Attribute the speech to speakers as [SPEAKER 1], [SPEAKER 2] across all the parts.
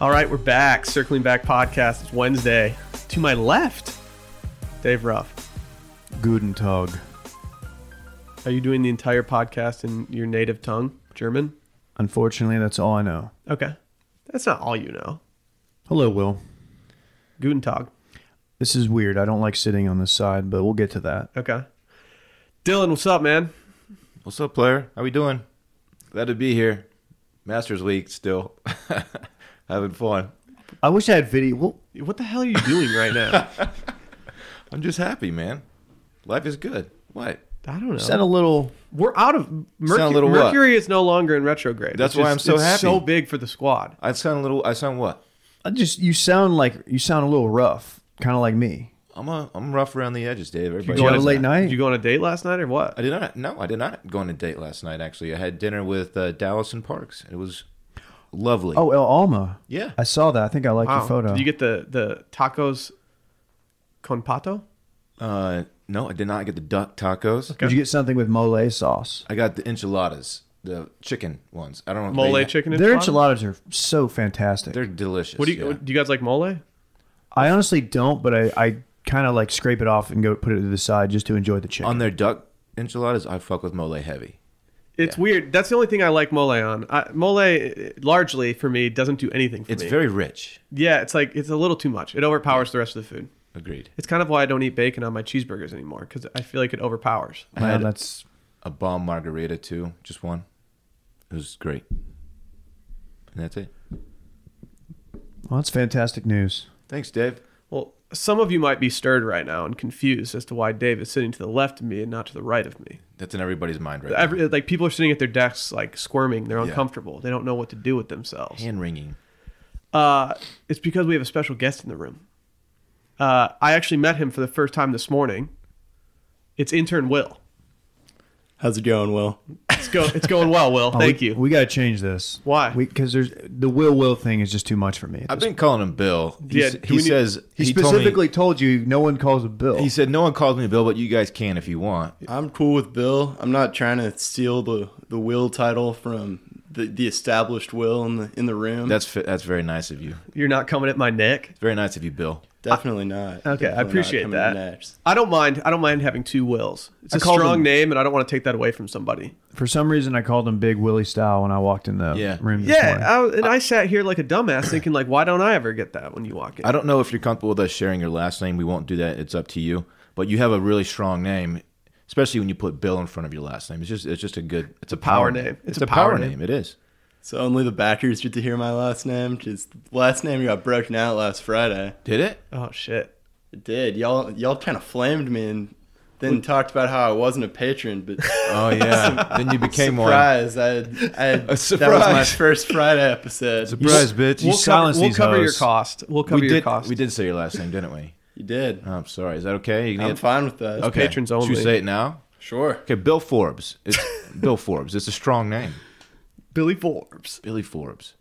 [SPEAKER 1] All right, we're back. Circling Back podcast. It's Wednesday. To my left, Dave Ruff.
[SPEAKER 2] Guten Tag.
[SPEAKER 1] Are you doing the entire podcast in your native tongue, German?
[SPEAKER 2] Unfortunately, that's all I know.
[SPEAKER 1] Okay. That's not all you know.
[SPEAKER 2] Hello, Will.
[SPEAKER 1] Guten Tag.
[SPEAKER 2] This is weird. I don't like sitting on this side, but we'll get to that.
[SPEAKER 1] Okay. Dylan, what's up, man?
[SPEAKER 3] What's up, player? How we doing? Glad to be here. Masters Week still. Having fun.
[SPEAKER 2] I wish I had video. Well,
[SPEAKER 1] What the hell are you doing right now?
[SPEAKER 3] I'm just happy, man. Life is good. What?
[SPEAKER 1] I don't know.
[SPEAKER 2] sound a little.
[SPEAKER 1] We're out of Mercury.
[SPEAKER 3] Sound a little what?
[SPEAKER 1] Mercury is no longer in retrograde.
[SPEAKER 3] That's
[SPEAKER 1] which
[SPEAKER 3] why
[SPEAKER 1] is-
[SPEAKER 3] I'm so
[SPEAKER 1] it's
[SPEAKER 3] happy.
[SPEAKER 1] So big for the squad.
[SPEAKER 3] I sound a little I sound what?
[SPEAKER 2] I just you sound like you sound a little rough, kind of like me.
[SPEAKER 3] I'm a I'm rough around the edges, Dave. Everybody
[SPEAKER 2] Going
[SPEAKER 3] knows
[SPEAKER 2] to late
[SPEAKER 3] that.
[SPEAKER 2] night.
[SPEAKER 1] Did you go on a date last night or what?
[SPEAKER 3] I did not no, I did not go on a date last night actually. I had dinner with uh, Dallas and Parks. It was lovely.
[SPEAKER 2] oh, El Alma.
[SPEAKER 3] yeah.
[SPEAKER 2] I saw that. I think I like
[SPEAKER 1] Wow.
[SPEAKER 2] your photo.
[SPEAKER 1] Did you get the the tacos con pato?
[SPEAKER 3] Uh no, I did not get the duck tacos.
[SPEAKER 2] Did you get something with mole sauce?
[SPEAKER 3] I got the enchiladas, the chicken ones. I don't know if
[SPEAKER 1] Mole
[SPEAKER 3] they-
[SPEAKER 1] chicken
[SPEAKER 2] Their
[SPEAKER 1] enchilada?
[SPEAKER 2] enchiladas are so fantastic.
[SPEAKER 3] They're delicious.
[SPEAKER 1] What do you
[SPEAKER 3] yeah.
[SPEAKER 1] do? You guys like mole?
[SPEAKER 2] I honestly don't, but I, I kind of like scrape it off and go put it to the side just to enjoy the chicken.
[SPEAKER 3] on their duck enchiladas, I fuck with mole heavy.
[SPEAKER 1] It's weird. That's the only thing I like mole on. I, mole eh, largely for me doesn't do anything for
[SPEAKER 3] It's
[SPEAKER 1] me.
[SPEAKER 3] very rich.
[SPEAKER 1] yeah, it's like it's a little too much. It overpowers the rest of the food.
[SPEAKER 3] Agreed.
[SPEAKER 1] It's kind of why I don't eat bacon on my cheeseburgers anymore because I feel like it overpowers.
[SPEAKER 3] I
[SPEAKER 2] Man,
[SPEAKER 3] had
[SPEAKER 2] that's
[SPEAKER 3] a bomb margarita too, just one. It was great. And that's it.
[SPEAKER 2] well, that's fantastic news.
[SPEAKER 3] Thanks, Dave.
[SPEAKER 1] Well, some of you might be stirred right now and confused as to why Dave is sitting to the left of me and not to the right of me.
[SPEAKER 3] That's in everybody's mind right now.
[SPEAKER 1] Every, like people are sitting at their desks, like squirming. They're
[SPEAKER 3] Yeah.
[SPEAKER 1] uncomfortable. They don't know what to do with themselves.
[SPEAKER 3] Hand wringing.
[SPEAKER 1] Uh, it's because we have a special guest in the room. Uh, I actually met him for the first time this morning. It's intern Will.
[SPEAKER 4] How's it going, Will?
[SPEAKER 1] It's go. It's going well, Will.
[SPEAKER 2] Oh,
[SPEAKER 1] Thank
[SPEAKER 2] we-
[SPEAKER 1] you.
[SPEAKER 2] We got to change this.
[SPEAKER 1] Why?
[SPEAKER 2] Because there's the will will thing is just too much for me.
[SPEAKER 3] I've been calling him Bill. He,
[SPEAKER 1] Yeah,
[SPEAKER 3] s-
[SPEAKER 1] do
[SPEAKER 3] he
[SPEAKER 1] we need-
[SPEAKER 3] says
[SPEAKER 2] he,
[SPEAKER 3] told me-
[SPEAKER 2] specifically told, you no one calls a bill.
[SPEAKER 3] he said no one calls me Bill, but you guys can if you want.
[SPEAKER 4] I'm cool with Bill. I'm not trying to steal the, the Will title from the, the established Will in the in the room.
[SPEAKER 3] That's fi- that's very nice of you.
[SPEAKER 1] You're not coming at my neck.
[SPEAKER 3] Very nice of you, Bill.
[SPEAKER 4] definitely
[SPEAKER 1] Okay,
[SPEAKER 4] not.
[SPEAKER 1] I
[SPEAKER 4] Definitely not
[SPEAKER 1] appreciate
[SPEAKER 4] coming
[SPEAKER 1] that.
[SPEAKER 4] next.
[SPEAKER 1] I don't mind. I don't mind having two wills. It's a
[SPEAKER 2] I called
[SPEAKER 1] strong
[SPEAKER 2] him-
[SPEAKER 1] name, and I don't want to take that away from somebody.
[SPEAKER 2] For some reason, I called him Big Willie style when I walked in the
[SPEAKER 3] Yeah.
[SPEAKER 2] room. This
[SPEAKER 1] Yeah,
[SPEAKER 2] morning.
[SPEAKER 1] I, and I sat here like a dumbass, thinking like, why don't I ever get that when you walk in?
[SPEAKER 3] I don't know if you're comfortable with us sharing your last name. We won't do that. It's up to you. But you have a really strong name, especially when you put Bill in front of your last name. It's just it's just a good. It's a power,
[SPEAKER 1] name.
[SPEAKER 3] It's, a, power, name. It is.
[SPEAKER 4] So only the backers get to hear my last name. Just last name got broken out last Friday.
[SPEAKER 3] Did it?
[SPEAKER 1] Oh shit.
[SPEAKER 4] It did. Y'all y'all kind of flamed me and then talked about how I wasn't a patron, but
[SPEAKER 3] Oh yeah. then you became one.
[SPEAKER 4] surprise! I had, I had
[SPEAKER 3] A
[SPEAKER 4] that was my
[SPEAKER 3] surprise.
[SPEAKER 4] first Friday episode.
[SPEAKER 3] Surprise, bitch.
[SPEAKER 2] You
[SPEAKER 1] We'll cover,
[SPEAKER 2] silence
[SPEAKER 1] we'll
[SPEAKER 2] these
[SPEAKER 1] cover your
[SPEAKER 2] hoes.
[SPEAKER 1] cost. We'll cover
[SPEAKER 3] we
[SPEAKER 1] your
[SPEAKER 3] did.
[SPEAKER 1] cost.
[SPEAKER 3] We did say your last name, didn't we?
[SPEAKER 4] You did.
[SPEAKER 3] Oh, I'm sorry. Is that okay? You can
[SPEAKER 4] I'm
[SPEAKER 3] get-
[SPEAKER 4] fine with that.
[SPEAKER 3] okay.
[SPEAKER 1] patrons
[SPEAKER 3] Should
[SPEAKER 1] only.
[SPEAKER 3] we say it now?
[SPEAKER 4] Sure.
[SPEAKER 3] Okay, Bill Forbes. It's Bill Forbes. It's a strong name.
[SPEAKER 1] Billy Forbes.
[SPEAKER 3] Billy Forbes.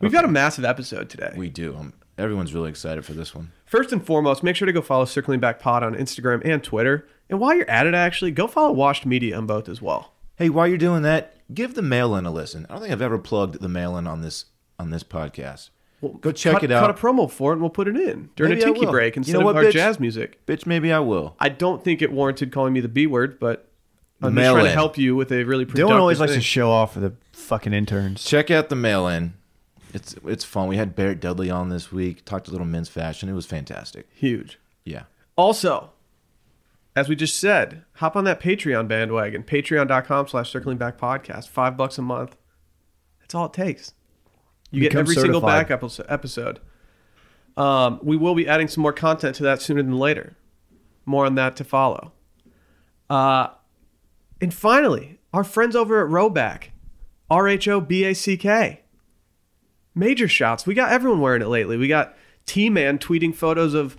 [SPEAKER 1] We've got a massive episode today.
[SPEAKER 3] We do. Um everyone's really excited for this one.
[SPEAKER 1] First and foremost, make sure to go follow Circling Back Pod on Instagram and Twitter. And while you're at it, actually, go follow Washed Media on both as well.
[SPEAKER 3] Hey, while you're doing that, give the mail in a listen. I don't think I've ever plugged the mail in on this on this podcast. Go check
[SPEAKER 1] cut,
[SPEAKER 3] it out,
[SPEAKER 1] Cut a promo for it, and we'll put it in during
[SPEAKER 3] Maybe
[SPEAKER 1] a
[SPEAKER 3] I
[SPEAKER 1] tiki
[SPEAKER 3] will.
[SPEAKER 1] break
[SPEAKER 3] You
[SPEAKER 1] instead
[SPEAKER 3] know
[SPEAKER 1] of
[SPEAKER 3] what,
[SPEAKER 1] our
[SPEAKER 3] bitch?
[SPEAKER 1] jazz music.
[SPEAKER 3] bitch. Maybe I will.
[SPEAKER 1] I don't think it warranted calling me the B word, but I'm just
[SPEAKER 3] Mail
[SPEAKER 1] trying to
[SPEAKER 3] in.
[SPEAKER 1] help you with a really
[SPEAKER 2] Dylan
[SPEAKER 1] productive.
[SPEAKER 2] always likes
[SPEAKER 1] thing.
[SPEAKER 2] to show off for the fucking interns.
[SPEAKER 3] Check out the mail in. It's it's fun. We had Barrett Dudley on this week. Talked a little men's fashion. It was fantastic.
[SPEAKER 1] huge.
[SPEAKER 3] Yeah.
[SPEAKER 1] Also, as we just said, hop on that Patreon bandwagon. Patreon.com slash circling back podcast. Five bucks a month. That's all it takes. You get
[SPEAKER 2] Become
[SPEAKER 1] every single
[SPEAKER 2] certified.
[SPEAKER 1] back episo- episode. Um, we will be adding some more content to that sooner than later. More on that to follow. Uh, and finally, our friends over at Roback, R H O B A C K. Major shots. We got everyone wearing it lately. We got T Man tweeting photos of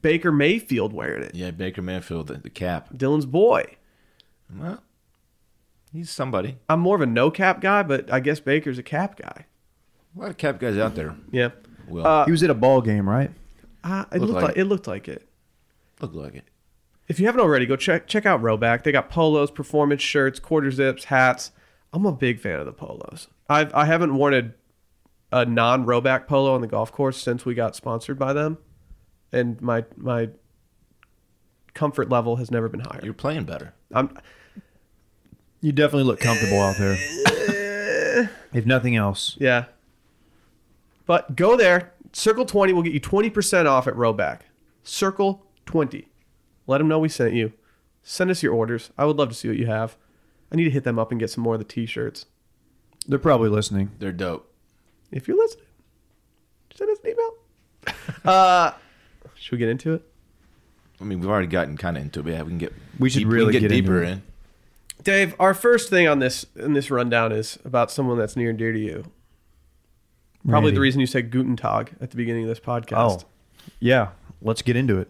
[SPEAKER 1] Baker Mayfield wearing it.
[SPEAKER 3] Yeah, Baker Manfield, the, the cap.
[SPEAKER 1] Dylan's boy.
[SPEAKER 3] Well, he's somebody.
[SPEAKER 1] I'm more of a no cap guy, but I guess Baker's a cap guy.
[SPEAKER 3] A lot of cap guys out there.
[SPEAKER 1] Yeah.
[SPEAKER 3] Will
[SPEAKER 2] he was at a ball game, right?
[SPEAKER 1] Uh, it looked
[SPEAKER 3] Looked
[SPEAKER 1] like,
[SPEAKER 3] like
[SPEAKER 1] it looked like it.
[SPEAKER 3] look like it.
[SPEAKER 1] If you haven't already, go check check out Roback. They got polos, performance shirts, quarter zips, hats. I'm a big fan of the polos. I've I haven't worn a a non Roback polo on the golf course since we got sponsored by them, and my my comfort level has never been higher.
[SPEAKER 3] You're playing better.
[SPEAKER 1] I'm
[SPEAKER 2] You definitely look comfortable out there. if nothing else,
[SPEAKER 1] yeah, but go there. Circle twenty will get you twenty percent off at Roback. Circle twenty. Let them know we sent you. Send us your orders. I would love to see what you have. I need to hit them up and get some more of the t-shirts.
[SPEAKER 2] they're probably listening.
[SPEAKER 3] They're dope.
[SPEAKER 1] If you're listening, send us an email. uh, should we get into it?
[SPEAKER 3] I mean, we've already gotten kind of into it. But yeah, we can get
[SPEAKER 2] We should
[SPEAKER 3] deep-
[SPEAKER 2] really
[SPEAKER 3] can
[SPEAKER 2] get into
[SPEAKER 3] deeper
[SPEAKER 2] it.
[SPEAKER 3] in.
[SPEAKER 1] Dave, our first thing on this in this rundown is about someone that's near and dear to you. Probably
[SPEAKER 2] Randy.
[SPEAKER 1] the reason you said Guten Tag at the beginning of this podcast.
[SPEAKER 2] Oh, yeah. Let's get into it.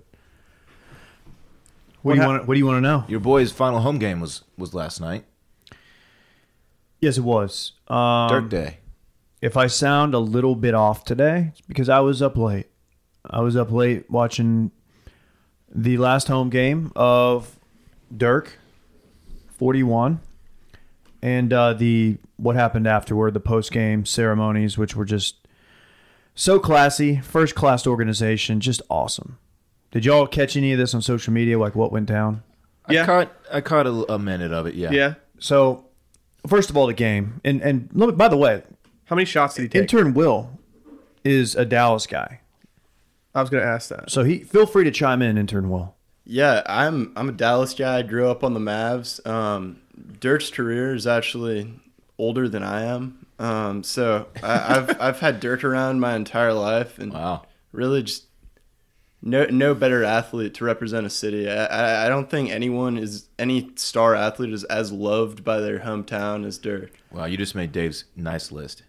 [SPEAKER 2] What,
[SPEAKER 1] What
[SPEAKER 2] do you
[SPEAKER 1] hap-
[SPEAKER 2] want? What do you want to know?
[SPEAKER 3] Your boy's final home game was was last night.
[SPEAKER 2] Yes, it was. Um,
[SPEAKER 3] Dirt day.
[SPEAKER 2] if I sound a little bit off today, it's because I was up late. I was up late watching the last home game of Dirk, 41, and uh, the what happened afterward, the post game ceremonies, which were just so classy, first class organization, just awesome. Did y'all catch any of this on social media? Like what went down?
[SPEAKER 1] Yeah.
[SPEAKER 3] I caught I caught a, a minute of it. Yeah.
[SPEAKER 1] Yeah.
[SPEAKER 2] So, first of all, the game, and and let me- by the way,
[SPEAKER 1] How many shots did he take?
[SPEAKER 2] intern Will is a Dallas guy.
[SPEAKER 1] I was going to ask that.
[SPEAKER 2] So he feel free to chime in, intern Will.
[SPEAKER 4] Yeah, I'm I'm a Dallas guy. I grew up on the Mavs. Um, Dirk's career is actually older than I am. Um, so I, I've I've had Dirk around my entire life, and
[SPEAKER 3] Wow.
[SPEAKER 4] really just no no better athlete to represent a city. I, I, I don't think anyone is any star athlete is as loved by their hometown as Dirk.
[SPEAKER 3] Wow. You just made Dave's nice list.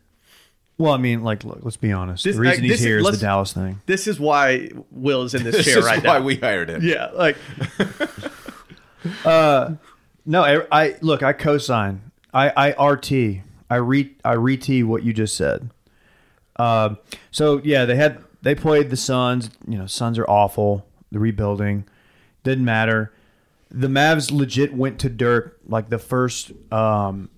[SPEAKER 2] Well, I mean, like, look, let's be honest.
[SPEAKER 1] This-
[SPEAKER 2] the reason
[SPEAKER 1] I-
[SPEAKER 2] he's
[SPEAKER 1] this is-
[SPEAKER 2] here is the
[SPEAKER 1] let's-
[SPEAKER 2] Dallas thing.
[SPEAKER 1] This is why Will is in this,
[SPEAKER 3] This
[SPEAKER 1] chair
[SPEAKER 3] is
[SPEAKER 1] right
[SPEAKER 3] why
[SPEAKER 1] now.
[SPEAKER 3] we hired him.
[SPEAKER 1] yeah, like
[SPEAKER 2] No, I, I look, I co-sign. I, I RT. I re I re what you just said. Um, so yeah, they had they played the Suns. You know, Suns are awful. The rebuilding didn't matter. The Mavs legit went to Dirk like the first um,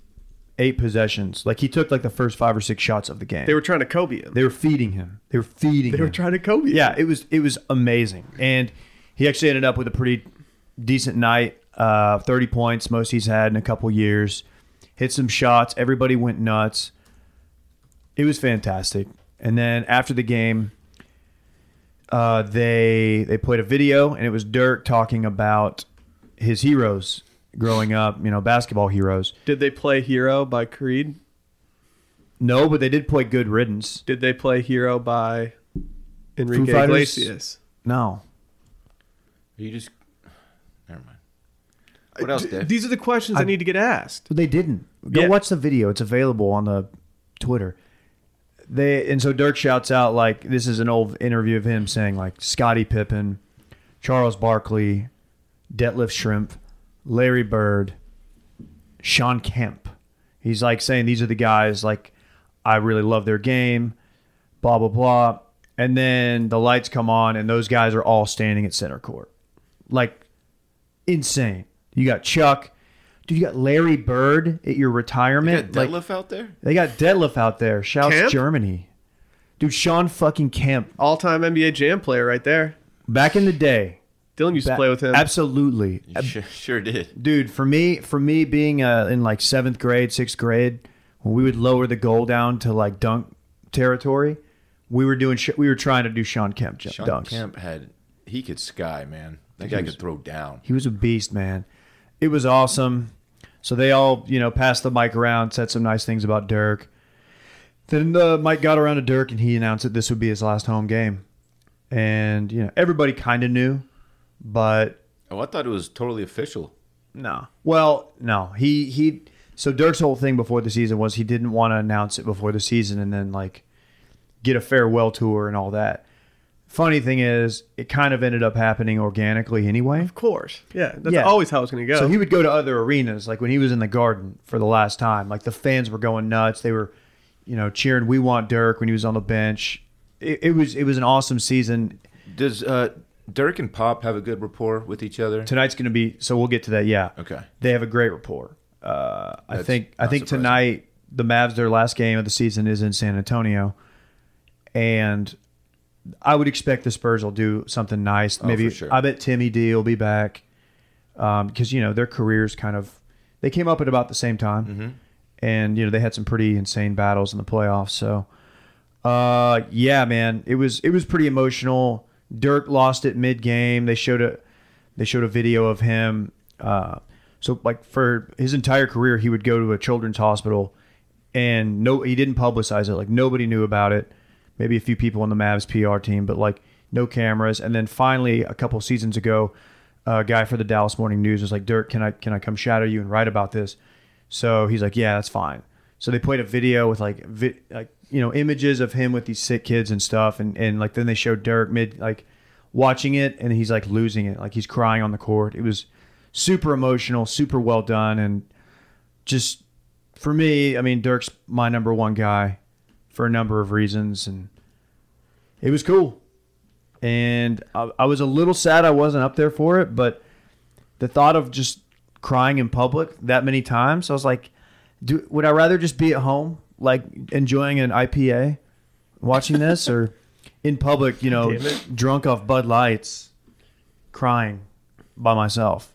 [SPEAKER 2] eight possessions. Like he took like the first five or six shots of the game.
[SPEAKER 1] they were trying to Kobe him.
[SPEAKER 2] they were feeding him. They were feeding.
[SPEAKER 1] They were
[SPEAKER 2] him.
[SPEAKER 1] trying to Kobe him.
[SPEAKER 2] Yeah, it was it was amazing, and he actually ended up with a pretty decent night. Uh, Thirty points, most he's had in a couple years. Hit some shots. Everybody went nuts. It was fantastic. And then after the game, uh, they they played a video, and it was Dirk talking about his heroes growing up. You know, basketball heroes.
[SPEAKER 1] Did they play Hero by Creed?
[SPEAKER 2] No, but they did play Good Riddance.
[SPEAKER 1] Did they play Hero by Enrique
[SPEAKER 2] Fighters?
[SPEAKER 1] Iglesias?
[SPEAKER 2] No,
[SPEAKER 3] You just. Never mind. What else,
[SPEAKER 1] Uh, D-
[SPEAKER 3] Dave?
[SPEAKER 1] these are the questions I, need to get asked.
[SPEAKER 2] But they didn't. Go
[SPEAKER 1] Yeah.
[SPEAKER 2] watch the video. It's available on the Twitter. They and so Dirk shouts out like this is an old interview of him saying like Scottie Pippen, Charles Barkley, Detlef Shrimp, Larry Bird, Sean Kemp. He's like saying these are the guys like I really love their game, blah blah blah. And then the lights come on and those guys are all standing at center court. Like insane. You got Chuck, dude, you got Larry Bird at your retirement. like,
[SPEAKER 3] Got Detlef out there?
[SPEAKER 2] they got Detlef out there. Shouts
[SPEAKER 1] Kemp?
[SPEAKER 2] Germany. Dude, Sean fucking Kemp.
[SPEAKER 1] All time NBA Jam player right there.
[SPEAKER 2] Back in the day.
[SPEAKER 1] Dylan used to
[SPEAKER 2] ba-
[SPEAKER 1] play with him.
[SPEAKER 2] Absolutely.
[SPEAKER 1] uh,
[SPEAKER 3] You sure, sure did.
[SPEAKER 2] Dude, for me, for me being uh, in like seventh grade, sixth grade, when we would lower the goal down to like dunk territory, we were doing sh- we were trying to do Sean Kemp ju-
[SPEAKER 3] Sean
[SPEAKER 2] dunks.
[SPEAKER 3] Kemp had. He could sky, man. That guy could throw down.
[SPEAKER 2] He was a beast, man. It was awesome. So they all, you know, passed the mic around, said some nice things about Dirk. Then the mic got around to Dirk, and he announced that this would be his last home game. And you know, everybody kind of knew, but
[SPEAKER 3] Oh, I thought it was totally official.
[SPEAKER 2] no. Well, no. He he. So Dirk's whole thing before the season was he didn't want to announce it before the season and then like get a farewell tour and all that. Funny thing is, it kind of ended up happening organically anyway.
[SPEAKER 1] Of course. Yeah. That's
[SPEAKER 2] Yeah.
[SPEAKER 1] always how it's going to go.
[SPEAKER 2] So he would go to other arenas, like when he was in the Garden for the last time. Like the fans were going nuts. They were, you know, cheering "We want Dirk" when he was on the bench. It, it was it was an awesome season.
[SPEAKER 3] Does uh, Dirk and Pop have a good rapport with each other?
[SPEAKER 2] Tonight's going to be so we'll get to that. Yeah,
[SPEAKER 3] Okay.
[SPEAKER 2] they have a great rapport. Uh, I
[SPEAKER 3] That's
[SPEAKER 2] think I
[SPEAKER 3] not
[SPEAKER 2] think
[SPEAKER 3] surprising.
[SPEAKER 2] tonight the Mavs, their last game of the season is in San Antonio, and I would expect the Spurs will do something nice. Maybe
[SPEAKER 3] Oh, for sure.
[SPEAKER 2] I bet Timmy D will be back because you know their careers kind of they came up at about the same time,
[SPEAKER 3] Mm-hmm.
[SPEAKER 2] and you know they had some pretty insane battles in the playoffs. So, uh, yeah, man, it was it was pretty emotional. Dirk lost it mid game. They showed a they showed a video of him. Uh, so like for his entire career, he would go to a children's hospital, and no, he didn't publicize it. Like nobody knew about it. Maybe a few people on the Mavs PR team, but like no cameras. And then finally, a couple seasons ago, a guy for the Dallas Morning News was like, "Dirk, can I can I come shadow you and write about this?" So he's like, "Yeah, that's fine." So they played a video with like vi- like you know images of him with these sick kids and stuff, and and like then they showed Dirk mid like watching it, and he's like losing it, like he's crying on the court. It was super emotional, super well done, and just for me, I mean, Dirk's my number one guy for a number of reasons, and it was cool. And I, I was a little sad I wasn't up there for it, but the thought of just crying in public that many times, I was like, do, would I rather just be at home, like enjoying an IPA, watching this, or in public, you know,
[SPEAKER 1] Damn it.
[SPEAKER 2] drunk off Bud Lights, crying by myself?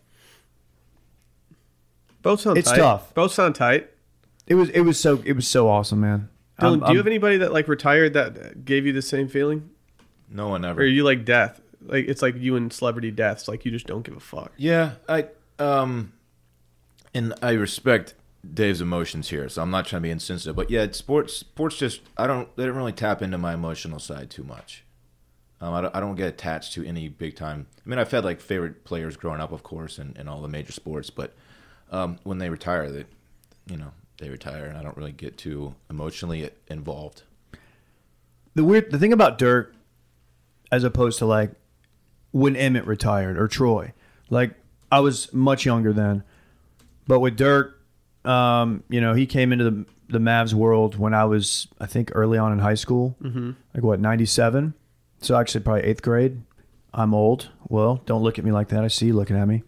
[SPEAKER 1] Both sound
[SPEAKER 2] It's
[SPEAKER 1] tight.
[SPEAKER 2] tough.
[SPEAKER 1] Both sound tight.
[SPEAKER 2] It was it was so it was so awesome, man.
[SPEAKER 1] Dylan,
[SPEAKER 2] I'm-
[SPEAKER 1] do
[SPEAKER 2] I'm-
[SPEAKER 1] you have anybody that like retired that gave you the same feeling,
[SPEAKER 3] No one ever.
[SPEAKER 1] or are you like death? Like it's like you and celebrity deaths. Like you just don't give a fuck.
[SPEAKER 3] Yeah, I um, and I respect Dave's emotions here, so I'm not trying to be insensitive. But yeah, it's sports sports just I don't they don't really tap into my emotional side too much. Um, I don't, I don't get attached to any big time. I mean, I've had like favorite players growing up, of course, and, and all the major sports. But um, when they retire, they, you know, they retire, and I don't really get too emotionally involved.
[SPEAKER 2] the weird the thing about Dirk as opposed to like when Emmett retired or Troy. Like I was much younger then. But with Dirk, um, you know, he came into the the Mavs world when I was I think early on in high school. Mm-hmm. Like what, 97? So actually probably 8th grade. I'm old. Well, don't look at me like that. I see you looking at me.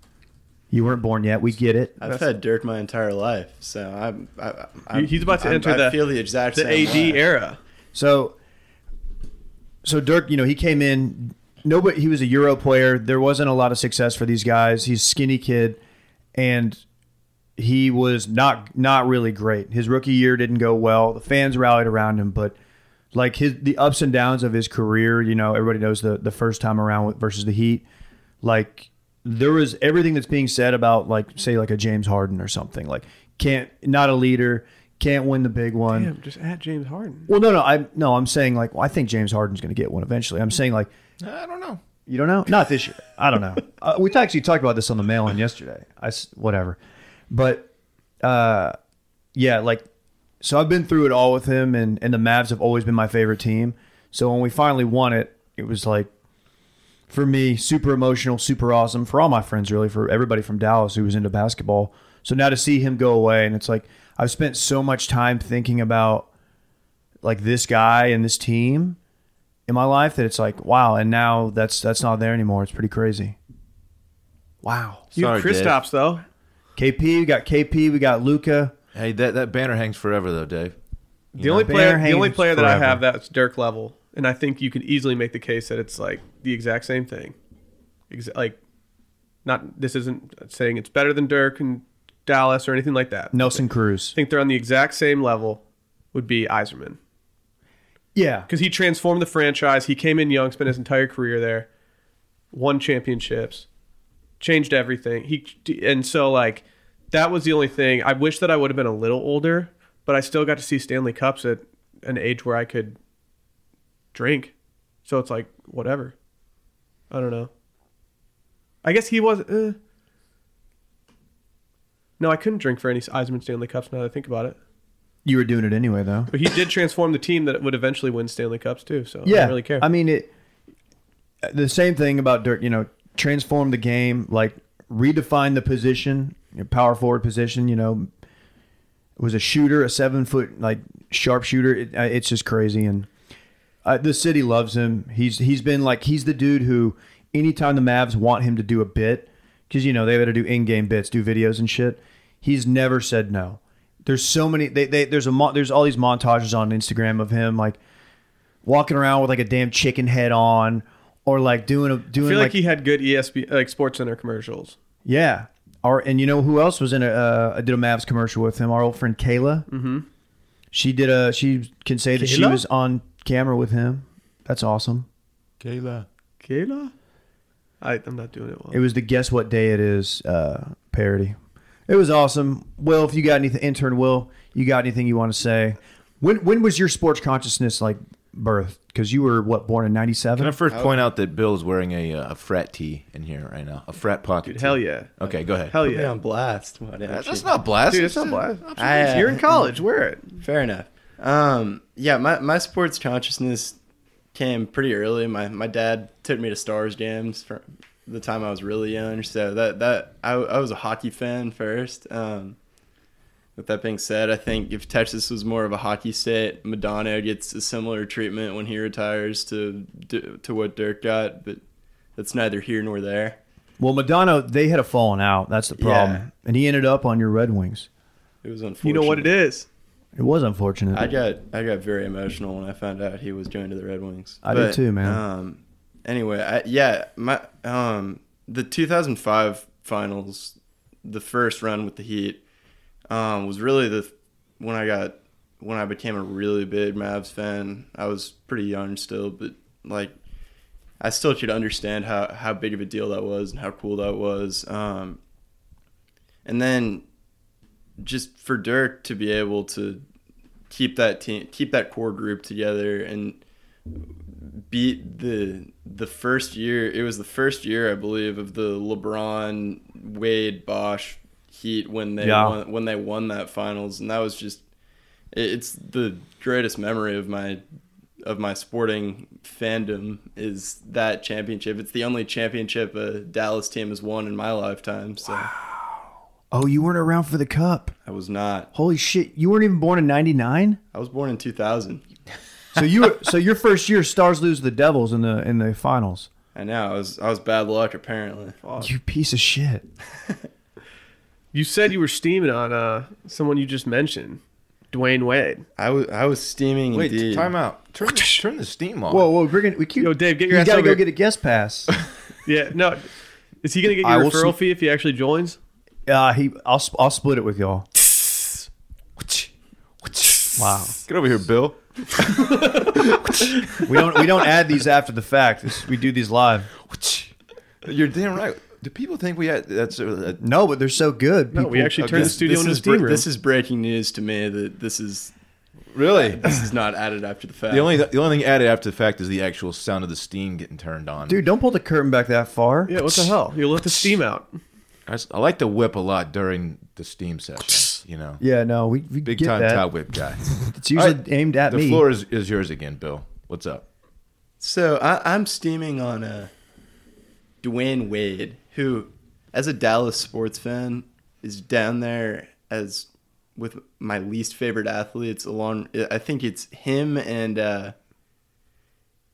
[SPEAKER 2] You weren't born yet. We get it.
[SPEAKER 4] I've had Dirk my entire life, so I'm. I, I'm
[SPEAKER 1] He's about to
[SPEAKER 4] I'm-
[SPEAKER 1] enter
[SPEAKER 4] I
[SPEAKER 1] the-
[SPEAKER 4] feel the exact
[SPEAKER 1] The
[SPEAKER 4] same
[SPEAKER 1] AD
[SPEAKER 4] way.
[SPEAKER 1] era.
[SPEAKER 2] So, so Dirk, you know, he came in. Nobody. He was a Euro player. There wasn't a lot of success for these guys. He's a skinny kid, and he was not not really great. His rookie year didn't go well. The fans rallied around him, but like his the ups and downs of his career, you know, everybody knows the the first time around with- versus the Heat. Like there was everything that's being said about like say like a James Harden or something. Like can't not a leader, can't win the big one.
[SPEAKER 1] Damn, just at James Harden.
[SPEAKER 2] Well, no, no, I no, I'm saying like well, I think James Harden's going to get one eventually. I'm saying like
[SPEAKER 3] I don't know.
[SPEAKER 2] you don't know, not this year. I don't know. uh, we actually talked about this on the mail-in yesterday. I s- whatever, but uh, yeah, like so I've been through it all with him, and and the Mavs have always been my favorite team. So when we finally won it, it was like for me super emotional, super awesome for all my friends, really for everybody from Dallas who was into basketball. So now to see him go away, and it's like I've spent so much time thinking about like this guy and this team in my life that it's like wow and now that's that's not there anymore it's pretty crazy wow
[SPEAKER 1] You have
[SPEAKER 3] Sorry, Dave.
[SPEAKER 1] Kristaps though.
[SPEAKER 2] kp we got kp we got luca
[SPEAKER 3] Hey, that that banner hangs forever though, Dave.
[SPEAKER 1] The only
[SPEAKER 2] Banner
[SPEAKER 1] player, the
[SPEAKER 2] hangs
[SPEAKER 1] only player that I
[SPEAKER 2] forever.
[SPEAKER 1] have that's Dirk level, and I think you can easily make the case that it's like the exact same thing. Exa- like, not this isn't saying it's better than Dirk and Dallas or anything like that.
[SPEAKER 2] nelson
[SPEAKER 1] I
[SPEAKER 2] cruz
[SPEAKER 1] think they're on the exact same level. Would be Iserman
[SPEAKER 2] yeah
[SPEAKER 1] because he transformed the franchise. He came in young, spent his entire career there, won championships, changed everything. He and so like that was the only thing. I wish that I would have been a little older, but I still got to see Stanley Cups at an age where I could drink. So it's like whatever. I don't know. I guess he was. Uh, no, I couldn't drink for any Eisman Stanley Cups. Now that I think about it,
[SPEAKER 2] you were doing it anyway though
[SPEAKER 1] but he did transform the team that would eventually win Stanley Cups too. So I
[SPEAKER 2] yeah
[SPEAKER 1] don't really care.
[SPEAKER 2] i mean it the same thing about dirk you know transform the game like redefine the position your power forward position you know was a shooter a seven foot like sharpshooter it, uh, it's just crazy and Uh, the city loves him. He's he's been like he's the dude who anytime the Mavs want him to do a bit because you know they got to do in game bits, do videos and shit. He's never said no, There's so many. They, they there's a mo- there's all these montages on Instagram of him like walking around with like a damn chicken head on, or like doing a doing
[SPEAKER 1] I feel like, he had good ESP like Sports Center commercials.
[SPEAKER 2] Yeah. Our and you know who else was in a uh, I did a Mavs commercial with him? Our old friend Kayla. Mm-hmm. She did a. She can say that she
[SPEAKER 1] Kayla?
[SPEAKER 2] was on camera with him. That's awesome.
[SPEAKER 3] Kayla.
[SPEAKER 1] Kayla, I, I'm not doing it well.
[SPEAKER 2] It was the guess what day it is uh, parody. It was awesome. Will, if you got anything, intern Will, you got anything you want to say? When when was your sports consciousness like birth? Because you were what born in ninety
[SPEAKER 3] Can I
[SPEAKER 2] seven.
[SPEAKER 3] first point out that Bill's wearing a, uh, a frat tee in here right now? A frat pocket.
[SPEAKER 1] Dude,
[SPEAKER 3] tee.
[SPEAKER 1] hell yeah,
[SPEAKER 3] Okay, go ahead.
[SPEAKER 1] hell
[SPEAKER 4] Put me
[SPEAKER 1] yeah.
[SPEAKER 4] on blast. Why didn't
[SPEAKER 3] That's,
[SPEAKER 4] you?
[SPEAKER 3] that's not blast.
[SPEAKER 1] Dude, it's not
[SPEAKER 3] a-
[SPEAKER 1] blast.
[SPEAKER 4] I, uh,
[SPEAKER 1] You're in college. Wear it.
[SPEAKER 4] Fair enough. Um, yeah, my, my sports consciousness came pretty early. My my dad took me to Stars games from the time I was really young. So that that I, I was a hockey fan first. Um, with that being said, I think if Texas was more of a hockey state, Madonna gets a similar treatment when he retires to to what Dirk got, but that's neither here nor there.
[SPEAKER 2] Well, Madonna, they had a falling out. That's the problem,
[SPEAKER 4] Yeah.
[SPEAKER 2] and he ended up on your Red Wings.
[SPEAKER 4] It was
[SPEAKER 1] You
[SPEAKER 4] unfortunate.
[SPEAKER 1] know what it is.
[SPEAKER 2] It was unfortunate.
[SPEAKER 4] I got I got very emotional when I found out he was going to the Red Wings.
[SPEAKER 2] I did too, man.
[SPEAKER 4] Um, anyway, I, yeah, my um, the 2005 finals, the first run with the Heat, um, was really the when I got when I became a really big Mavs fan. I was pretty young still, but like I still should understand how how big of a deal that was and how cool that was. Um, and then just for Dirk to be able to keep that team, keep that core group together, and beat the the first year. It was the first year, I believe, of the LeBron Wade Bosch Heat when they
[SPEAKER 2] Yeah.
[SPEAKER 4] won, when they won that finals, and that was just it- it's the greatest memory of my of my sporting fandom is that championship. It's the only championship a Dallas team has won in my lifetime. So
[SPEAKER 2] oh, you weren't around for the cup.
[SPEAKER 4] I was not.
[SPEAKER 2] Holy shit! You weren't even born in ninety nine.
[SPEAKER 4] I was born in 2000.
[SPEAKER 2] So you were, so your first year, Stars lose to the Devils in the in the finals.
[SPEAKER 4] I know. I was I was bad luck apparently.
[SPEAKER 2] You piece of shit.
[SPEAKER 1] You said you were steaming on uh, someone you just mentioned, Dwayne Wade.
[SPEAKER 4] I was I was steaming
[SPEAKER 3] Wait,
[SPEAKER 4] indeed.
[SPEAKER 3] time out. Turn, turn the steam on.
[SPEAKER 2] Whoa, whoa, we're gonna we keep.
[SPEAKER 1] Yo, Dave, get your
[SPEAKER 2] you
[SPEAKER 1] ass
[SPEAKER 2] gotta
[SPEAKER 1] over
[SPEAKER 2] go
[SPEAKER 1] here.
[SPEAKER 2] get a guest pass.
[SPEAKER 1] Yeah, no. Is he gonna get
[SPEAKER 2] I
[SPEAKER 1] your
[SPEAKER 2] will
[SPEAKER 1] referral
[SPEAKER 2] sm-
[SPEAKER 1] fee if he actually joins?
[SPEAKER 2] uh, he, I'll, sp- I'll split it with y'all. Wow,
[SPEAKER 3] Get over here, Bill.
[SPEAKER 2] we don't we don't add these after the fact. It's- we do these live.
[SPEAKER 3] You're damn right. Do people think we had that's uh, a, a-
[SPEAKER 2] No, but they're so good.
[SPEAKER 1] No, we
[SPEAKER 2] people.
[SPEAKER 1] actually
[SPEAKER 3] okay.
[SPEAKER 1] turned the
[SPEAKER 3] This-
[SPEAKER 1] studio
[SPEAKER 4] this
[SPEAKER 1] into a
[SPEAKER 4] is
[SPEAKER 1] steam
[SPEAKER 4] bre-
[SPEAKER 1] room.
[SPEAKER 4] This is breaking news to me that this is
[SPEAKER 3] really?
[SPEAKER 4] this is not added after the fact.
[SPEAKER 3] The only the only thing added after the fact is the actual sound of the steam getting turned on.
[SPEAKER 2] dude, don't pull the curtain back that far.
[SPEAKER 1] yeah, what the hell? You let the steam out.
[SPEAKER 3] I, s- I like to whip a lot during the steam session. You know,
[SPEAKER 2] Yeah, no, we, we
[SPEAKER 3] big
[SPEAKER 2] get
[SPEAKER 3] time
[SPEAKER 2] that.
[SPEAKER 3] top whip guy.
[SPEAKER 2] It's usually
[SPEAKER 3] All right,
[SPEAKER 2] aimed at
[SPEAKER 3] the
[SPEAKER 2] me.
[SPEAKER 3] floor is, is yours again, Bill. What's up?
[SPEAKER 4] So I, I'm steaming on a Dwayne Wade, who, as a Dallas sports fan, is down there as with my least favorite athletes. Along, I think it's him and uh,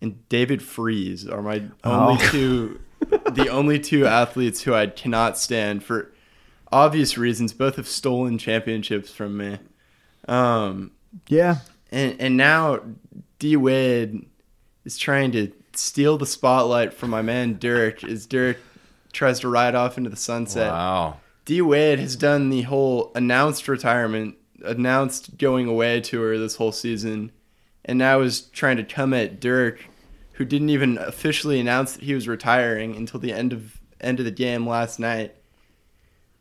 [SPEAKER 4] and David Freeze are my only two, the only two athletes who I cannot stand for obvious reasons. Both have stolen championships from me. Um,
[SPEAKER 2] yeah,
[SPEAKER 4] and and now D Wade is trying to steal the spotlight from my man Dirk as Dirk tries to ride off into the sunset.
[SPEAKER 3] Wow.
[SPEAKER 4] D Wade has done the whole announced retirement, announced going away tour this whole season, and now is trying to come at Dirk, who didn't even officially announce that he was retiring until the end of end of the game last night.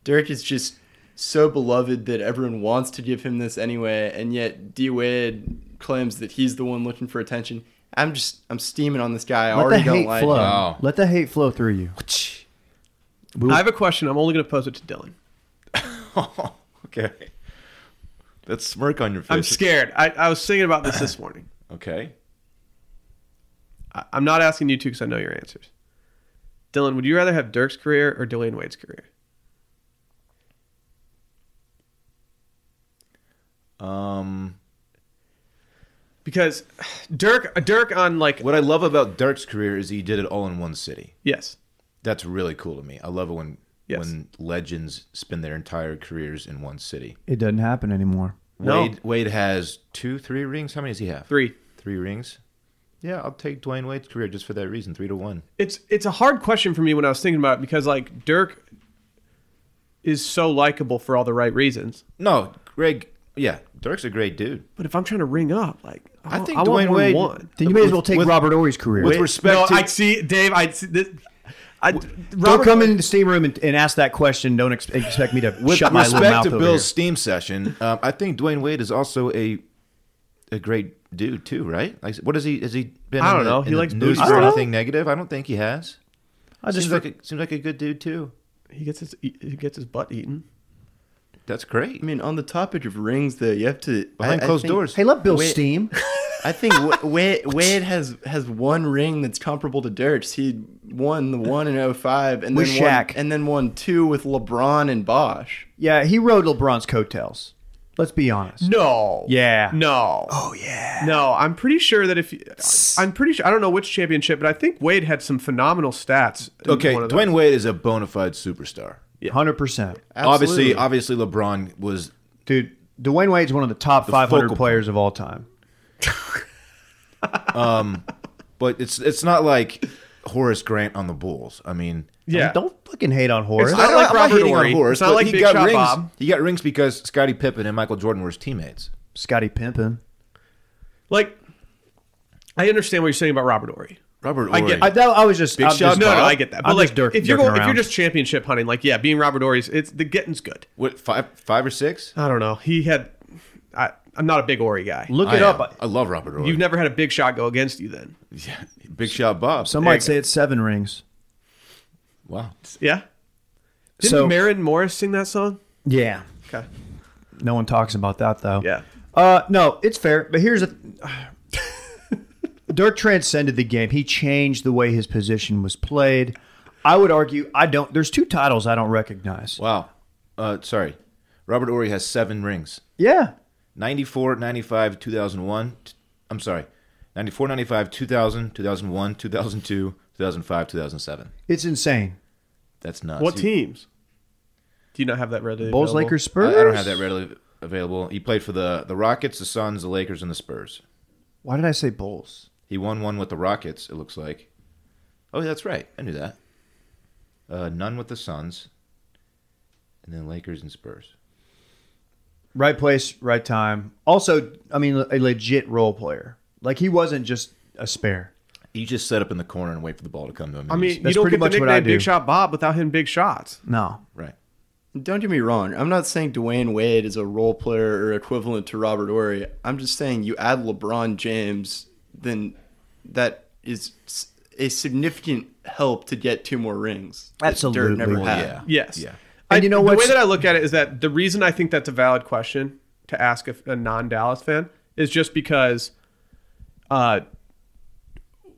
[SPEAKER 4] Dirk is just so beloved that everyone wants to give him this anyway, and yet D Wade claims that he's the one looking for attention. I'm just I'm steaming on this guy. I
[SPEAKER 2] let the
[SPEAKER 4] already
[SPEAKER 2] hate
[SPEAKER 4] don't like
[SPEAKER 2] flow.
[SPEAKER 4] him.
[SPEAKER 3] Wow.
[SPEAKER 2] Let the hate flow through you. Ooh.
[SPEAKER 1] I have a question. I'm only gonna pose it to Dylan.
[SPEAKER 3] okay. That smirk on your face.
[SPEAKER 1] I'm scared. I, I was thinking about this this morning.
[SPEAKER 3] Okay.
[SPEAKER 1] I, I'm not asking you two because I know your answers. Dylan, would you rather have Dirk's career or Dwayne Wade's career?
[SPEAKER 3] Um,
[SPEAKER 1] Because Dirk, Dirk on like
[SPEAKER 3] what I love about Dirk's career is he did it all in one city.
[SPEAKER 1] yes,
[SPEAKER 3] That's really cool to me. I love it when
[SPEAKER 1] Yes.
[SPEAKER 3] when legends spend their entire careers in one city.
[SPEAKER 2] It doesn't happen anymore.
[SPEAKER 1] No.
[SPEAKER 3] Wade Wade has two, three rings. How many does he have?
[SPEAKER 1] Three.
[SPEAKER 3] Three rings. Yeah, I'll take Dwayne Wade's career just for that reason. Three to one.
[SPEAKER 1] It's it's a hard question for me when I was thinking about it because like Dirk is so likable for all the right reasons.
[SPEAKER 3] No, Greg. Yeah, Dirk's a great dude.
[SPEAKER 1] But if I'm trying to ring up, like I,
[SPEAKER 3] I
[SPEAKER 1] think
[SPEAKER 3] think
[SPEAKER 1] I want
[SPEAKER 3] Dwayne
[SPEAKER 1] one
[SPEAKER 3] Wade-
[SPEAKER 1] one.
[SPEAKER 2] Then you may as
[SPEAKER 3] With-
[SPEAKER 2] well take
[SPEAKER 3] with-
[SPEAKER 2] Robert Ory's career.
[SPEAKER 3] with respect
[SPEAKER 1] no,
[SPEAKER 3] to-
[SPEAKER 1] I see Dave. I see this. I,
[SPEAKER 2] don't come in the steam room and, and ask that question. Don't ex- expect me to
[SPEAKER 3] With
[SPEAKER 2] shut my little
[SPEAKER 3] respect
[SPEAKER 2] mouth
[SPEAKER 3] to
[SPEAKER 2] over
[SPEAKER 3] Bill's
[SPEAKER 2] here.
[SPEAKER 3] steam session, um, I think Dwayne Wade is also a a great dude too, right? Like, what has he has he been?
[SPEAKER 1] I
[SPEAKER 3] in
[SPEAKER 1] don't
[SPEAKER 3] the-
[SPEAKER 1] know.
[SPEAKER 3] in
[SPEAKER 1] He
[SPEAKER 3] the
[SPEAKER 1] likes booze.
[SPEAKER 3] news for
[SPEAKER 1] I don't know.
[SPEAKER 3] anything negative. I don't think he has.
[SPEAKER 2] I just
[SPEAKER 3] seems like a, seems like a good dude too.
[SPEAKER 1] He gets his he gets his butt eaten.
[SPEAKER 3] That's great.
[SPEAKER 4] I mean, on the topic of rings, though, you have to
[SPEAKER 3] Behind
[SPEAKER 4] I- I
[SPEAKER 3] closed
[SPEAKER 4] think-
[SPEAKER 3] doors.
[SPEAKER 2] hey, let Bill
[SPEAKER 4] Wait.
[SPEAKER 2] steam.
[SPEAKER 4] I think Wa- Wade, Wade has has one ring that's comparable to Dirk's. He won the one in 05 and
[SPEAKER 2] With
[SPEAKER 4] then won-
[SPEAKER 2] Shaq.
[SPEAKER 4] and then won two with LeBron and Bosch.
[SPEAKER 2] Yeah, he rode LeBron's coattails. Let's be honest.
[SPEAKER 1] No.
[SPEAKER 2] Yeah.
[SPEAKER 1] No. Oh yeah. No, I'm pretty sure that if I'm pretty sure I don't know which championship, but I think Wade had some phenomenal stats. in
[SPEAKER 3] okay,
[SPEAKER 1] one of
[SPEAKER 3] Dwayne
[SPEAKER 1] those.
[SPEAKER 3] Wade is a bona fide superstar.
[SPEAKER 2] Hundred percent,
[SPEAKER 3] Obviously, obviously LeBron was
[SPEAKER 2] dude. Dwayne Wade's one of the top five
[SPEAKER 3] focal
[SPEAKER 2] hundred
[SPEAKER 3] point.
[SPEAKER 2] players of all time.
[SPEAKER 3] but it's it's not like Horace Grant on the Bulls. I mean,
[SPEAKER 1] Yeah.
[SPEAKER 2] I mean, don't fucking hate on Horace.
[SPEAKER 1] It's not like Robert Ory. It's not
[SPEAKER 3] but
[SPEAKER 1] like
[SPEAKER 3] he
[SPEAKER 1] Big
[SPEAKER 3] got
[SPEAKER 1] Shot
[SPEAKER 3] rings.
[SPEAKER 1] Bob.
[SPEAKER 3] He got rings because Scottie Pippen and Michael Jordan were his teammates.
[SPEAKER 2] Scotty Pimpin.
[SPEAKER 1] like I understand what you're saying about Robert Ory.
[SPEAKER 3] Robert
[SPEAKER 1] I
[SPEAKER 3] Ory.
[SPEAKER 1] get-
[SPEAKER 2] I, that, I was just
[SPEAKER 3] Big
[SPEAKER 2] I'm
[SPEAKER 3] shot,
[SPEAKER 2] just-
[SPEAKER 1] No, no,
[SPEAKER 3] Bob?
[SPEAKER 1] I get that. But
[SPEAKER 2] I'm
[SPEAKER 1] like,
[SPEAKER 2] just dirk-
[SPEAKER 1] if you're
[SPEAKER 2] dirking
[SPEAKER 1] going, if you're
[SPEAKER 2] around.
[SPEAKER 1] just championship hunting, like yeah, being Robert Ory's, it's the getting's good.
[SPEAKER 3] what five five or six?
[SPEAKER 1] I don't know. He had. I, I'm not a big Ory guy.
[SPEAKER 2] Look
[SPEAKER 3] I
[SPEAKER 2] it
[SPEAKER 3] am.
[SPEAKER 2] up.
[SPEAKER 3] I love Robert Ory.
[SPEAKER 1] You've never had a big shot go against you, then?
[SPEAKER 3] Yeah. Big Shot Bob.
[SPEAKER 2] Some
[SPEAKER 3] There
[SPEAKER 2] might
[SPEAKER 3] you
[SPEAKER 2] say
[SPEAKER 3] go.
[SPEAKER 2] it's seven rings.
[SPEAKER 3] wow.
[SPEAKER 1] Yeah. Didn't
[SPEAKER 2] So-
[SPEAKER 1] Marin Morris sing that song?
[SPEAKER 2] Yeah.
[SPEAKER 1] Okay.
[SPEAKER 2] No one talks about that though.
[SPEAKER 1] Yeah.
[SPEAKER 2] Uh, no, it's fair. But here's a. Dirk transcended the game. He changed the way his position was played. I would argue I don't. There's two titles I don't recognize.
[SPEAKER 3] Wow. Uh, sorry. Robert Ory has seven rings.
[SPEAKER 2] Yeah,
[SPEAKER 3] 94, 95, 2001. t- I'm sorry. 94, 95, 2000, 2001, 2002, 2005, 2007.
[SPEAKER 2] it's insane.
[SPEAKER 3] That's nuts.
[SPEAKER 1] What
[SPEAKER 3] He-
[SPEAKER 1] teams? Do you not have that ready?
[SPEAKER 2] Bulls,
[SPEAKER 1] available?
[SPEAKER 2] Lakers,
[SPEAKER 3] I, I
[SPEAKER 2] Spurs.
[SPEAKER 3] don't have that readily available. He played for the, the Rockets, the Suns, the Lakers, and the Spurs.
[SPEAKER 2] Why did I say Bulls?
[SPEAKER 3] He won one with the Rockets, it looks like. Oh, yeah, that's right. I knew that. Uh, none with the Suns. And then Lakers and Spurs.
[SPEAKER 2] Right place, right time. Also, I mean, a legit role player. Like he wasn't just a spare.
[SPEAKER 3] You just set up in the corner and wait for the ball to come to him.
[SPEAKER 1] I
[SPEAKER 3] He
[SPEAKER 1] mean,
[SPEAKER 3] just-
[SPEAKER 1] you
[SPEAKER 2] That's
[SPEAKER 1] don't
[SPEAKER 2] pretty
[SPEAKER 1] get
[SPEAKER 2] much
[SPEAKER 1] the
[SPEAKER 2] what I
[SPEAKER 1] nickname Big
[SPEAKER 2] do.
[SPEAKER 1] Shot Bob without him big shots.
[SPEAKER 2] No,
[SPEAKER 3] right.
[SPEAKER 4] Don't get me wrong. I'm not saying Dwayne Wade is a role player or equivalent to Robert Ory. I'm just saying you add LeBron James, then that is s- a significant help to get two more rings. that
[SPEAKER 2] Absolutely.
[SPEAKER 4] Dirk never
[SPEAKER 2] Well,
[SPEAKER 4] had.
[SPEAKER 3] yeah.
[SPEAKER 1] Yes.
[SPEAKER 3] Yeah.
[SPEAKER 1] I,
[SPEAKER 2] And you know
[SPEAKER 1] the way
[SPEAKER 2] what's-
[SPEAKER 1] that I look at it is that the reason I think that's a valid question to ask a, a non-Dallas fan is just because uh,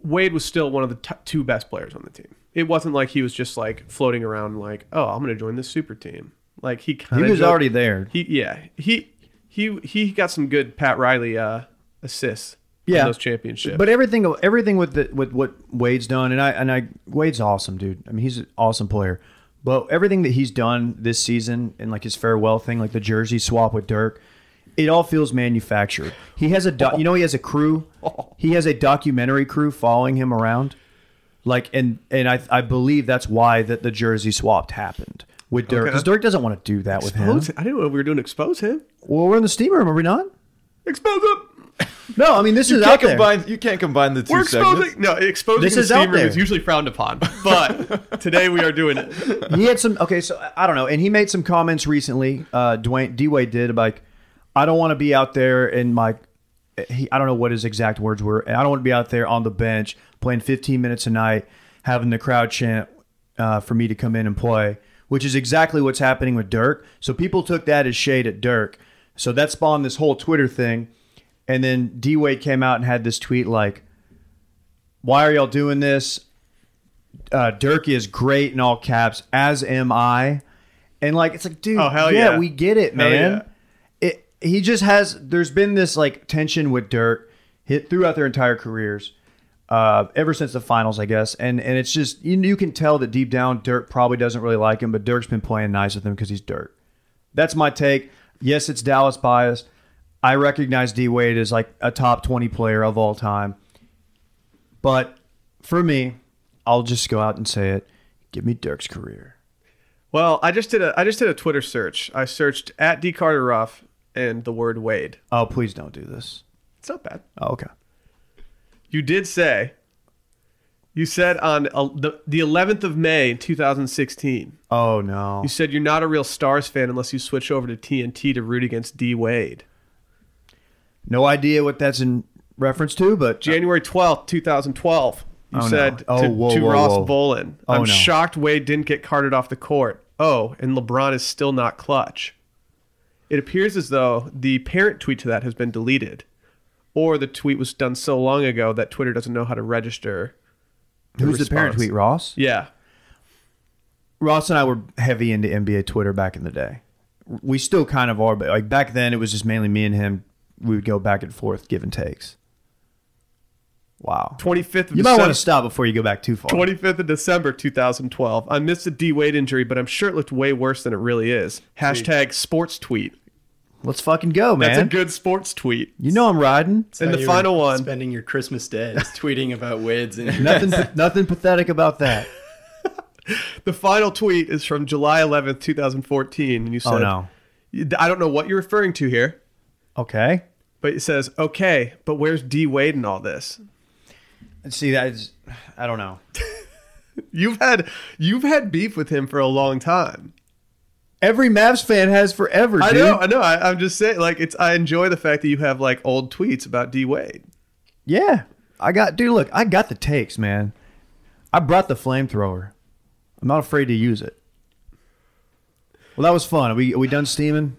[SPEAKER 1] Wade was still one of the t- two best players on the team. It wasn't like he was just like floating around like, oh, I'm going to join this super team. Like he
[SPEAKER 2] he
[SPEAKER 1] kind of
[SPEAKER 2] was already there.
[SPEAKER 1] He yeah he he he got some good Pat Riley uh, assists.
[SPEAKER 2] Yeah.
[SPEAKER 1] in those championships.
[SPEAKER 2] But everything, everything with the, with what Wade's done, and I and I Wade's awesome, dude. I mean, he's an awesome player. But everything that he's done this season, and like his farewell thing, like the jersey swap with Dirk, it all feels manufactured. He has a, do- you know, he has a crew. He has a documentary crew following him around. Like and and I I believe that's why that the jersey swapped happened with Dirk
[SPEAKER 1] Okay.
[SPEAKER 2] because Dirk doesn't want to do that with him.
[SPEAKER 1] Expose- I didn't know we were doing expose him.
[SPEAKER 2] Well, we're in the steam room, are we not?
[SPEAKER 1] Expose him.
[SPEAKER 2] No, I mean this
[SPEAKER 3] You
[SPEAKER 2] is
[SPEAKER 3] can't,
[SPEAKER 2] out there.
[SPEAKER 3] combine, you can't combine the 2
[SPEAKER 1] We're
[SPEAKER 3] segments.
[SPEAKER 1] exposing. No, exposing
[SPEAKER 2] This
[SPEAKER 1] the
[SPEAKER 2] is out
[SPEAKER 1] steam room
[SPEAKER 2] there.
[SPEAKER 1] is usually frowned upon, but today we are doing it.
[SPEAKER 2] he had some okay so i don't know and he made some comments recently uh dwayne d-way did about, like i don't want to be out there and my he, i don't know what his exact words were and i don't want to be out there on the bench playing 15 minutes a night having the crowd chant uh, for me to come in and play which is exactly what's happening with dirk so people took that as shade at dirk so that spawned this whole twitter thing and then d-way came out and had this tweet like why are y'all doing this uh, Dirk is great in all caps, as am I. And like, it's like, dude,
[SPEAKER 1] Oh, hell yeah.
[SPEAKER 2] we get it,
[SPEAKER 1] Hell
[SPEAKER 2] man. It, he just has, there's been this like tension with Dirk hit throughout their entire careers. uh, ever since the finals, I guess. And and it's just you, you can tell that deep down Dirk probably doesn't really like him, but Dirk's been playing nice with him because he's Dirk. That's my take. Yes, it's Dallas bias. I recognize D Wade as like a top twenty player of all time, but for me, I'll just go out and say it. Give me Dirk's career.
[SPEAKER 1] Well, I just did a I just did a Twitter search. I searched at D Carter Ruff and the word Wade.
[SPEAKER 2] Oh, please don't do this.
[SPEAKER 1] It's not bad.
[SPEAKER 2] Oh, okay.
[SPEAKER 1] You did say. You said on uh, the the 11th of May, 2016.
[SPEAKER 2] Oh no.
[SPEAKER 1] You said you're not a real Stars fan unless you switch over to TNT to root against D Wade.
[SPEAKER 2] No idea what that's in reference to, but
[SPEAKER 1] January 12th, 2012. You
[SPEAKER 2] Oh, no.
[SPEAKER 1] said
[SPEAKER 2] Oh,
[SPEAKER 1] to,
[SPEAKER 2] whoa,
[SPEAKER 1] to
[SPEAKER 2] whoa,
[SPEAKER 1] Ross
[SPEAKER 2] whoa.
[SPEAKER 1] Bolin,
[SPEAKER 2] Oh,
[SPEAKER 1] I'm
[SPEAKER 2] no.
[SPEAKER 1] shocked Wade didn't get carted off the court. Oh, and LeBron is still not clutch. It appears as though the parent tweet to that has been deleted, or the tweet was done so long ago that Twitter doesn't know how to register.
[SPEAKER 2] who's the
[SPEAKER 1] response.
[SPEAKER 2] parent tweet? Ross.
[SPEAKER 1] Yeah.
[SPEAKER 2] Ross and I were heavy into NBA Twitter back in the day. We still kind of are, but like back then, it was just mainly me and him. We would go back and forth, give and takes. Wow.
[SPEAKER 1] 25th of
[SPEAKER 2] You might
[SPEAKER 1] December.
[SPEAKER 2] want to stop before you go back too far.
[SPEAKER 1] 25th of December 2012. I missed a D Wade injury, but I'm sure it looked way worse than it really is. Hashtag sports tweet.
[SPEAKER 2] Let's fucking go, man.
[SPEAKER 1] That's a good sports tweet.
[SPEAKER 2] you know I'm riding.
[SPEAKER 1] And
[SPEAKER 4] How
[SPEAKER 1] the
[SPEAKER 4] you
[SPEAKER 1] final
[SPEAKER 4] were
[SPEAKER 1] one.
[SPEAKER 4] Spending your Christmas day is tweeting about Wade's injury.
[SPEAKER 2] Nothing, nothing pathetic about that.
[SPEAKER 1] The final tweet is from July 11th, 2014, and you said,
[SPEAKER 2] Oh no.
[SPEAKER 1] I don't know what you're referring to here,
[SPEAKER 2] Okay.
[SPEAKER 1] but it says, okay, but where's D Wade in all this?
[SPEAKER 2] See, that's I don't know.
[SPEAKER 1] You've had you've had beef with him for a long time.
[SPEAKER 2] Every Mavs fan has forever.
[SPEAKER 1] I
[SPEAKER 2] dude.
[SPEAKER 1] know, I know. I, I'm just saying, like it's. I enjoy the fact that you have like old tweets about D Wade.
[SPEAKER 2] Yeah. I got dude, look, I got the takes, man. I brought the flamethrower. I'm not afraid to use it. Well, that was fun. Are we are we done steaming?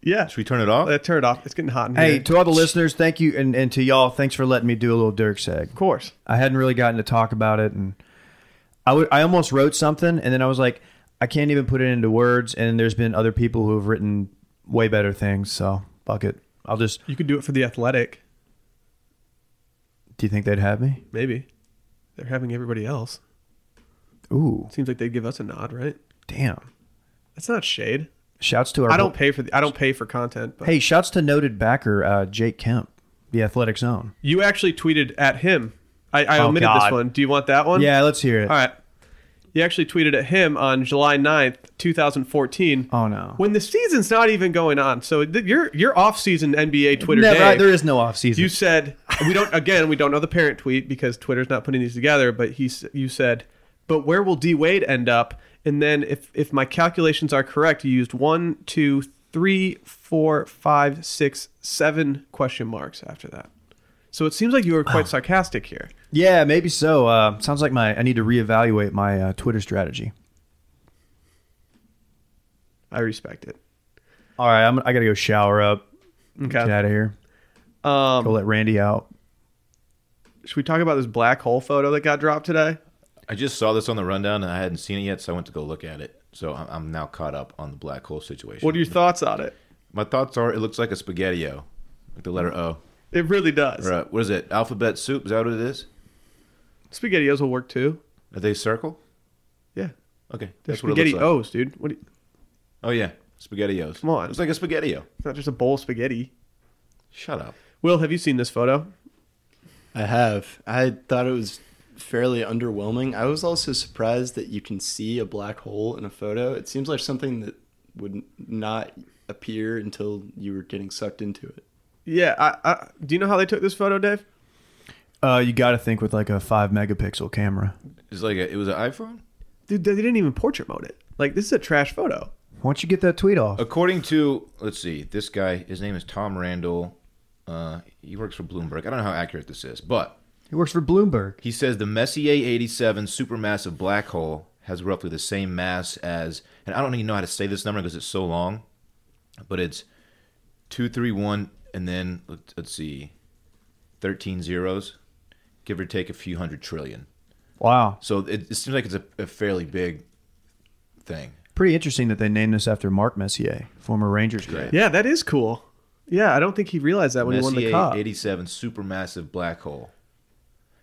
[SPEAKER 1] Yeah,
[SPEAKER 3] Should we turn it off?
[SPEAKER 1] uh, turn it off. It's getting hot in here.
[SPEAKER 2] Hey, to all the listeners, thank you and, and to y'all, thanks for letting me do a little Dirk seg.
[SPEAKER 1] of course.
[SPEAKER 2] I hadn't really gotten to talk about it and I would I almost wrote something and then I was like, I can't even put it into words and there's been other people who have written way better things, so fuck it. I'll just
[SPEAKER 1] You could do it for the athletic,
[SPEAKER 2] do you think they'd have me?
[SPEAKER 1] maybe. They're having everybody else.
[SPEAKER 2] Ooh,
[SPEAKER 1] Seems like they'd give us a nod, right?
[SPEAKER 2] damn.
[SPEAKER 1] That's not shade.
[SPEAKER 2] Shouts to our
[SPEAKER 1] I don't pay for the, I don't pay for content. But
[SPEAKER 2] Hey, shouts to noted backer uh, Jake Kemp, the Athletic Zone.
[SPEAKER 1] You actually tweeted at him. I, I
[SPEAKER 2] Oh,
[SPEAKER 1] omitted this
[SPEAKER 2] God.
[SPEAKER 1] one. Do you want that one?
[SPEAKER 2] Yeah, let's hear it.
[SPEAKER 1] All right. You actually tweeted at him on July 9th, 2014.
[SPEAKER 2] Oh no,
[SPEAKER 1] When the season's not even going on. So th- your your off-season NBA Twitter
[SPEAKER 2] Never,
[SPEAKER 1] day.
[SPEAKER 2] there is no offseason.
[SPEAKER 1] you said we don't again, we don't know the parent tweet because Twitter's not putting these together, but he s- you said, "But where will D Wade end up?" And then if if my calculations are correct, you used one, two, three, four, five, six, seven question marks after that. So it seems like you were quite sarcastic here.
[SPEAKER 2] yeah, maybe so. Uh, sounds like my I need to reevaluate my uh, Twitter strategy.
[SPEAKER 1] I respect it.
[SPEAKER 2] All right, I'm, I gotta go shower up. Get
[SPEAKER 1] Okay.
[SPEAKER 2] out of here. Go
[SPEAKER 1] Um,
[SPEAKER 2] let Randy out.
[SPEAKER 1] should we talk about this black hole photo that got dropped today?
[SPEAKER 3] I just saw this on the rundown and I hadn't seen it yet, so I went to go look at it. So I'm- I'm now caught up on the black hole situation.
[SPEAKER 1] What are your thoughts on it?
[SPEAKER 3] My thoughts are it looks like a spaghettio, like the letter O.
[SPEAKER 1] It really does.
[SPEAKER 3] Or, uh, what is it? Alphabet soup? Is that what it is?
[SPEAKER 1] Spaghettios will work too.
[SPEAKER 3] Are they circle?
[SPEAKER 1] Yeah.
[SPEAKER 3] Okay,
[SPEAKER 1] They're
[SPEAKER 3] that's what it looks
[SPEAKER 1] spaghetti
[SPEAKER 3] like.
[SPEAKER 1] O's, dude. What do you,
[SPEAKER 3] Oh yeah, spaghettios.
[SPEAKER 1] Come on.
[SPEAKER 3] it's like a spaghettio.
[SPEAKER 1] it's not just a bowl of spaghetti.
[SPEAKER 3] Shut up.
[SPEAKER 1] Will, have you seen this photo?
[SPEAKER 4] I have. I thought it was fairly underwhelming. I was also surprised that you can see a black hole in a photo. It seems like something that would not appear until you were getting sucked into it.
[SPEAKER 1] Yeah. I, I, do you know how they took this photo, Dave?
[SPEAKER 2] Uh, you got to think with like a five megapixel camera.
[SPEAKER 3] It's like a, it was an iPhone.
[SPEAKER 1] Dude, they didn't even portrait mode it. Like, this is a trash photo.
[SPEAKER 2] Why don't you get that tweet off?
[SPEAKER 3] According to let's see, this guy, his name is Tom Randall. Uh, he works for Bloomberg. I don't know how accurate this is, but
[SPEAKER 2] He works for Bloomberg.
[SPEAKER 3] He says the Messier 87 supermassive black hole has roughly the same mass as, and I don't even know how to say this number because it's so long, but it's 231 and then, let's, let's see, 13 zeros, give or take a few hundred trillion.
[SPEAKER 2] Wow,
[SPEAKER 3] So it, it seems like it's a, a fairly big thing.
[SPEAKER 2] pretty interesting that they named this after Mark Messier, former Rangers great.
[SPEAKER 1] Yeah, that is cool. Yeah, I don't think he realized that when he won the
[SPEAKER 3] Messier
[SPEAKER 1] cup.
[SPEAKER 3] 87 supermassive black hole.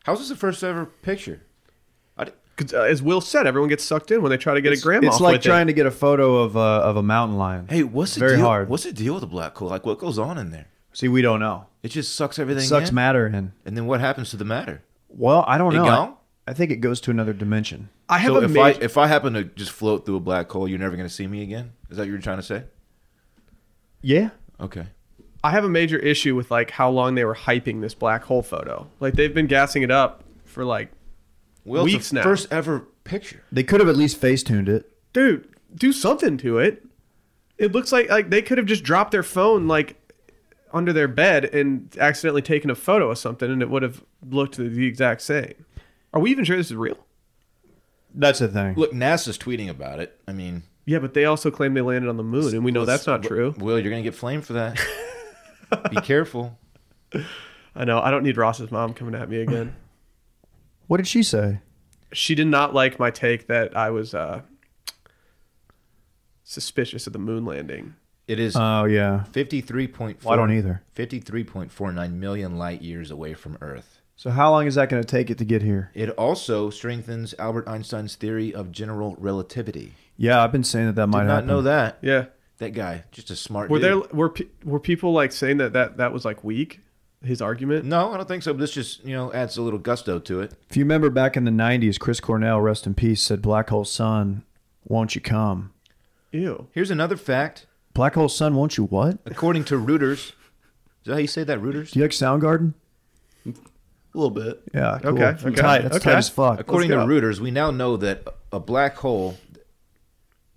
[SPEAKER 3] How's this the first ever picture? I, di-
[SPEAKER 1] 'Cause, uh, as Will said, everyone gets sucked in when they try to get a gram
[SPEAKER 2] It's
[SPEAKER 1] off
[SPEAKER 2] like
[SPEAKER 1] with
[SPEAKER 2] trying
[SPEAKER 1] it.
[SPEAKER 2] to get a photo of a, of a mountain lion.
[SPEAKER 3] hey, what's the
[SPEAKER 2] Very
[SPEAKER 3] deal?
[SPEAKER 2] hard.
[SPEAKER 3] What's the deal with the black hole? Like, what goes on in there?
[SPEAKER 2] See, we don't know.
[SPEAKER 3] It just sucks everything.
[SPEAKER 2] Sucks
[SPEAKER 3] in.
[SPEAKER 2] matter in.
[SPEAKER 3] And then what happens to the matter?
[SPEAKER 2] Well, I don't
[SPEAKER 3] It
[SPEAKER 2] know. I,
[SPEAKER 3] gone?
[SPEAKER 2] I think it goes to another dimension.
[SPEAKER 1] I have
[SPEAKER 3] so
[SPEAKER 1] a
[SPEAKER 3] if I
[SPEAKER 1] major,
[SPEAKER 3] if I happen to just float through a black hole, you're never going to see me again. Is that what you're trying to say?
[SPEAKER 2] Yeah.
[SPEAKER 3] Okay.
[SPEAKER 1] I have a major issue with like how long they were hyping this black hole photo. Like they've been gassing it up for like,
[SPEAKER 3] Well, it's the
[SPEAKER 1] Weeks now.
[SPEAKER 3] First ever picture.
[SPEAKER 2] They could have at least face tuned it.
[SPEAKER 1] dude, do something to it. It looks like like they could have just dropped their phone like under their bed and accidentally taken a photo of something, and it would have looked the exact same. Are we even sure this is real?
[SPEAKER 2] That's the thing.
[SPEAKER 3] Look, NASA's tweeting about it. I mean,
[SPEAKER 1] Yeah, but they also claim they landed on the moon, and we know that's not true.
[SPEAKER 3] Will, you're going to get flamed for that. Be careful.
[SPEAKER 1] I know. I don't need Ross's mom coming at me again.
[SPEAKER 2] What did she say?
[SPEAKER 1] She did not like my take that I was uh, suspicious of the moon landing.
[SPEAKER 3] It is
[SPEAKER 2] Oh yeah.
[SPEAKER 3] 53.4
[SPEAKER 2] Well, I don't either.
[SPEAKER 3] 53.49 million light years away from Earth.
[SPEAKER 2] So how long is that going to take it to get here?
[SPEAKER 3] It also strengthens Albert Einstein's theory of general relativity.
[SPEAKER 2] Yeah, I've been saying that that
[SPEAKER 3] Did
[SPEAKER 2] might
[SPEAKER 3] not
[SPEAKER 2] happen.
[SPEAKER 3] know that.
[SPEAKER 1] Yeah.
[SPEAKER 3] That guy, just a smart
[SPEAKER 1] Were
[SPEAKER 3] dude.
[SPEAKER 1] there were pe- were people like saying that that that was like weak? His argument.
[SPEAKER 3] No, I don't think so. But this just, you know, adds a little gusto to it.
[SPEAKER 2] If you remember back in the '90s, Chris Cornell, rest in peace, said, "Black hole sun, won't you come?
[SPEAKER 1] Ew.
[SPEAKER 3] Here's another fact.
[SPEAKER 2] Black hole sun, won't you what?
[SPEAKER 3] According to Reuters, is that how you say that, Reuters?
[SPEAKER 2] Do you like Soundgarden?
[SPEAKER 4] A little bit.
[SPEAKER 2] Yeah. Cool.
[SPEAKER 1] Okay, okay,
[SPEAKER 2] Tight. That's
[SPEAKER 1] okay.
[SPEAKER 2] tight as fuck.
[SPEAKER 3] According to
[SPEAKER 1] Let's go.
[SPEAKER 3] Reuters, we now know that a black hole,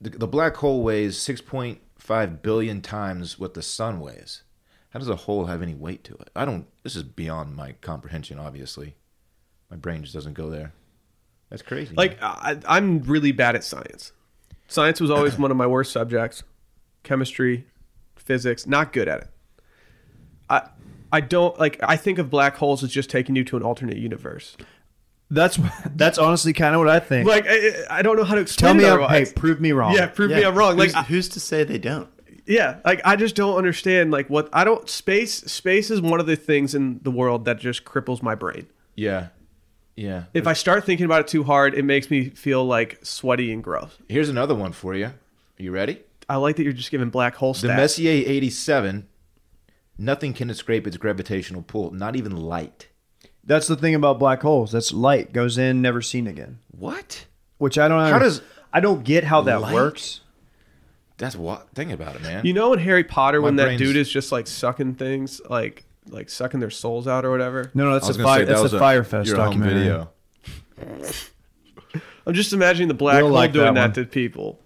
[SPEAKER 3] the, the black hole weighs 6.5 billion times what the sun weighs. How does a hole have any weight to it? I don't. This is beyond my comprehension. Obviously, my brain just doesn't go there. That's crazy.
[SPEAKER 1] Like I, I'm really bad at science. Science was always one of my worst subjects. Chemistry, physics, not good at it. I I don't like. I think of black holes as just taking you to an alternate universe.
[SPEAKER 2] That's that's honestly kind of what I think.
[SPEAKER 1] Like I, I don't know how to
[SPEAKER 2] Tell
[SPEAKER 1] explain.
[SPEAKER 2] me,
[SPEAKER 1] it
[SPEAKER 2] I'm, hey,
[SPEAKER 1] otherwise.
[SPEAKER 2] prove me wrong.
[SPEAKER 1] Yeah, prove me I'm wrong. Like
[SPEAKER 4] Who's, who's to say they don't?
[SPEAKER 1] yeah like i just don't understand like what i don't space space is one of the things in the world that just cripples my brain
[SPEAKER 3] yeah, yeah.
[SPEAKER 1] if i start thinking about it too hard it makes me feel like sweaty and gross
[SPEAKER 3] Here's another one for you. Are you ready?
[SPEAKER 1] i like that you're just giving black hole
[SPEAKER 3] The
[SPEAKER 1] stats
[SPEAKER 3] Messier 87. Nothing can escape its gravitational pull. Not even light.
[SPEAKER 2] That's the thing about black holes. That's light goes in, never seen again.
[SPEAKER 3] What?
[SPEAKER 2] Which I don't.
[SPEAKER 3] How does-
[SPEAKER 2] I don't get how that
[SPEAKER 3] Light?
[SPEAKER 2] works?
[SPEAKER 3] That's what. Think about it, man.
[SPEAKER 1] you know in harry potter
[SPEAKER 3] My
[SPEAKER 1] when that
[SPEAKER 3] brain's-
[SPEAKER 1] dude is just like sucking things like like sucking their souls out or whatever
[SPEAKER 2] No, no,
[SPEAKER 3] I
[SPEAKER 2] that's
[SPEAKER 3] was
[SPEAKER 2] a
[SPEAKER 3] gonna
[SPEAKER 2] fire.
[SPEAKER 3] say that
[SPEAKER 2] That's
[SPEAKER 3] was
[SPEAKER 2] a Firefest
[SPEAKER 3] your home
[SPEAKER 2] documentary.
[SPEAKER 3] video.
[SPEAKER 1] i'm just imagining the black
[SPEAKER 2] We'll
[SPEAKER 1] hole
[SPEAKER 2] like
[SPEAKER 1] doing
[SPEAKER 2] that
[SPEAKER 1] that,
[SPEAKER 2] one.
[SPEAKER 1] to people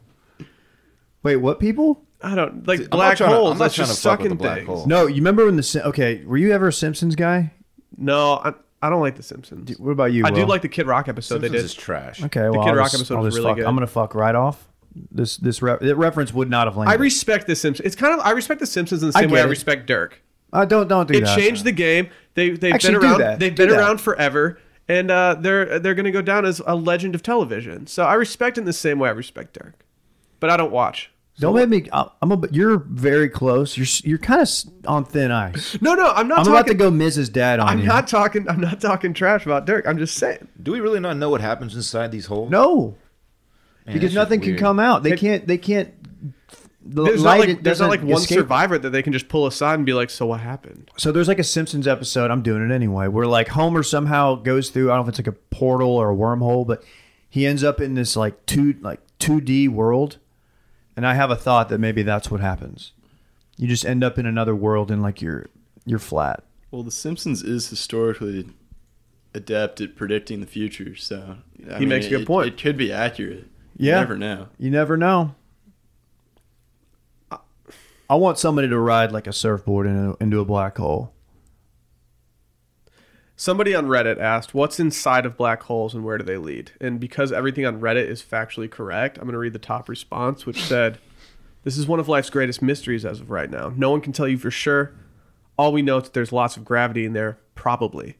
[SPEAKER 2] Wait, what people?
[SPEAKER 1] i don't like
[SPEAKER 3] I'm not
[SPEAKER 1] black
[SPEAKER 3] trying to-
[SPEAKER 1] holes
[SPEAKER 3] I'm not
[SPEAKER 1] that's
[SPEAKER 3] trying
[SPEAKER 1] just
[SPEAKER 3] to fuck with
[SPEAKER 1] sucking
[SPEAKER 3] the black
[SPEAKER 1] things
[SPEAKER 3] hole.
[SPEAKER 2] No, you remember when the Sim- okay? Were you ever a Simpsons guy?
[SPEAKER 1] no I, I don't like the simpsons
[SPEAKER 2] What about you?
[SPEAKER 1] i do
[SPEAKER 2] Will?
[SPEAKER 1] like the kid rock episode
[SPEAKER 3] Simpsons
[SPEAKER 1] they did
[SPEAKER 3] is trash.
[SPEAKER 2] Okay, well,
[SPEAKER 1] Kid
[SPEAKER 2] I'll
[SPEAKER 1] Rock
[SPEAKER 2] just-
[SPEAKER 1] episode
[SPEAKER 2] I'll
[SPEAKER 1] was
[SPEAKER 2] just
[SPEAKER 1] really
[SPEAKER 2] fuck-
[SPEAKER 1] good.
[SPEAKER 2] I'm gonna fuck right off. This this re- that reference would not have
[SPEAKER 1] I
[SPEAKER 2] landed.
[SPEAKER 1] respect the Simpsons. It's kind of I respect the Simpsons in the
[SPEAKER 2] I
[SPEAKER 1] same way
[SPEAKER 2] get
[SPEAKER 1] I
[SPEAKER 2] it.
[SPEAKER 1] respect Dirk.
[SPEAKER 2] Uh, don't don't do
[SPEAKER 1] It
[SPEAKER 2] that.
[SPEAKER 1] changed the game. They they've
[SPEAKER 2] Actually,
[SPEAKER 1] been
[SPEAKER 2] do
[SPEAKER 1] around.
[SPEAKER 2] that.
[SPEAKER 1] They've
[SPEAKER 2] Do
[SPEAKER 1] been
[SPEAKER 2] that.
[SPEAKER 1] around forever, and uh, they're they're going to go down as a legend of television. So I respect it in the same way I respect Dirk, but I don't watch.
[SPEAKER 2] Don't make me. I- I'm a. bit- You're very close. You're s- you're kind of on thin ice.
[SPEAKER 1] No, no, I'm not
[SPEAKER 2] I'm about to
[SPEAKER 1] talking.
[SPEAKER 2] go Mrs. Dad on
[SPEAKER 1] I'm
[SPEAKER 2] you.
[SPEAKER 1] not talking. I'm not talking trash about Dirk. I'm just saying.
[SPEAKER 3] Do we really not know what happens inside these holes?
[SPEAKER 2] No,
[SPEAKER 3] Man,
[SPEAKER 2] because
[SPEAKER 3] that's
[SPEAKER 2] nothing
[SPEAKER 3] just
[SPEAKER 2] can
[SPEAKER 3] weird.
[SPEAKER 2] come out. They can't. They can't. The
[SPEAKER 1] There's
[SPEAKER 2] light
[SPEAKER 1] not
[SPEAKER 2] it
[SPEAKER 1] like there's not like
[SPEAKER 2] doesn't
[SPEAKER 1] one
[SPEAKER 2] escape.
[SPEAKER 1] survivor that they can just pull aside and be like, so what happened?
[SPEAKER 2] So there's like a Simpsons episode. I'm doing it anyway. Where like Homer somehow goes through. I don't know if it's like a portal or a wormhole, but he ends up in this like two like two D world. And I have a thought that maybe that's what happens. You just end up in another world and like you're you're flat.
[SPEAKER 4] Well, The Simpsons is historically adept at predicting the future, so I
[SPEAKER 1] He makes a good
[SPEAKER 4] it-
[SPEAKER 1] point.
[SPEAKER 4] It could be accurate.
[SPEAKER 2] Yeah.
[SPEAKER 4] You never know.
[SPEAKER 2] You never know. I want somebody to ride like a surfboard into, into a black hole.
[SPEAKER 1] Somebody on Reddit asked, "What's inside of black holes and where do they lead?" And because everything on Reddit is factually correct, I'm going to read the top response, which said, "This is one of life's greatest mysteries as of right now. No one can tell you for sure. All we know is that there's lots of gravity in there, probably.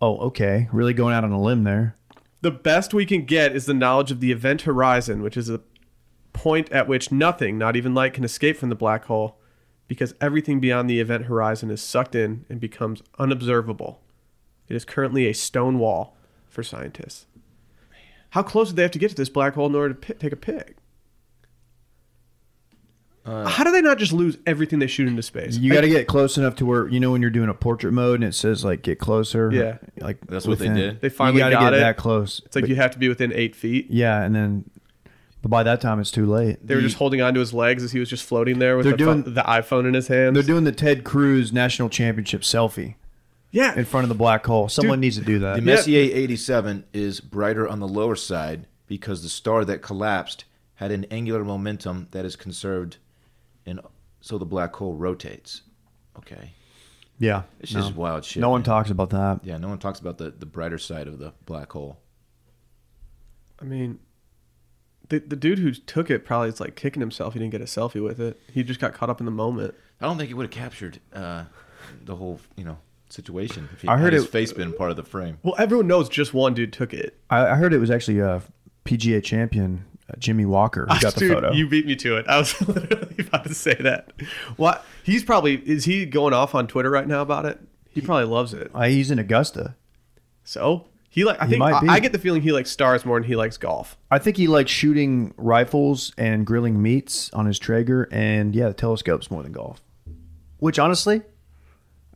[SPEAKER 2] Oh, okay. Really going out on a limb there.
[SPEAKER 1] The best we can get is the knowledge of the event horizon, which is a point at which nothing, not even light, can escape from the black hole because everything beyond the event horizon is sucked in and becomes unobservable. It is currently a stone wall for scientists. How close do they have to get to this black hole in order to pi take a pic? How do they not just lose everything they shoot into space?
[SPEAKER 2] Uh, You got to get close enough to where you know when you're doing a portrait mode and it says like get closer.
[SPEAKER 1] Yeah.
[SPEAKER 2] like
[SPEAKER 3] That's what they did?
[SPEAKER 1] They finally
[SPEAKER 2] you gotta
[SPEAKER 1] got
[SPEAKER 2] get
[SPEAKER 1] it.
[SPEAKER 2] that close.
[SPEAKER 1] it's like
[SPEAKER 2] But-
[SPEAKER 1] you have to be within eight feet.
[SPEAKER 2] yeah, and then but by that time it's too late.
[SPEAKER 1] They were just holding onto his legs as he was just floating there with
[SPEAKER 2] They're
[SPEAKER 1] the, fu-
[SPEAKER 2] doing-
[SPEAKER 1] the iPhone in his hand.
[SPEAKER 2] They're doing the Ted Cruz National Championship selfie
[SPEAKER 1] yeah,
[SPEAKER 2] in front of the black hole. Someone
[SPEAKER 1] Dude.
[SPEAKER 2] needs to do that.
[SPEAKER 3] The Messier 87 is brighter on the lower side because the star that collapsed had an angular momentum that is conserved, and so the black hole rotates. Okay,
[SPEAKER 2] Yeah,
[SPEAKER 3] it's
[SPEAKER 2] no.
[SPEAKER 3] just wild shit.
[SPEAKER 2] no one
[SPEAKER 3] man.
[SPEAKER 2] talks about that.
[SPEAKER 3] Yeah, no one talks about the, the brighter side of the black hole.
[SPEAKER 1] I mean, the the dude who took it probably is like kicking himself. He didn't get a selfie with it. He just got caught up in the moment.
[SPEAKER 3] I don't think it would have captured uh, the whole you know situation. If he
[SPEAKER 2] I heard
[SPEAKER 3] had his
[SPEAKER 2] it-
[SPEAKER 3] face been part of the frame.
[SPEAKER 1] Well, everyone knows just one dude took it.
[SPEAKER 2] I, I heard it was actually uh, a PGA champion, uh, Jimmy Walker, who got the
[SPEAKER 1] Dude,
[SPEAKER 2] photo.
[SPEAKER 1] You beat me to it. I was literally about to say that. What? He's probably is he going off on Twitter right now about it? He probably loves it.
[SPEAKER 2] Uh, he's in Augusta.
[SPEAKER 1] So he like I think
[SPEAKER 2] might
[SPEAKER 1] I,
[SPEAKER 2] be.
[SPEAKER 1] I get the feeling he likes stars more than he likes golf.
[SPEAKER 2] I think he likes shooting rifles and grilling meats on his Traeger, and yeah, the telescopes more than golf. Which honestly,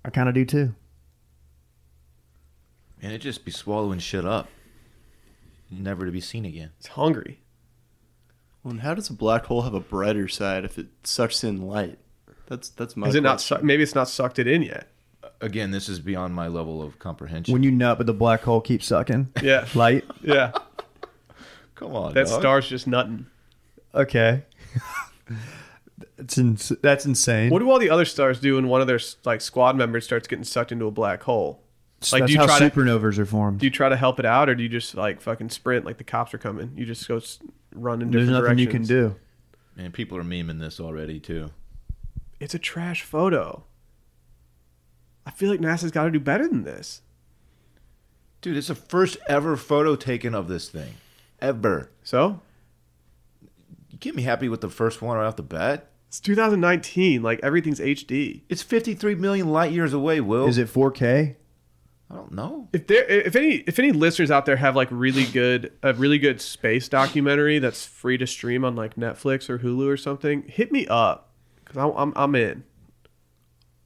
[SPEAKER 2] I kind of do too.
[SPEAKER 3] And it'd just be swallowing shit up. Never to be seen again.
[SPEAKER 1] He's hungry.
[SPEAKER 4] Well, and how does a black hole have a brighter side if it sucks in light? That's that's my.
[SPEAKER 1] Is it not?
[SPEAKER 4] question.
[SPEAKER 1] Su- maybe it's not sucked it in yet.
[SPEAKER 3] Again, this is beyond my level of comprehension.
[SPEAKER 2] When you nut, but the black hole keeps sucking.
[SPEAKER 1] Yeah.
[SPEAKER 2] Light.
[SPEAKER 1] Yeah,
[SPEAKER 3] Come on,
[SPEAKER 1] that
[SPEAKER 3] dog.
[SPEAKER 1] star's just nutting.
[SPEAKER 2] Okay. that's ins- that's insane.
[SPEAKER 1] What do all the other stars do when one of their like squad members starts getting sucked into a black hole? Like,
[SPEAKER 2] that's
[SPEAKER 1] do you
[SPEAKER 2] how
[SPEAKER 1] try to-
[SPEAKER 2] supernovas are formed.
[SPEAKER 1] Do you try to help it out, or do you just like fucking sprint like the cops are coming? You just go s- run in
[SPEAKER 2] There's
[SPEAKER 1] different
[SPEAKER 2] nothing you can
[SPEAKER 1] directions?
[SPEAKER 2] do.
[SPEAKER 3] Man, people are memeing this already too.
[SPEAKER 1] It's a trash photo. I feel like NASA's got to do better than this.
[SPEAKER 3] Dude, it's the first ever photo taken of this thing. Ever.
[SPEAKER 1] So
[SPEAKER 3] You get me happy with the first one right off the bat.
[SPEAKER 1] it's 2019. Like everything's HD.
[SPEAKER 3] It's 53 million light years away, Will.
[SPEAKER 2] Is it 4K?
[SPEAKER 3] I don't know.
[SPEAKER 1] If there, if any, if any listeners out there have like really good, a really good space documentary that's free to stream on like Netflix or Hulu or something, hit me up because I'm, I'm in.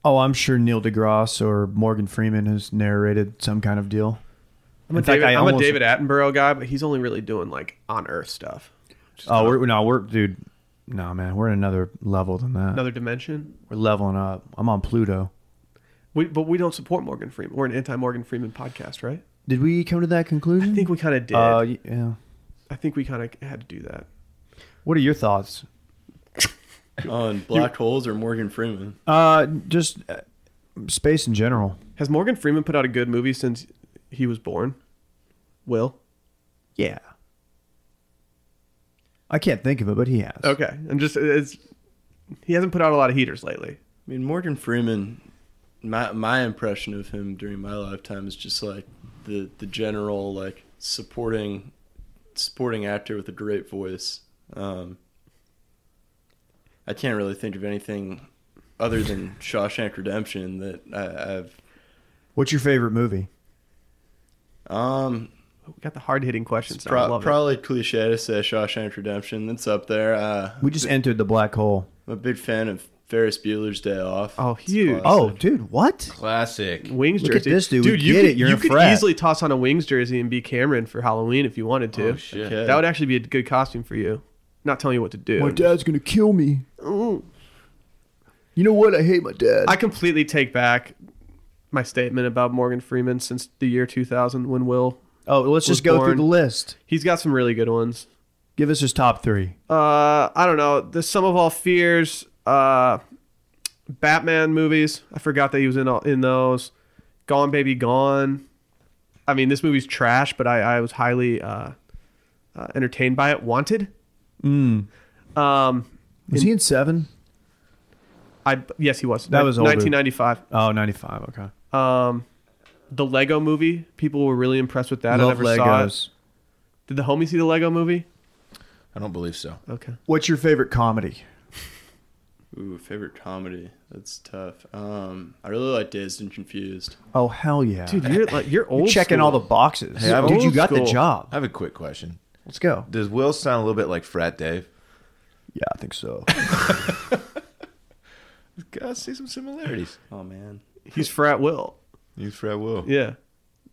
[SPEAKER 2] Oh, I'm sure Neil deGrasse or Morgan Freeman has narrated some kind of deal.
[SPEAKER 1] I'm a,
[SPEAKER 2] In fact,
[SPEAKER 1] David,
[SPEAKER 2] I
[SPEAKER 1] I'm
[SPEAKER 2] almost-
[SPEAKER 1] a David Attenborough guy, but he's only really doing like on Earth stuff.
[SPEAKER 2] Oh, we're no, we're dude. No, man, we're in another level than that.
[SPEAKER 1] Another dimension.
[SPEAKER 2] We're leveling up. I'm on Pluto.
[SPEAKER 1] We, but we don't support Morgan Freeman. We're an anti Morgan Freeman podcast, right?
[SPEAKER 2] Did we come to that conclusion?
[SPEAKER 1] I think we kind of did.
[SPEAKER 2] Uh, y- yeah.
[SPEAKER 1] I think we kind of had to do that.
[SPEAKER 2] What are your thoughts?
[SPEAKER 4] on black holes or Morgan Freeman?
[SPEAKER 2] Uh, just uh, space in general.
[SPEAKER 1] Has Morgan Freeman put out a good movie since he was born? Will?
[SPEAKER 2] Yeah. I can't think of it, but he has.
[SPEAKER 1] Okay. I'm just, it's, he hasn't put out a lot of heaters lately.
[SPEAKER 4] I mean, Morgan Freeman. My my impression of him during my lifetime is just like the the general like supporting supporting actor with a great voice. Um, I can't really think of anything other than Shawshank Redemption that I, I've
[SPEAKER 2] What's your favorite movie?
[SPEAKER 4] um
[SPEAKER 1] We got the hard hitting questions.
[SPEAKER 4] it's
[SPEAKER 1] now. I
[SPEAKER 4] pro-
[SPEAKER 1] love it.
[SPEAKER 4] probably cliche to say Shawshank Redemption. That's up there. Uh,
[SPEAKER 2] We just entered the black hole.
[SPEAKER 4] I'm a big fan of Ferris Bueller's Day Off.
[SPEAKER 1] Oh,
[SPEAKER 4] It's
[SPEAKER 1] huge.
[SPEAKER 4] classic.
[SPEAKER 2] Oh, dude, what?
[SPEAKER 3] Classic.
[SPEAKER 1] Wings
[SPEAKER 2] Look at
[SPEAKER 1] jersey.
[SPEAKER 2] this dude. We
[SPEAKER 1] you
[SPEAKER 2] get
[SPEAKER 1] could,
[SPEAKER 2] it. You're
[SPEAKER 1] you
[SPEAKER 2] a
[SPEAKER 1] could
[SPEAKER 2] frat.
[SPEAKER 1] easily toss on a Wings jersey and be Cameron for Halloween if you wanted to.
[SPEAKER 3] Oh, shit.
[SPEAKER 4] Okay.
[SPEAKER 1] That would actually be a good costume for you. Not telling you what to do. Mm.
[SPEAKER 2] My dad's gonna kill me. You know what? I hate my dad.
[SPEAKER 1] I completely take back my statement about Morgan Freeman since the year 2000 when Will.
[SPEAKER 2] oh, let's
[SPEAKER 1] was
[SPEAKER 2] just go
[SPEAKER 1] born-
[SPEAKER 2] through the list.
[SPEAKER 1] He's got some really good ones.
[SPEAKER 2] Give us his top three.
[SPEAKER 1] Uh, I don't know. The Sum of All Fears, uh, Batman movies. I forgot that he was in all, in those. Gone Baby Gone. I mean, this movie's trash, but I, I was highly uh, uh, entertained by it. Wanted.
[SPEAKER 2] Mm.
[SPEAKER 1] Um,
[SPEAKER 2] Was he in seven?
[SPEAKER 1] I yes, he was.
[SPEAKER 2] That was older.
[SPEAKER 1] 1995.
[SPEAKER 2] Oh, 95. Okay.
[SPEAKER 1] Um, the Lego Movie. People were really impressed with that. I never saw it. Did the homie see the Lego movie?
[SPEAKER 3] I don't believe so.
[SPEAKER 1] Okay.
[SPEAKER 2] What's your favorite comedy?
[SPEAKER 4] Ooh, favorite comedy. That's tough. Um, I really like Dazed and Confused.
[SPEAKER 2] Oh hell yeah,
[SPEAKER 1] Dude, you're like you're old.
[SPEAKER 2] You're checking
[SPEAKER 1] school.
[SPEAKER 2] all the boxes.
[SPEAKER 3] Hey, I'm
[SPEAKER 2] Dude, you
[SPEAKER 3] old
[SPEAKER 2] got the
[SPEAKER 3] school. I
[SPEAKER 2] job.
[SPEAKER 3] have a quick question.
[SPEAKER 2] Let's go.
[SPEAKER 3] Does Will sound a little bit like Frat Dave?
[SPEAKER 2] Yeah, I think so.
[SPEAKER 3] I see some similarities.
[SPEAKER 4] Oh man.
[SPEAKER 1] He's frat Will.
[SPEAKER 3] He's Frat Will.
[SPEAKER 1] Yeah.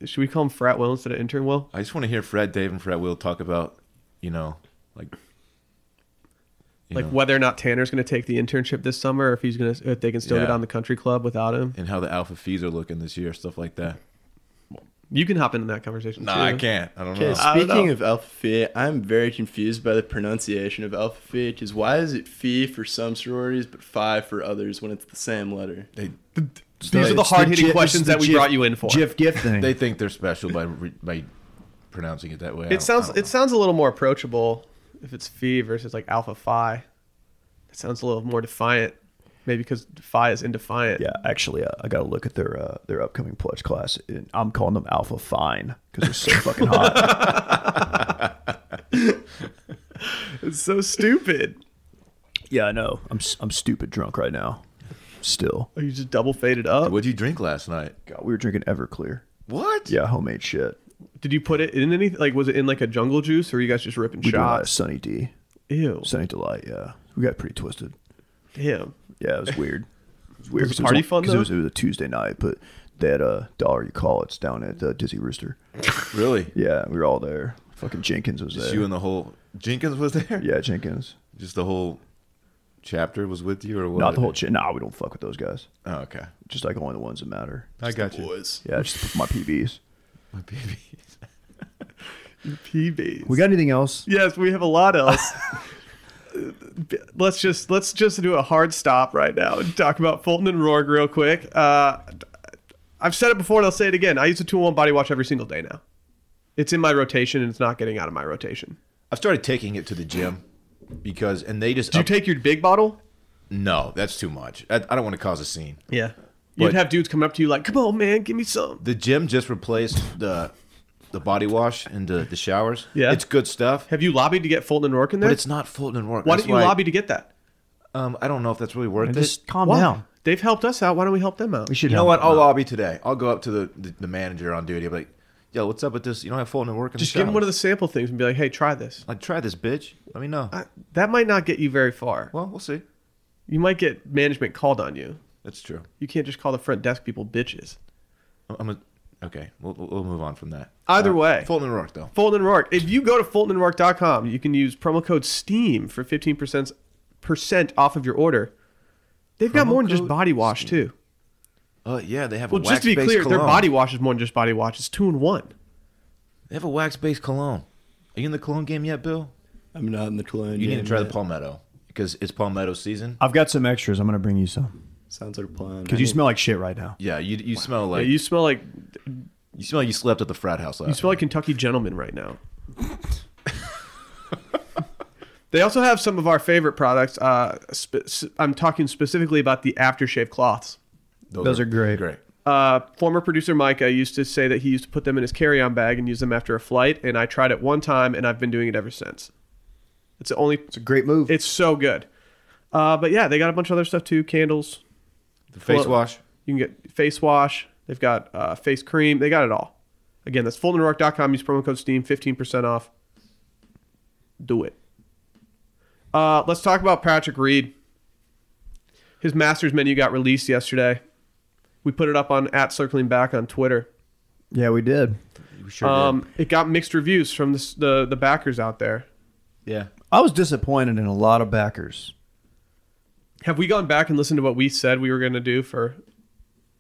[SPEAKER 1] Should we call him frat Will instead of intern Will?
[SPEAKER 3] I just want to hear Frat Dave and Frat Will talk about, you know, like, you
[SPEAKER 1] like
[SPEAKER 3] know,
[SPEAKER 1] whether or not Tanner's going to take the internship this summer, or if he's going to, if they can still get
[SPEAKER 3] Yeah.
[SPEAKER 1] on the country club without him.
[SPEAKER 3] and how the alpha fees are looking this year, stuff like that.
[SPEAKER 1] You can hop into that conversation.
[SPEAKER 3] Nah,
[SPEAKER 1] too.
[SPEAKER 3] I can't. I don't
[SPEAKER 4] Okay,
[SPEAKER 3] know.
[SPEAKER 1] I don't
[SPEAKER 4] speaking
[SPEAKER 1] know.
[SPEAKER 4] of Alpha Phi, I'm very confused by the pronunciation of Alpha Phi. Because why is it Phi for some sororities but Phi for others when it's the same letter?
[SPEAKER 3] They
[SPEAKER 1] These are the
[SPEAKER 2] It's
[SPEAKER 1] hard-hitting
[SPEAKER 2] Jif-
[SPEAKER 1] questions
[SPEAKER 2] it's the
[SPEAKER 1] that we
[SPEAKER 2] Jif-
[SPEAKER 1] brought you in for.
[SPEAKER 2] Jif gift thing.
[SPEAKER 3] they think they're special by re- by pronouncing it that way. I don't-
[SPEAKER 1] It sounds
[SPEAKER 3] I don't
[SPEAKER 1] it sounds a little more approachable if it's phi versus like alpha phi. It sounds a little more defiant, maybe because phi is indefiant.
[SPEAKER 2] yeah, actually, uh, I got to look at their uh, their upcoming pledge class. And I'm calling them Alpha Fine because they're so fucking hot.
[SPEAKER 1] It's so stupid.
[SPEAKER 2] yeah, I know. I'm s- I'm stupid drunk right now. Still,
[SPEAKER 1] Oh, you just double faded
[SPEAKER 3] know.
[SPEAKER 1] up.
[SPEAKER 3] What'd you drink last night?
[SPEAKER 2] God, we were drinking Everclear.
[SPEAKER 3] What?
[SPEAKER 2] Yeah, homemade shit.
[SPEAKER 1] Did you put it in anything? Like, was it in like a jungle juice, or were you guys just ripping
[SPEAKER 2] We did a lot of
[SPEAKER 1] shots?
[SPEAKER 2] Sunny D,
[SPEAKER 1] Ew,
[SPEAKER 2] Sunny Delight. Yeah, we got pretty twisted.
[SPEAKER 1] damn.
[SPEAKER 2] Yeah, it was weird. It was weird.
[SPEAKER 1] Was the
[SPEAKER 2] 'cause it
[SPEAKER 1] party
[SPEAKER 2] on-
[SPEAKER 1] fun,
[SPEAKER 2] 'cause
[SPEAKER 1] though?
[SPEAKER 2] It was, it was a Tuesday night, but they had a dollar you call it's down at uh, Dizzy Rooster.
[SPEAKER 3] Really?
[SPEAKER 2] Yeah, we were all there. Fucking Jenkins was
[SPEAKER 3] Just
[SPEAKER 2] there.
[SPEAKER 3] you and the whole Jenkins was there.
[SPEAKER 2] yeah, Jenkins.
[SPEAKER 3] Just the whole chapter was with you, or what?
[SPEAKER 2] Not the whole shit. Nah, we don't fuck with those guys.
[SPEAKER 3] Oh, okay.
[SPEAKER 2] Just like only the ones that matter.
[SPEAKER 3] I got you.
[SPEAKER 4] Boys.
[SPEAKER 2] Yeah, just my PBs.
[SPEAKER 3] My baby.
[SPEAKER 1] PBs.
[SPEAKER 2] We got anything else?
[SPEAKER 1] Yes, we have a lot else. let's just let's just do a hard stop right now and talk about Fulton and Rourke real quick. Uh, I've said it before and I'll say it again. I use a two in one body wash every single day now. It's in my rotation and it's not getting out of my rotation.
[SPEAKER 3] I've started taking it to the gym because, and they just
[SPEAKER 1] Do you
[SPEAKER 3] up-
[SPEAKER 1] take your big bottle?
[SPEAKER 3] No, that's too much. I, I don't want to cause a scene.
[SPEAKER 1] Yeah. You'd
[SPEAKER 3] But-
[SPEAKER 1] have dudes coming up to you like, "Come on, man, give me some."
[SPEAKER 3] The gym just replaced the the body wash and the, the showers.
[SPEAKER 1] Yeah.
[SPEAKER 3] it's good stuff,
[SPEAKER 1] Have you lobbied to get Fulton and Rourke in there?
[SPEAKER 3] but it's not Fulton and Rourke.
[SPEAKER 1] why
[SPEAKER 3] That's
[SPEAKER 1] didn't you lobby to get that?
[SPEAKER 3] Um, I don't know if that's really worth it.
[SPEAKER 2] Just calm
[SPEAKER 1] Why?
[SPEAKER 2] down.
[SPEAKER 1] They've helped us out. Why don't we help them out?
[SPEAKER 2] We should
[SPEAKER 3] You know
[SPEAKER 2] help
[SPEAKER 3] what?
[SPEAKER 2] them
[SPEAKER 3] I'll
[SPEAKER 2] out.
[SPEAKER 3] lobby today. I'll go up to the, the, the manager on duty. I'll be like, yo, what's up with this? You don't have Fulton and work in
[SPEAKER 1] Just
[SPEAKER 3] the
[SPEAKER 1] give them one of
[SPEAKER 3] showers?"
[SPEAKER 1] the sample things and be like, "Hey, try this."
[SPEAKER 3] Like, try this, bitch. Let me know.
[SPEAKER 1] I, that might not get you very far.
[SPEAKER 3] well, we'll see.
[SPEAKER 1] You might get management called on you.
[SPEAKER 3] That's true.
[SPEAKER 1] You can't just call the front desk people bitches.
[SPEAKER 3] I'm- I'm a, okay. We'll, we'll we'll move on from that. Uh,
[SPEAKER 1] Either way.
[SPEAKER 3] Fulton and Rourke though.
[SPEAKER 1] Fulton and Rourke. If you go to fultonandrourke.com, you can use promo code STEAM for 15% percent off of your order. They've got
[SPEAKER 3] Promo
[SPEAKER 1] more than just
[SPEAKER 3] code
[SPEAKER 1] body wash, too.
[SPEAKER 3] Oh yeah, they have.
[SPEAKER 1] Well,
[SPEAKER 3] a
[SPEAKER 1] just to be
[SPEAKER 3] wax-based
[SPEAKER 1] clear, their
[SPEAKER 3] cologne.
[SPEAKER 1] body wash is more than just body wash. It's two in one.
[SPEAKER 3] They have a wax-based cologne. Are you in the cologne game yet, Bill?
[SPEAKER 4] I'm not in the cologne.
[SPEAKER 3] You need
[SPEAKER 4] game
[SPEAKER 3] to try the
[SPEAKER 4] yet.
[SPEAKER 3] palmetto because it's palmetto season.
[SPEAKER 2] I've got some extras. I'm gonna bring you some
[SPEAKER 4] Sounds like a plan.
[SPEAKER 2] because you smell like shit right now.
[SPEAKER 3] Yeah, you you smell like
[SPEAKER 1] Yeah, you
[SPEAKER 3] you,
[SPEAKER 1] smell like
[SPEAKER 3] smell like you slept at the frat house last.
[SPEAKER 1] you smell like Kentucky gentlemen right now. they also have some of our favorite products. Uh, spe- I'm talking specifically about the aftershave cloths.
[SPEAKER 3] night.
[SPEAKER 2] Those are great.
[SPEAKER 3] Great.
[SPEAKER 1] uh, former producer Micah used to say that he used to put them in his carry-on bag and use them after a flight. And I tried it one time, and I've been doing it ever since. It's the only.
[SPEAKER 2] It's a great move.
[SPEAKER 1] It's so good. Uh, but yeah, they got a bunch of other stuff too. Candles.
[SPEAKER 3] The face
[SPEAKER 1] Cologne.
[SPEAKER 3] wash.
[SPEAKER 1] You can get face wash. They've got uh, face cream. They got it all. Again, that's FultonRock.com. Use promo code STEAM, fifteen percent off. Do it. Uh, let's talk about Patrick Reed. His Masters menu got released yesterday. We put it up on at circling back on Twitter.
[SPEAKER 2] yeah, we did.
[SPEAKER 3] We sure
[SPEAKER 1] um, It got mixed reviews from the, s- the the backers out there.
[SPEAKER 3] did. Yeah.
[SPEAKER 2] I was disappointed in a lot of backers.
[SPEAKER 1] Have we gone back and listened to what we said we were going to do for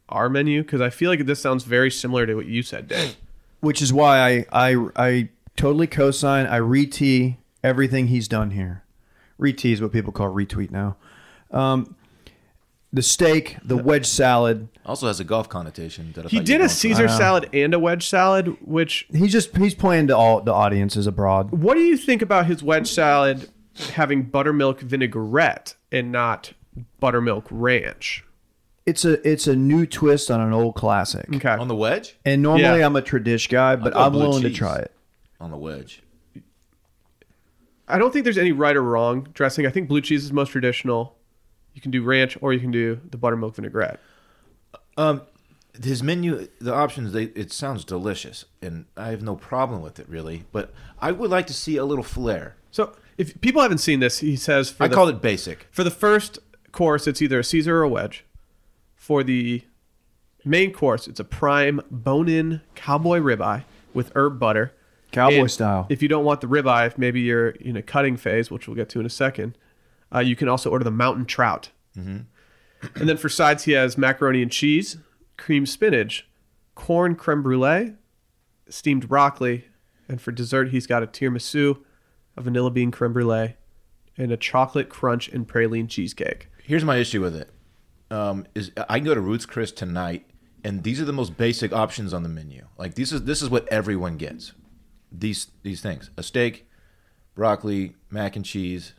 [SPEAKER 1] our menu? Because I feel like this sounds very similar to what you said, Dave.
[SPEAKER 2] which is why I I, I totally co-sign. I retee everything he's done here. Retee is what people call retweet now. Um, the steak, the wedge salad.
[SPEAKER 3] Also has a golf connotation. That I
[SPEAKER 1] he
[SPEAKER 3] thought you
[SPEAKER 1] did
[SPEAKER 3] were
[SPEAKER 1] a
[SPEAKER 3] going for.
[SPEAKER 1] Caesar salad and a wedge salad. Which
[SPEAKER 2] He's just he's playing to all the audiences abroad.
[SPEAKER 1] what do you think about his wedge salad having buttermilk vinaigrette and not buttermilk ranch?
[SPEAKER 2] It's a it's a new twist on an old classic.
[SPEAKER 1] Okay,
[SPEAKER 3] on the wedge.
[SPEAKER 2] And normally
[SPEAKER 1] Yeah.
[SPEAKER 2] I'm a tradish guy, but
[SPEAKER 3] I'll go
[SPEAKER 2] I'm
[SPEAKER 3] blue
[SPEAKER 2] willing to
[SPEAKER 3] cheese.
[SPEAKER 2] try it.
[SPEAKER 3] On the wedge.
[SPEAKER 1] I don't think there's any right or wrong dressing. I think blue cheese is most traditional. You can do ranch or you can do the buttermilk vinaigrette.
[SPEAKER 3] Um, his menu, the options, they it sounds delicious, and I have no problem with it really. But I would like to see a little flair.
[SPEAKER 1] So if people haven't seen this, he says for
[SPEAKER 3] I
[SPEAKER 1] the,
[SPEAKER 3] call it basic.
[SPEAKER 1] for the first course it's either a Caesar or a wedge. For the main course, it's a prime bone-in cowboy ribeye with herb butter.
[SPEAKER 2] Cowboy
[SPEAKER 1] And
[SPEAKER 2] style.
[SPEAKER 1] If you don't want the ribeye, if maybe you're in a cutting phase, which we'll get to in a second, uh, you can also order the mountain trout.
[SPEAKER 2] Mm-hmm.
[SPEAKER 1] And then for sides, he has macaroni and cheese, cream spinach, corn creme brulee, steamed broccoli, and for dessert, he's got a tiramisu, a vanilla bean creme brulee, and a chocolate crunch and praline cheesecake.
[SPEAKER 3] Here's my issue with it: um, is I can go to Roots Chris tonight, and these are the most basic options on the menu. Like this is this is what everyone gets. These these things: a steak, broccoli, mac and cheese,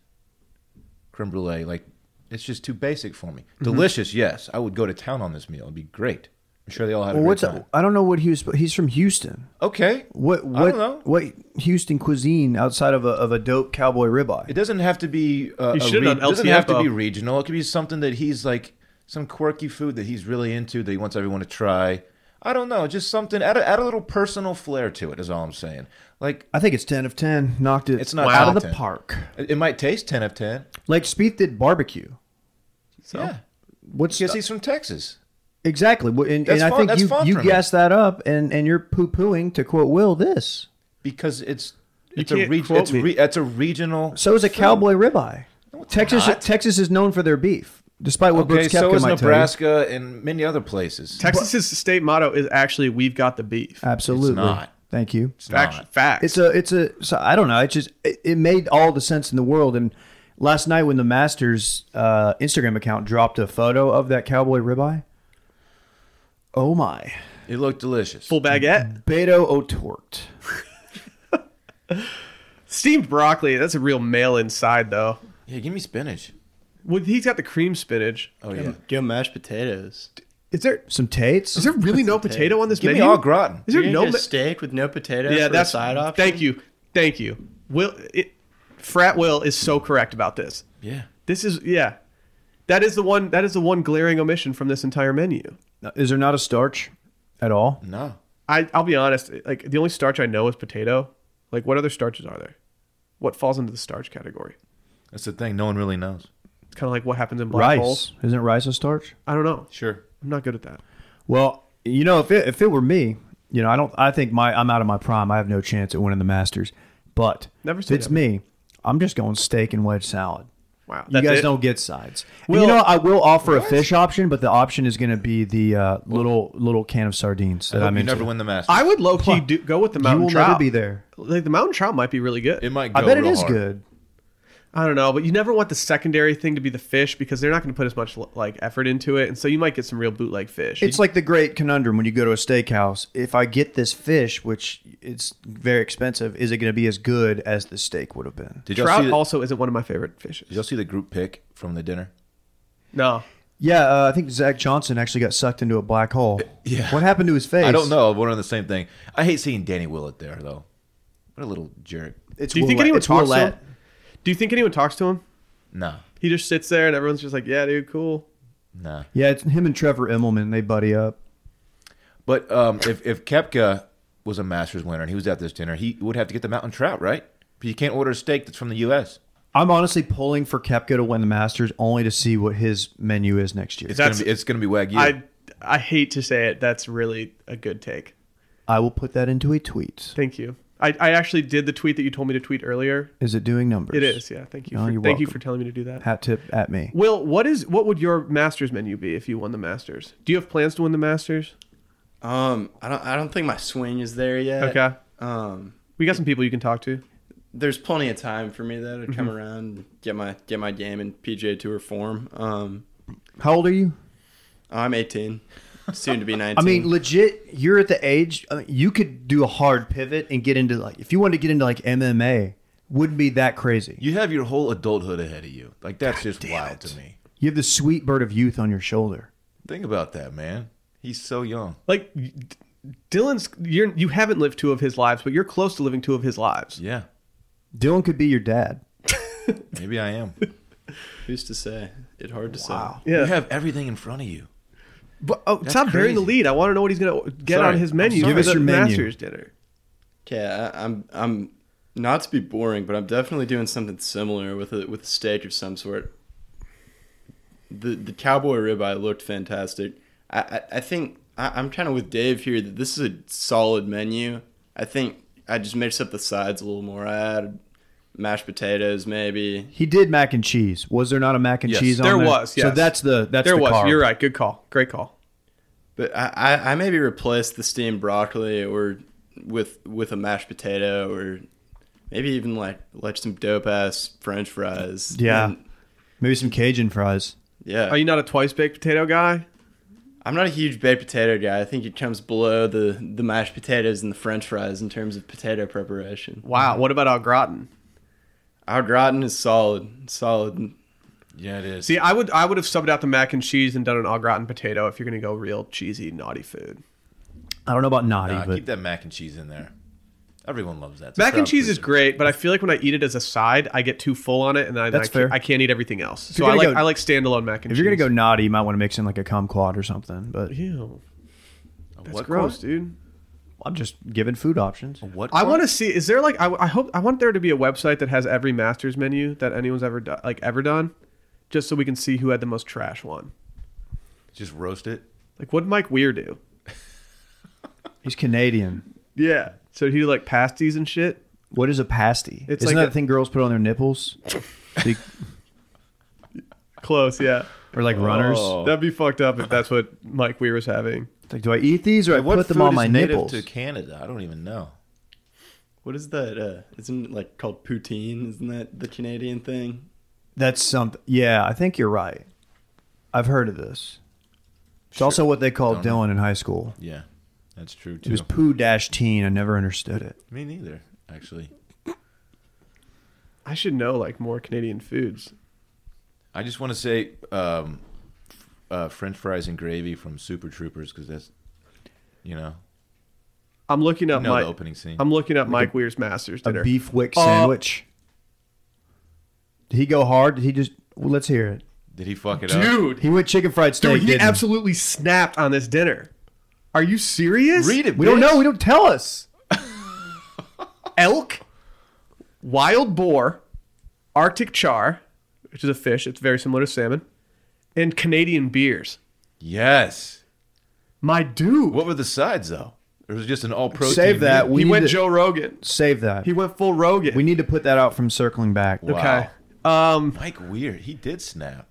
[SPEAKER 3] creme brulee. Like it's just too basic for me.
[SPEAKER 2] Mm-hmm.
[SPEAKER 3] Delicious, yes. I would go to town on this meal. It'd be great. I'm sure they all had a
[SPEAKER 2] Well,
[SPEAKER 3] great
[SPEAKER 2] what's
[SPEAKER 3] time.
[SPEAKER 2] I don't know what he was. He's from Houston.
[SPEAKER 3] Okay.
[SPEAKER 2] What
[SPEAKER 3] I
[SPEAKER 2] what
[SPEAKER 3] don't know.
[SPEAKER 2] what Houston cuisine outside of a of a dope cowboy ribeye?
[SPEAKER 3] It doesn't have to be. Uh,
[SPEAKER 1] You
[SPEAKER 3] a
[SPEAKER 1] should
[SPEAKER 3] re-
[SPEAKER 1] on El
[SPEAKER 3] doesn't have to
[SPEAKER 1] Tiempo.
[SPEAKER 3] be regional. It could be something that he's like some quirky food that he's really into that he wants everyone to try. I don't know. Just something. Add a, add a little personal flair to it. Is all I'm saying. Like
[SPEAKER 2] I think it's ten of ten. Knocked it.
[SPEAKER 3] It's not
[SPEAKER 2] out of
[SPEAKER 3] top
[SPEAKER 2] the
[SPEAKER 3] 10.
[SPEAKER 2] park.
[SPEAKER 3] it, it might taste ten of ten.
[SPEAKER 2] Like Spieth did barbecue.
[SPEAKER 1] So
[SPEAKER 3] Yeah.
[SPEAKER 2] What's
[SPEAKER 3] Because he's from Texas.
[SPEAKER 2] exactly? What- And,
[SPEAKER 3] That's
[SPEAKER 2] and I
[SPEAKER 3] fun-
[SPEAKER 2] think
[SPEAKER 3] that's
[SPEAKER 2] you
[SPEAKER 3] fun
[SPEAKER 2] you
[SPEAKER 3] for me.
[SPEAKER 2] gassed that up, and and you're poo pooing to quote Will this.
[SPEAKER 3] Because it's it's a
[SPEAKER 1] can't
[SPEAKER 3] reg-
[SPEAKER 1] quote
[SPEAKER 3] it's,
[SPEAKER 1] me.
[SPEAKER 3] re- it's a regional.
[SPEAKER 2] So is a cowboy ribeye.
[SPEAKER 3] it's
[SPEAKER 2] Texas
[SPEAKER 3] not.
[SPEAKER 2] Texas is known for their beef, despite what
[SPEAKER 3] okay.
[SPEAKER 2] Brooks Koepka
[SPEAKER 3] So is
[SPEAKER 2] might
[SPEAKER 3] Nebraska and many other places.
[SPEAKER 1] Texas's state motto is actually "We've got the beef."
[SPEAKER 2] tell you. Absolutely.
[SPEAKER 3] It's not.
[SPEAKER 2] Thank you.
[SPEAKER 3] It's
[SPEAKER 1] Fact,
[SPEAKER 3] not.
[SPEAKER 1] facts.
[SPEAKER 2] It's a it's a so I don't know. It just it, it made all the sense in the world. And last night when the Masters uh, Instagram account dropped a photo of that cowboy ribeye, oh my,
[SPEAKER 3] It looked delicious.
[SPEAKER 1] full baguette,
[SPEAKER 2] Beto O'Tort.
[SPEAKER 1] steamed broccoli. That's a real male inside though.
[SPEAKER 3] Yeah. Give me spinach.
[SPEAKER 1] Well, he's got the cream spinach.
[SPEAKER 3] Oh yeah.
[SPEAKER 4] Give him mashed potatoes.
[SPEAKER 1] Is there
[SPEAKER 2] Some Tates.
[SPEAKER 1] is there really no potato on this
[SPEAKER 3] Give me
[SPEAKER 1] menu?
[SPEAKER 3] all gratin.
[SPEAKER 1] Is there
[SPEAKER 4] You're
[SPEAKER 1] no?
[SPEAKER 4] gonna get
[SPEAKER 1] ma-
[SPEAKER 4] a steak with no potatoes.
[SPEAKER 1] yeah,
[SPEAKER 4] for
[SPEAKER 1] that's
[SPEAKER 4] a side option.
[SPEAKER 1] Thank you, thank you. Will it, frat Will is so correct about this.
[SPEAKER 3] Yeah.
[SPEAKER 1] This is yeah, that is the one. That is the one glaring omission from this entire menu.
[SPEAKER 2] Is there not a starch at all?
[SPEAKER 3] No.
[SPEAKER 1] I I'll be honest. Like the only starch I know is potato. Like what other starches are there? What falls into the starch category?
[SPEAKER 3] That's the thing. No one really knows.
[SPEAKER 1] It's kind of like what happens in black
[SPEAKER 2] Rice
[SPEAKER 1] holes.
[SPEAKER 2] isn't rice a starch?
[SPEAKER 1] I don't know.
[SPEAKER 3] Sure.
[SPEAKER 1] I'm not good at that.
[SPEAKER 2] Well, you know, if it, if it were me, you know, I don't. I think my I'm out of my prime. I have no chance at winning the Masters. But
[SPEAKER 1] Never
[SPEAKER 2] if
[SPEAKER 1] say
[SPEAKER 2] it's
[SPEAKER 1] never.
[SPEAKER 2] me, I'm just going steak and wedge salad.
[SPEAKER 1] Wow,
[SPEAKER 2] You
[SPEAKER 1] that's
[SPEAKER 2] guys
[SPEAKER 1] it?
[SPEAKER 2] don't get sides. And
[SPEAKER 1] Well-
[SPEAKER 2] you know, I will offer a fish option, but the option is going to be the uh, little little can of sardines that
[SPEAKER 3] Hope
[SPEAKER 2] I'm
[SPEAKER 3] you
[SPEAKER 2] into.
[SPEAKER 3] never win the Masters.
[SPEAKER 1] I would low key do, go with the
[SPEAKER 2] you
[SPEAKER 1] mountain
[SPEAKER 2] will
[SPEAKER 1] trout.
[SPEAKER 2] never be there.
[SPEAKER 1] Like the mountain trout might be really good.
[SPEAKER 3] It might. Go
[SPEAKER 2] I bet it
[SPEAKER 3] real
[SPEAKER 2] is
[SPEAKER 3] hard.
[SPEAKER 2] good.
[SPEAKER 1] I don't know, but you never want the secondary thing to be the fish because they're not going to put as much like effort into it, and so you might get some real bootleg fish.
[SPEAKER 2] It's like the great conundrum when you go to a steakhouse. If I get this fish, which it's very expensive, is it going to be as good as the steak would have been?
[SPEAKER 3] Did y'all,
[SPEAKER 1] trout
[SPEAKER 3] see the,
[SPEAKER 1] also isn't one of my favorite fishes.
[SPEAKER 3] did y'all see the group pic from the dinner?
[SPEAKER 1] No,
[SPEAKER 2] Yeah, uh, I think Zach Johnson actually got sucked into a black hole.
[SPEAKER 3] Uh, yeah.
[SPEAKER 2] What happened to his face?
[SPEAKER 3] I don't know. We're on the same thing. I hate seeing Danny Willett there though. What a little jerk.
[SPEAKER 2] It's
[SPEAKER 1] do you think
[SPEAKER 2] Willette-
[SPEAKER 1] anyone
[SPEAKER 2] it's
[SPEAKER 1] talks
[SPEAKER 2] Willette.
[SPEAKER 1] to him? Do you think anyone talks to him?
[SPEAKER 3] No,
[SPEAKER 1] He just sits there, and everyone's just like, "Yeah, dude, cool."
[SPEAKER 3] no.
[SPEAKER 2] Yeah, it's him and Trevor Immelman. They buddy up.
[SPEAKER 3] But um, if if Kepka was a Masters winner and he was at this dinner, he would have to get the mountain trout, right? But you can't order a steak that's from the U.S.
[SPEAKER 2] I'm honestly pulling for Kepka to win the Masters only to see what his menu is next year.
[SPEAKER 3] It's gonna
[SPEAKER 1] That's-
[SPEAKER 3] be it's gonna be wagyu.
[SPEAKER 1] I I hate to say it, that's really a good take.
[SPEAKER 2] I will put that into a tweet.
[SPEAKER 1] Thank you. I, I actually did the tweet that you told me to tweet earlier.
[SPEAKER 2] Is it doing numbers?
[SPEAKER 1] It is, yeah. Thank you.
[SPEAKER 2] No,
[SPEAKER 1] for,
[SPEAKER 2] you're
[SPEAKER 1] thank you
[SPEAKER 2] welcome.
[SPEAKER 1] for telling me to do that.
[SPEAKER 2] Hat tip at me.
[SPEAKER 1] Will, what is what would your Masters menu be if you won the Masters? Do you have plans to win the Masters?
[SPEAKER 4] Um, I don't. I don't think my swing is there
[SPEAKER 2] Uh,
[SPEAKER 4] yet.
[SPEAKER 1] Okay,
[SPEAKER 4] Um,
[SPEAKER 1] we got some people you can talk to.
[SPEAKER 4] there's plenty of time for me though to
[SPEAKER 2] Mm-hmm.
[SPEAKER 4] come around, and get my get my game in PJ Tour form. Um,
[SPEAKER 2] How old are you?
[SPEAKER 4] I'm 18, soon to be 19.
[SPEAKER 2] I mean, legit, you're at the age I mean, you could do a hard pivot and get into like if you wanted to get into like MMA, wouldn't be that crazy.
[SPEAKER 3] you have your whole adulthood ahead of you. Like that's just wild to me.
[SPEAKER 2] You have the sweet bird of youth on your shoulder.
[SPEAKER 3] Think about that, man. He's so young.
[SPEAKER 1] Like D- Dylan's, you're you haven't lived two of his lives, but you're close to living two of his lives.
[SPEAKER 3] Yeah,
[SPEAKER 2] Dylan could be your dad.
[SPEAKER 3] maybe I am.
[SPEAKER 4] Who's to say? It's hard to
[SPEAKER 2] Wow.
[SPEAKER 4] say.
[SPEAKER 1] Yeah.
[SPEAKER 3] You have everything in front of you.
[SPEAKER 1] But, oh, stop burying the
[SPEAKER 3] crazy.
[SPEAKER 1] lead. I want to know what he's gonna get
[SPEAKER 3] Sorry.
[SPEAKER 1] on his
[SPEAKER 3] I'm
[SPEAKER 1] menu
[SPEAKER 2] sorry.
[SPEAKER 1] for
[SPEAKER 2] Give us
[SPEAKER 1] the
[SPEAKER 2] your menu.
[SPEAKER 1] Masters dinner.
[SPEAKER 4] Okay, I, I'm I'm not to be boring, but I'm definitely doing something similar with a with a steak of some sort. The the cowboy ribeye looked fantastic. I I, I think I, I'm kind of with Dave here that this is a solid menu. I think I just mixed up the sides a little more. I added mashed potatoes maybe.
[SPEAKER 2] He did mac and cheese. Was there not a mac and
[SPEAKER 3] Yes,
[SPEAKER 2] cheese on
[SPEAKER 1] there
[SPEAKER 2] there?
[SPEAKER 1] was,
[SPEAKER 2] So
[SPEAKER 1] yes.
[SPEAKER 2] that's the that's
[SPEAKER 1] there
[SPEAKER 2] the
[SPEAKER 1] was.
[SPEAKER 2] carb.
[SPEAKER 1] You're right. Good call. Great call.
[SPEAKER 4] But I, I, I maybe replace the steamed broccoli or with with a mashed potato or maybe even like like some dope ass French fries.
[SPEAKER 2] Yeah.
[SPEAKER 4] And-
[SPEAKER 2] Maybe some Cajun fries.
[SPEAKER 4] yeah.
[SPEAKER 1] Are you not a twice baked potato guy?
[SPEAKER 4] I'm not a huge baked potato guy. I think it comes below the the mashed potatoes and the French fries in terms of potato preparation.
[SPEAKER 1] Wow. What about au gratin?
[SPEAKER 4] Our gratin is solid, solid.
[SPEAKER 3] Yeah, it is.
[SPEAKER 1] See, I would I would have subbed out the mac and cheese and done an au gratin potato if you're gonna go real cheesy naughty food.
[SPEAKER 2] I don't know about naughty,
[SPEAKER 3] Nah,
[SPEAKER 2] but
[SPEAKER 3] keep that mac and cheese in there. Everyone loves that. It's a
[SPEAKER 1] mac and
[SPEAKER 3] crowd
[SPEAKER 1] cheese is
[SPEAKER 3] pleaser.
[SPEAKER 1] great, but I feel like when I eat it as a side, I get too full on it, and I,
[SPEAKER 2] That's
[SPEAKER 1] I, can't,
[SPEAKER 2] fair.
[SPEAKER 1] I can't eat everything else. So
[SPEAKER 2] you're
[SPEAKER 1] I like
[SPEAKER 2] gonna go-
[SPEAKER 1] I like standalone mac and
[SPEAKER 2] if
[SPEAKER 1] cheese.
[SPEAKER 2] you're gonna go naughty, you might want to mix in like a kumquat or something. But
[SPEAKER 1] Ew,
[SPEAKER 3] A
[SPEAKER 1] that's
[SPEAKER 3] what
[SPEAKER 1] gross,
[SPEAKER 3] corn?
[SPEAKER 1] dude.
[SPEAKER 2] I'm just giving food options.
[SPEAKER 3] A What?
[SPEAKER 1] I want to see. Is there like I, I hope I want there to be a website that has every Masters menu that anyone's ever done, like ever done, just so we can see who had the most trash one.
[SPEAKER 3] to just roast it.
[SPEAKER 1] Like what would Mike Weir do?
[SPEAKER 2] He's Canadian.
[SPEAKER 1] Yeah. So he do, like pasties and shit.
[SPEAKER 2] What is a pasty?
[SPEAKER 1] It's
[SPEAKER 2] Isn't
[SPEAKER 1] like
[SPEAKER 2] that
[SPEAKER 1] a-
[SPEAKER 2] thing girls put on their nipples? So you-
[SPEAKER 1] Close, yeah.
[SPEAKER 2] or like runners?
[SPEAKER 3] Oh.
[SPEAKER 1] That'd be fucked up if that's what Mike Weir was having.
[SPEAKER 2] It's Like, do I eat these or I
[SPEAKER 3] What
[SPEAKER 2] put them
[SPEAKER 3] food
[SPEAKER 2] on
[SPEAKER 3] is
[SPEAKER 2] my
[SPEAKER 3] native
[SPEAKER 2] nipples?
[SPEAKER 3] to Canada? I don't even know.
[SPEAKER 4] What is that? Uh, isn't it like called poutine? Isn't that the Canadian thing?
[SPEAKER 2] That's something. Yeah, I think you're right. I've heard of this. It's also what they called
[SPEAKER 3] Don't know.
[SPEAKER 2] Dylan in high school.
[SPEAKER 3] Yeah, that's true
[SPEAKER 2] It
[SPEAKER 3] too.
[SPEAKER 2] was poo dash teen. I never understood it.
[SPEAKER 3] Me neither, actually.
[SPEAKER 1] I should know like more Canadian foods.
[SPEAKER 3] I just want to say um, f- uh, French fries and gravy from Super Troopers because that's, you know,
[SPEAKER 1] I'm looking
[SPEAKER 3] you
[SPEAKER 1] up
[SPEAKER 3] know
[SPEAKER 1] Mike.
[SPEAKER 3] the opening scene.
[SPEAKER 1] I'm looking up Mike Weir's Masters
[SPEAKER 2] A
[SPEAKER 1] dinner.
[SPEAKER 2] beef wick
[SPEAKER 1] Uh,
[SPEAKER 2] sandwich. Did he go hard? Did he just? Well, let's hear it.
[SPEAKER 3] Did he fuck it up?
[SPEAKER 1] Dude,
[SPEAKER 2] He went chicken fried steak.
[SPEAKER 1] dude, he
[SPEAKER 2] didn't he?
[SPEAKER 1] absolutely snapped on this dinner. Are you serious?
[SPEAKER 3] Read it.
[SPEAKER 2] We don't
[SPEAKER 3] bitch.
[SPEAKER 2] know. We don't tell us.
[SPEAKER 1] elk, wild boar, Arctic char, which is a fish. It's very similar to salmon, and Canadian beers.
[SPEAKER 3] Yes.
[SPEAKER 1] My dude,
[SPEAKER 3] What were the sides though? Or was it just an all protein?
[SPEAKER 2] Save that. We
[SPEAKER 1] he
[SPEAKER 2] need
[SPEAKER 1] went
[SPEAKER 2] to-
[SPEAKER 1] Joe Rogan.
[SPEAKER 2] Save that.
[SPEAKER 1] He went full Rogan.
[SPEAKER 2] we need to put that out from circling back.
[SPEAKER 3] Wow.
[SPEAKER 1] okay. Um,
[SPEAKER 3] Mike Weird. He did snap.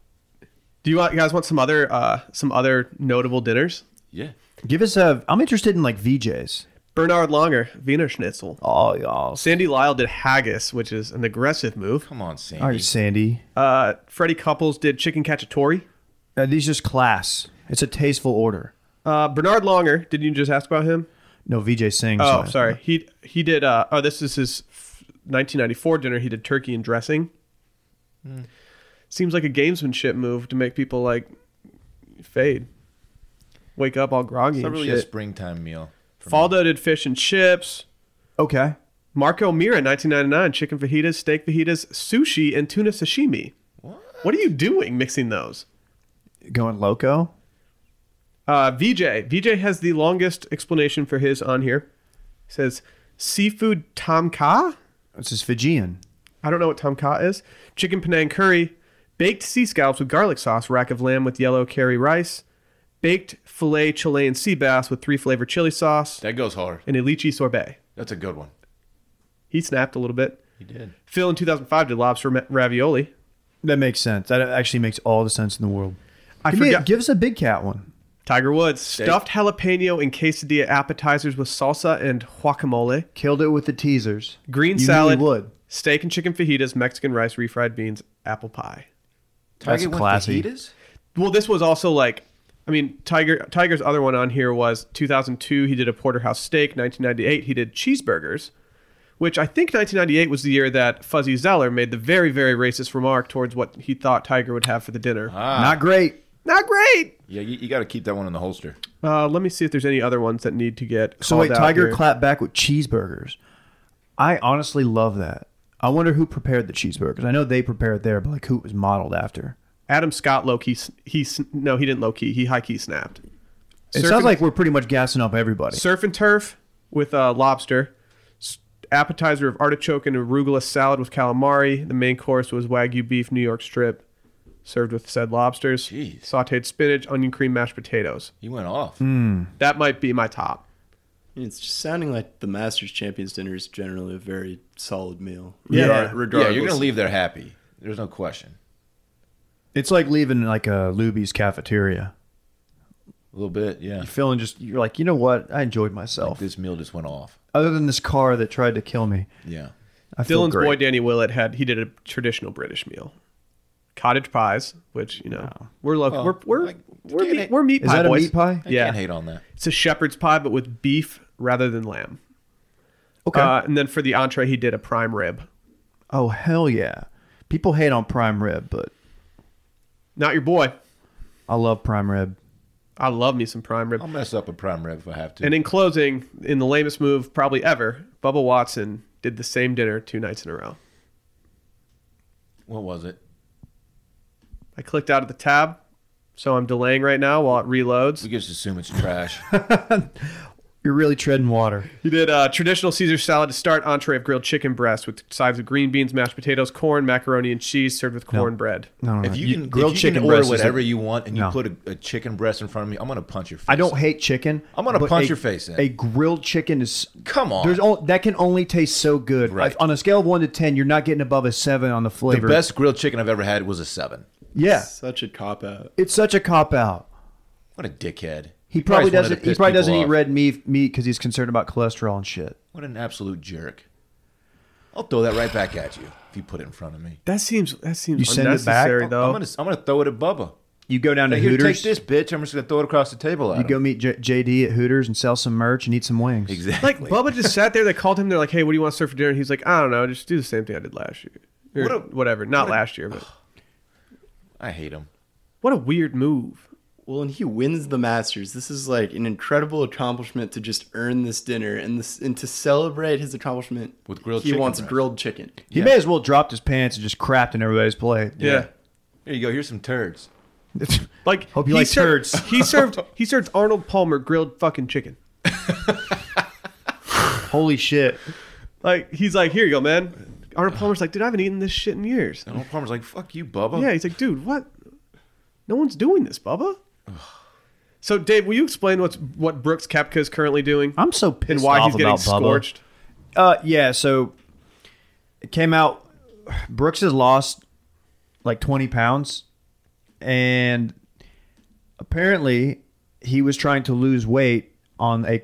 [SPEAKER 1] do you, want, you guys want some other uh, some other notable dinners?
[SPEAKER 3] Yeah.
[SPEAKER 2] Give us a. I'm interested in like VJs.
[SPEAKER 1] Bernard Longer, Wiener Schnitzel.
[SPEAKER 2] Oh, y'all.
[SPEAKER 1] Sandy Lyle did haggis, which is an aggressive move.
[SPEAKER 3] Come on, Sandy.
[SPEAKER 2] All right, Sandy.
[SPEAKER 1] Uh, Freddie Couples did chicken cacciatore.
[SPEAKER 2] Uh, these just class. It's a tasteful order.
[SPEAKER 1] Uh, Bernard Longer, didn't you just ask about him?
[SPEAKER 2] No, VJ sings.
[SPEAKER 1] Oh,
[SPEAKER 2] uh,
[SPEAKER 1] sorry. He he did. Uh, oh, this is his f- 1994 dinner. He did turkey and dressing.
[SPEAKER 3] Hmm.
[SPEAKER 1] Seems like a gamesmanship move to make people like fade, wake up all groggy.
[SPEAKER 3] It's not
[SPEAKER 1] and
[SPEAKER 3] really a
[SPEAKER 1] shit.
[SPEAKER 3] springtime meal. for me.
[SPEAKER 1] Faldo did fish and chips.
[SPEAKER 2] Okay.
[SPEAKER 1] Marco Mira, 1999, chicken fajitas, steak fajitas, sushi, and tuna sashimi.
[SPEAKER 3] What?
[SPEAKER 1] What are you doing mixing those?
[SPEAKER 2] Going loco.
[SPEAKER 1] Uh, VJ. VJ has the longest explanation for his on here. He says, seafood tam ka?
[SPEAKER 2] This is Fijian.
[SPEAKER 1] I don't know what tom kha is. Chicken Penang curry, baked sea scallops with garlic sauce, rack of lamb with yellow curry rice, baked filet Chilean sea bass with three flavored chili sauce,
[SPEAKER 3] That goes hard.
[SPEAKER 1] and a lychee sorbet.
[SPEAKER 3] That's a good one.
[SPEAKER 1] He snapped a little bit.
[SPEAKER 3] He did.
[SPEAKER 1] Phil in 2005 did lobster ma- ravioli.
[SPEAKER 2] That makes sense. That actually makes all the sense in the world.
[SPEAKER 1] I
[SPEAKER 2] give, me a-
[SPEAKER 1] forgot.
[SPEAKER 2] give us a big cat one.
[SPEAKER 1] Tiger Woods stuffed jalapeno and quesadilla appetizers with salsa and guacamole,
[SPEAKER 2] Killed it with the teasers.
[SPEAKER 1] green
[SPEAKER 2] You
[SPEAKER 1] salad,
[SPEAKER 2] Really would.
[SPEAKER 1] steak and chicken fajitas, Mexican rice, refried beans, apple pie.
[SPEAKER 2] That's
[SPEAKER 3] Target went
[SPEAKER 2] classy.
[SPEAKER 3] fajitas?
[SPEAKER 1] Well, this was also like, I mean, Tiger Tiger's other one on here was 2002. He did a porterhouse steak. 1998, he did cheeseburgers, which I think 1998 was the year that Fuzzy Zeller made the very very racist remark towards what he thought Tiger would have for the dinner.
[SPEAKER 3] Ah.
[SPEAKER 2] Not great.
[SPEAKER 1] Not great.
[SPEAKER 3] yeah, you, you got to keep that one in the holster.
[SPEAKER 1] Uh, let me see if there's any other ones that need to get.
[SPEAKER 2] So
[SPEAKER 1] called
[SPEAKER 2] wait,
[SPEAKER 1] out
[SPEAKER 2] Tiger
[SPEAKER 1] here.
[SPEAKER 2] clapped back with cheeseburgers. I honestly love that. I wonder who prepared the cheeseburgers. I know they prepared there, but like who it was modeled after.
[SPEAKER 1] Adam Scott low key. He sn- no, he didn't low key. He high key snapped.
[SPEAKER 2] It
[SPEAKER 1] Surf
[SPEAKER 2] sounds
[SPEAKER 1] and-
[SPEAKER 2] like we're pretty much gassing up everybody.
[SPEAKER 1] surf and turf with uh, lobster, S- appetizer of artichoke and arugula salad with calamari. The main course was wagyu beef New York strip, served with said lobsters,
[SPEAKER 3] Jeez.
[SPEAKER 1] sautéed spinach, onion cream, mashed potatoes.
[SPEAKER 3] He went off.
[SPEAKER 2] Hmm.
[SPEAKER 1] That might be my top.
[SPEAKER 4] It's just sounding like the Masters Champions dinner is generally a very solid meal.
[SPEAKER 1] Yeah.
[SPEAKER 4] Regar-
[SPEAKER 3] Yeah,
[SPEAKER 4] regardless.
[SPEAKER 3] you're gonna leave there happy. There's no question.
[SPEAKER 2] It's like leaving like a Luby's cafeteria.
[SPEAKER 3] A little bit, yeah.
[SPEAKER 2] You're feeling just you're like, you know what? I enjoyed myself.
[SPEAKER 3] This meal just went off.
[SPEAKER 2] Other than this car that tried to kill me,
[SPEAKER 3] Yeah.
[SPEAKER 2] I feel
[SPEAKER 1] Dylan's
[SPEAKER 2] great.
[SPEAKER 1] boy Danny Willett had he did a traditional British meal, cottage pies, which you know we're local.
[SPEAKER 3] Well,
[SPEAKER 1] we're we're
[SPEAKER 3] like,
[SPEAKER 1] we're,
[SPEAKER 3] can
[SPEAKER 1] meat,
[SPEAKER 3] it-
[SPEAKER 1] we're meat
[SPEAKER 2] Is
[SPEAKER 1] pie
[SPEAKER 2] that a
[SPEAKER 1] boys.
[SPEAKER 2] meat pie?
[SPEAKER 3] I
[SPEAKER 1] Yeah.
[SPEAKER 3] can't hate on that.
[SPEAKER 1] It's a shepherd's pie, but with beef rather than lamb.
[SPEAKER 2] Okay.
[SPEAKER 1] Uh, and then for the entree, he did a prime rib.
[SPEAKER 2] oh hell yeah! People hate on prime rib, but
[SPEAKER 1] Not your boy.
[SPEAKER 2] I love prime rib.
[SPEAKER 1] I love me some prime rib.
[SPEAKER 3] I'll mess up a prime rib if I have to.
[SPEAKER 1] And in closing, in the lamest move probably ever, Bubba Watson did the same dinner two nights in a row.
[SPEAKER 3] what was it?
[SPEAKER 1] I clicked out of the tab, so I'm delaying right now while it
[SPEAKER 3] We
[SPEAKER 1] reloads.
[SPEAKER 3] can just assume it's trash.
[SPEAKER 2] You're really treading water.
[SPEAKER 1] He did uh, traditional Caesar salad to start, entree of grilled chicken breast with sides of green beans, mashed potatoes, corn, macaroni, and cheese, served with cornbread.
[SPEAKER 2] No, no, no.
[SPEAKER 3] if you
[SPEAKER 2] You-
[SPEAKER 3] can, if
[SPEAKER 2] grilled
[SPEAKER 3] you
[SPEAKER 2] chicken
[SPEAKER 3] can order
[SPEAKER 2] breast is
[SPEAKER 3] whatever
[SPEAKER 2] a-
[SPEAKER 3] you want and you
[SPEAKER 2] No.
[SPEAKER 3] put a, a chicken breast in front of me, I'm gonna punch your face.
[SPEAKER 2] I don't hate chicken.
[SPEAKER 3] I'm gonna
[SPEAKER 2] but
[SPEAKER 3] punch
[SPEAKER 2] a-
[SPEAKER 3] your face in.
[SPEAKER 2] A grilled chicken is
[SPEAKER 3] Come on.
[SPEAKER 2] There's all that can only taste so good.
[SPEAKER 3] Right.
[SPEAKER 2] If- on a scale of one to ten, you're not getting above a seven on the
[SPEAKER 3] the
[SPEAKER 2] flavor.
[SPEAKER 3] best grilled chicken I've ever had was a seven.
[SPEAKER 2] yeah,
[SPEAKER 4] Such a cop out.
[SPEAKER 2] it's such a cop out.
[SPEAKER 3] What a dickhead.
[SPEAKER 2] He probably
[SPEAKER 3] just wanted to
[SPEAKER 2] doesn't. He
[SPEAKER 3] piss
[SPEAKER 2] probably
[SPEAKER 3] people
[SPEAKER 2] doesn't eat
[SPEAKER 3] off.
[SPEAKER 2] red meat meat because he's concerned about cholesterol and shit.
[SPEAKER 3] What an absolute jerk. I'll throw that right back at you if you put it in front of me.
[SPEAKER 1] That seems that seems
[SPEAKER 2] You send it back?
[SPEAKER 1] unnecessary
[SPEAKER 2] I'm-
[SPEAKER 1] though.
[SPEAKER 3] I'm gonna I'm gonna throw it at Bubba.
[SPEAKER 2] You go down to
[SPEAKER 3] Hey, here,
[SPEAKER 2] Hooters.
[SPEAKER 3] take this, bitch. I'm just gonna throw it across the table at
[SPEAKER 2] You
[SPEAKER 3] him.
[SPEAKER 2] go meet J- JD at Hooters and sell some merch and eat some wings.
[SPEAKER 3] exactly.
[SPEAKER 1] like Bubba just sat there. They called him. They're like, "Hey, what do you want to serve for dinner?" And he's like, "I don't know. Just do the same thing I did last year, or
[SPEAKER 3] What a-
[SPEAKER 1] whatever. Not
[SPEAKER 3] what a-
[SPEAKER 1] last year, but
[SPEAKER 3] I hate him.
[SPEAKER 1] what a weird move."
[SPEAKER 4] Well, and he wins the Masters. This is like an incredible accomplishment to just earn this dinner and this and to celebrate his accomplishment
[SPEAKER 3] With grilled
[SPEAKER 4] He
[SPEAKER 3] chicken
[SPEAKER 4] wants
[SPEAKER 3] breast.
[SPEAKER 4] grilled chicken.
[SPEAKER 2] He may as well dropped his pants and just crapped in everybody's plate.
[SPEAKER 1] yeah.
[SPEAKER 3] Here you go. Here's some turds.
[SPEAKER 1] Like
[SPEAKER 2] Hope you
[SPEAKER 1] he
[SPEAKER 2] like
[SPEAKER 1] served,
[SPEAKER 2] turds.
[SPEAKER 1] he served he served Arnold Palmer grilled fucking chicken.
[SPEAKER 2] Holy shit!
[SPEAKER 1] Like he's like, here you go, man. Arnold Palmer's like, dude, I haven't eaten this shit in years.
[SPEAKER 3] And Arnold Palmer's like, "Fuck you,
[SPEAKER 2] Oh.
[SPEAKER 3] Bubba."
[SPEAKER 1] Yeah, he's like, dude, what? No one's doing this, Bubba. So, Dave, will you explain what's what Brooks Kepka is currently doing
[SPEAKER 2] I'm so pissed
[SPEAKER 1] and why
[SPEAKER 2] off
[SPEAKER 1] he's getting
[SPEAKER 2] about Bubba.
[SPEAKER 1] scorched?
[SPEAKER 2] Uh, yeah. So it came out. Brooks has lost like 20 pounds, and apparently he was trying to lose weight on a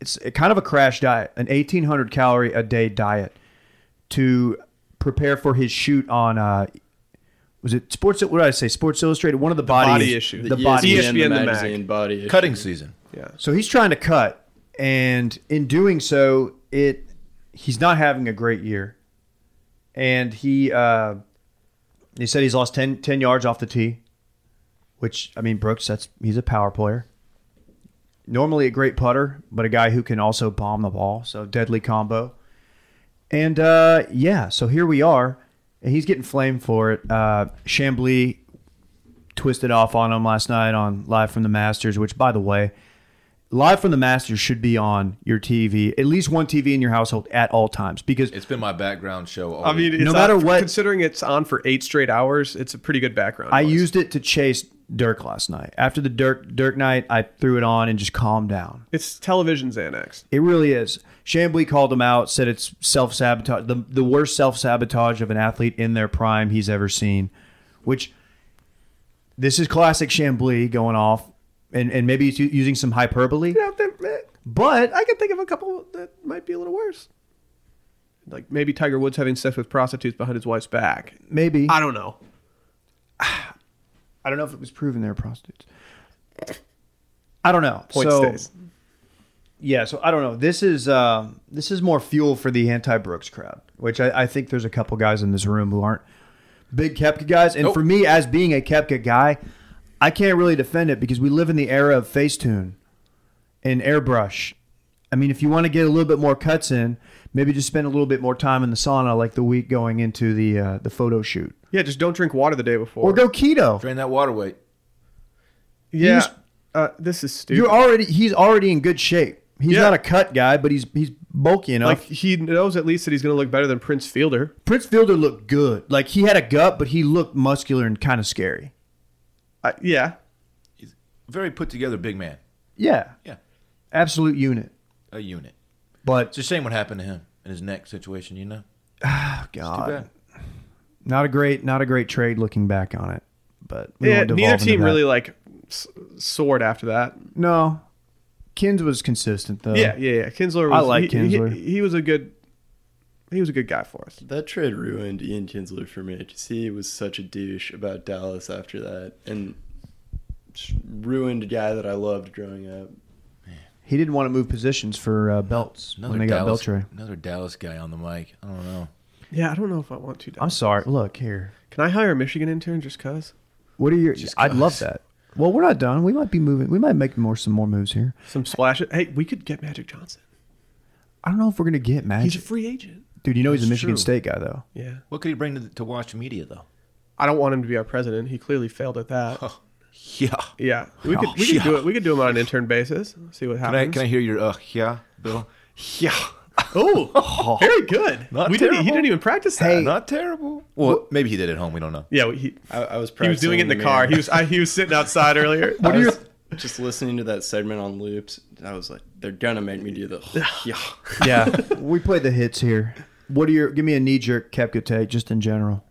[SPEAKER 2] it's a kind of a crash diet, an 1800 calorie a day diet to prepare for his shoot on. Uh, was it sports? What did I say? Sports Illustrated. One of the, body,
[SPEAKER 1] body issue.
[SPEAKER 2] The,
[SPEAKER 1] The
[SPEAKER 2] body E
[SPEAKER 1] ESPN,
[SPEAKER 2] issue.
[SPEAKER 1] the
[SPEAKER 4] the E
[SPEAKER 1] Mac.
[SPEAKER 4] magazine body. issue.
[SPEAKER 3] Cutting season.
[SPEAKER 1] Yeah,
[SPEAKER 2] So he's trying to cut, and in doing so, it he's not having a great year, and he uh, he said he's lost 10, 10 yards off the tee, which I mean Brooks that's he's a power player, normally a great putter, but a guy who can also bomb the ball, so deadly combo, and uh, yeah, so here we are, and he's getting flamed for it. Uh, Chambly twisted off on him last night on live from the Masters, which by the way. Live from the Masters should be on your TV, at least one TV in your household at all times, because
[SPEAKER 3] It's been my background show. All
[SPEAKER 1] I mean,
[SPEAKER 3] week.
[SPEAKER 1] it's
[SPEAKER 2] No matter
[SPEAKER 1] on-
[SPEAKER 2] what-
[SPEAKER 1] considering it's on for eight straight hours, it's a pretty good background.
[SPEAKER 2] I
[SPEAKER 1] noise.
[SPEAKER 2] used it to chase Dirk last night. After the Dirk Dirk night, I threw it on and just calmed down.
[SPEAKER 1] it's television Xanax.
[SPEAKER 2] It really is. Chambly called him out, said it's self sabotage, the, the worst self sabotage of an athlete in their prime he's ever seen, which this is classic Chambly going off and, and maybe he's u- using some hyperbole.
[SPEAKER 1] Yeah, that-
[SPEAKER 2] But
[SPEAKER 1] I can think of a couple that might be a little worse. Like maybe Tiger Woods having sex with prostitutes behind his wife's back.
[SPEAKER 2] maybe.
[SPEAKER 1] I don't know.
[SPEAKER 2] I don't know if it was proven they're prostitutes. I don't know.
[SPEAKER 1] Point
[SPEAKER 2] so,
[SPEAKER 1] stays.
[SPEAKER 2] Yeah, so I don't know. This is um, this is more fuel for the anti Brooks crowd, which I, I think there's a couple guys in this room who aren't big Kepka guys. And
[SPEAKER 3] Nope.
[SPEAKER 2] for me, as being a Kepka guy, I can't really defend it because we live in the era of Facetune and airbrush. I mean, if you want to get a little bit more cuts in, maybe just spend a little bit more time in the sauna, like the week going into the uh, the photo shoot,
[SPEAKER 1] Yeah, just don't drink water the day before.
[SPEAKER 2] or go keto.
[SPEAKER 3] Drain that water weight.
[SPEAKER 1] yeah,
[SPEAKER 2] use-
[SPEAKER 1] uh, this is stupid.
[SPEAKER 2] You're already he's already in good shape. He's
[SPEAKER 1] Yeah.
[SPEAKER 2] not a cut guy, but he's he's bulky enough.
[SPEAKER 1] like he knows at least that he's going to look better than Prince Fielder.
[SPEAKER 2] Prince Fielder looked good. Like he had a gut, but he looked muscular and kind of scary.
[SPEAKER 1] I, Uh, yeah,
[SPEAKER 3] Very put together big man.
[SPEAKER 2] Yeah.
[SPEAKER 3] Yeah.
[SPEAKER 2] Absolute unit.
[SPEAKER 3] A unit.
[SPEAKER 2] But
[SPEAKER 3] It's a shame what happened to him in his neck situation, you know?
[SPEAKER 2] oh,
[SPEAKER 3] Too
[SPEAKER 2] God,
[SPEAKER 3] bad.
[SPEAKER 2] not a great not a great trade looking back on it. But we
[SPEAKER 1] yeah
[SPEAKER 2] won't devolve
[SPEAKER 1] Eh, neither
[SPEAKER 2] into
[SPEAKER 1] team
[SPEAKER 2] that.
[SPEAKER 1] really like s- soared after that.
[SPEAKER 2] no. Kins was consistent though.
[SPEAKER 1] yeah, yeah, yeah. Kinsler.
[SPEAKER 2] I
[SPEAKER 1] Was,
[SPEAKER 2] like
[SPEAKER 1] he- he-
[SPEAKER 2] Kinsler.
[SPEAKER 1] He, he was a good. He was a good guy for us.
[SPEAKER 4] That trade ruined Ian Kinsler for me. 'cause he was such a douche about Dallas after that, and just ruined a guy that I loved growing up.
[SPEAKER 2] He didn't want to move positions for uh, belts
[SPEAKER 3] Another
[SPEAKER 2] when they got
[SPEAKER 3] Dallas,
[SPEAKER 2] Beltre.
[SPEAKER 3] another Dallas guy on the mic. I don't know.
[SPEAKER 1] Yeah, I don't know if I want to. Doc.
[SPEAKER 2] I'm sorry. Look here.
[SPEAKER 1] Can I hire a Michigan intern just cause?
[SPEAKER 2] What are your? I'd love
[SPEAKER 3] guys.
[SPEAKER 2] that. Well, we're not done. We might be moving. We might make more some more moves here.
[SPEAKER 1] Some splash. Hey, we could get Magic Johnson.
[SPEAKER 2] I don't know if we're gonna get
[SPEAKER 1] He's a
[SPEAKER 2] magic,
[SPEAKER 1] free agent.
[SPEAKER 2] dude. You know he's a
[SPEAKER 3] That's
[SPEAKER 2] Michigan
[SPEAKER 3] true.
[SPEAKER 2] State guy though.
[SPEAKER 1] Yeah.
[SPEAKER 3] What could he bring to, to watch media, though?
[SPEAKER 1] I don't want him to be our president. He clearly failed at that.
[SPEAKER 3] Yeah.
[SPEAKER 1] Yeah, we could we could do it. We could do him on an intern basis. See what
[SPEAKER 3] Can I,
[SPEAKER 1] happens.
[SPEAKER 3] can I hear your, uh, yeah, Bill? Yeah.
[SPEAKER 1] Oh, very good.
[SPEAKER 3] Not
[SPEAKER 1] we didn't, he
[SPEAKER 3] terrible.
[SPEAKER 1] didn't even practice that.
[SPEAKER 3] Not terrible. Well, maybe he did at home. We don't know.
[SPEAKER 1] Yeah, he,
[SPEAKER 4] I, I was
[SPEAKER 1] he was doing it in the car. He was I, he was sitting outside earlier.
[SPEAKER 4] What are just listening to that segment on loops? and I was like, they're gonna make me do the yeah.
[SPEAKER 2] Yeah, we played the hits here. What are your? Give me a knee jerk Kepka take, just in general.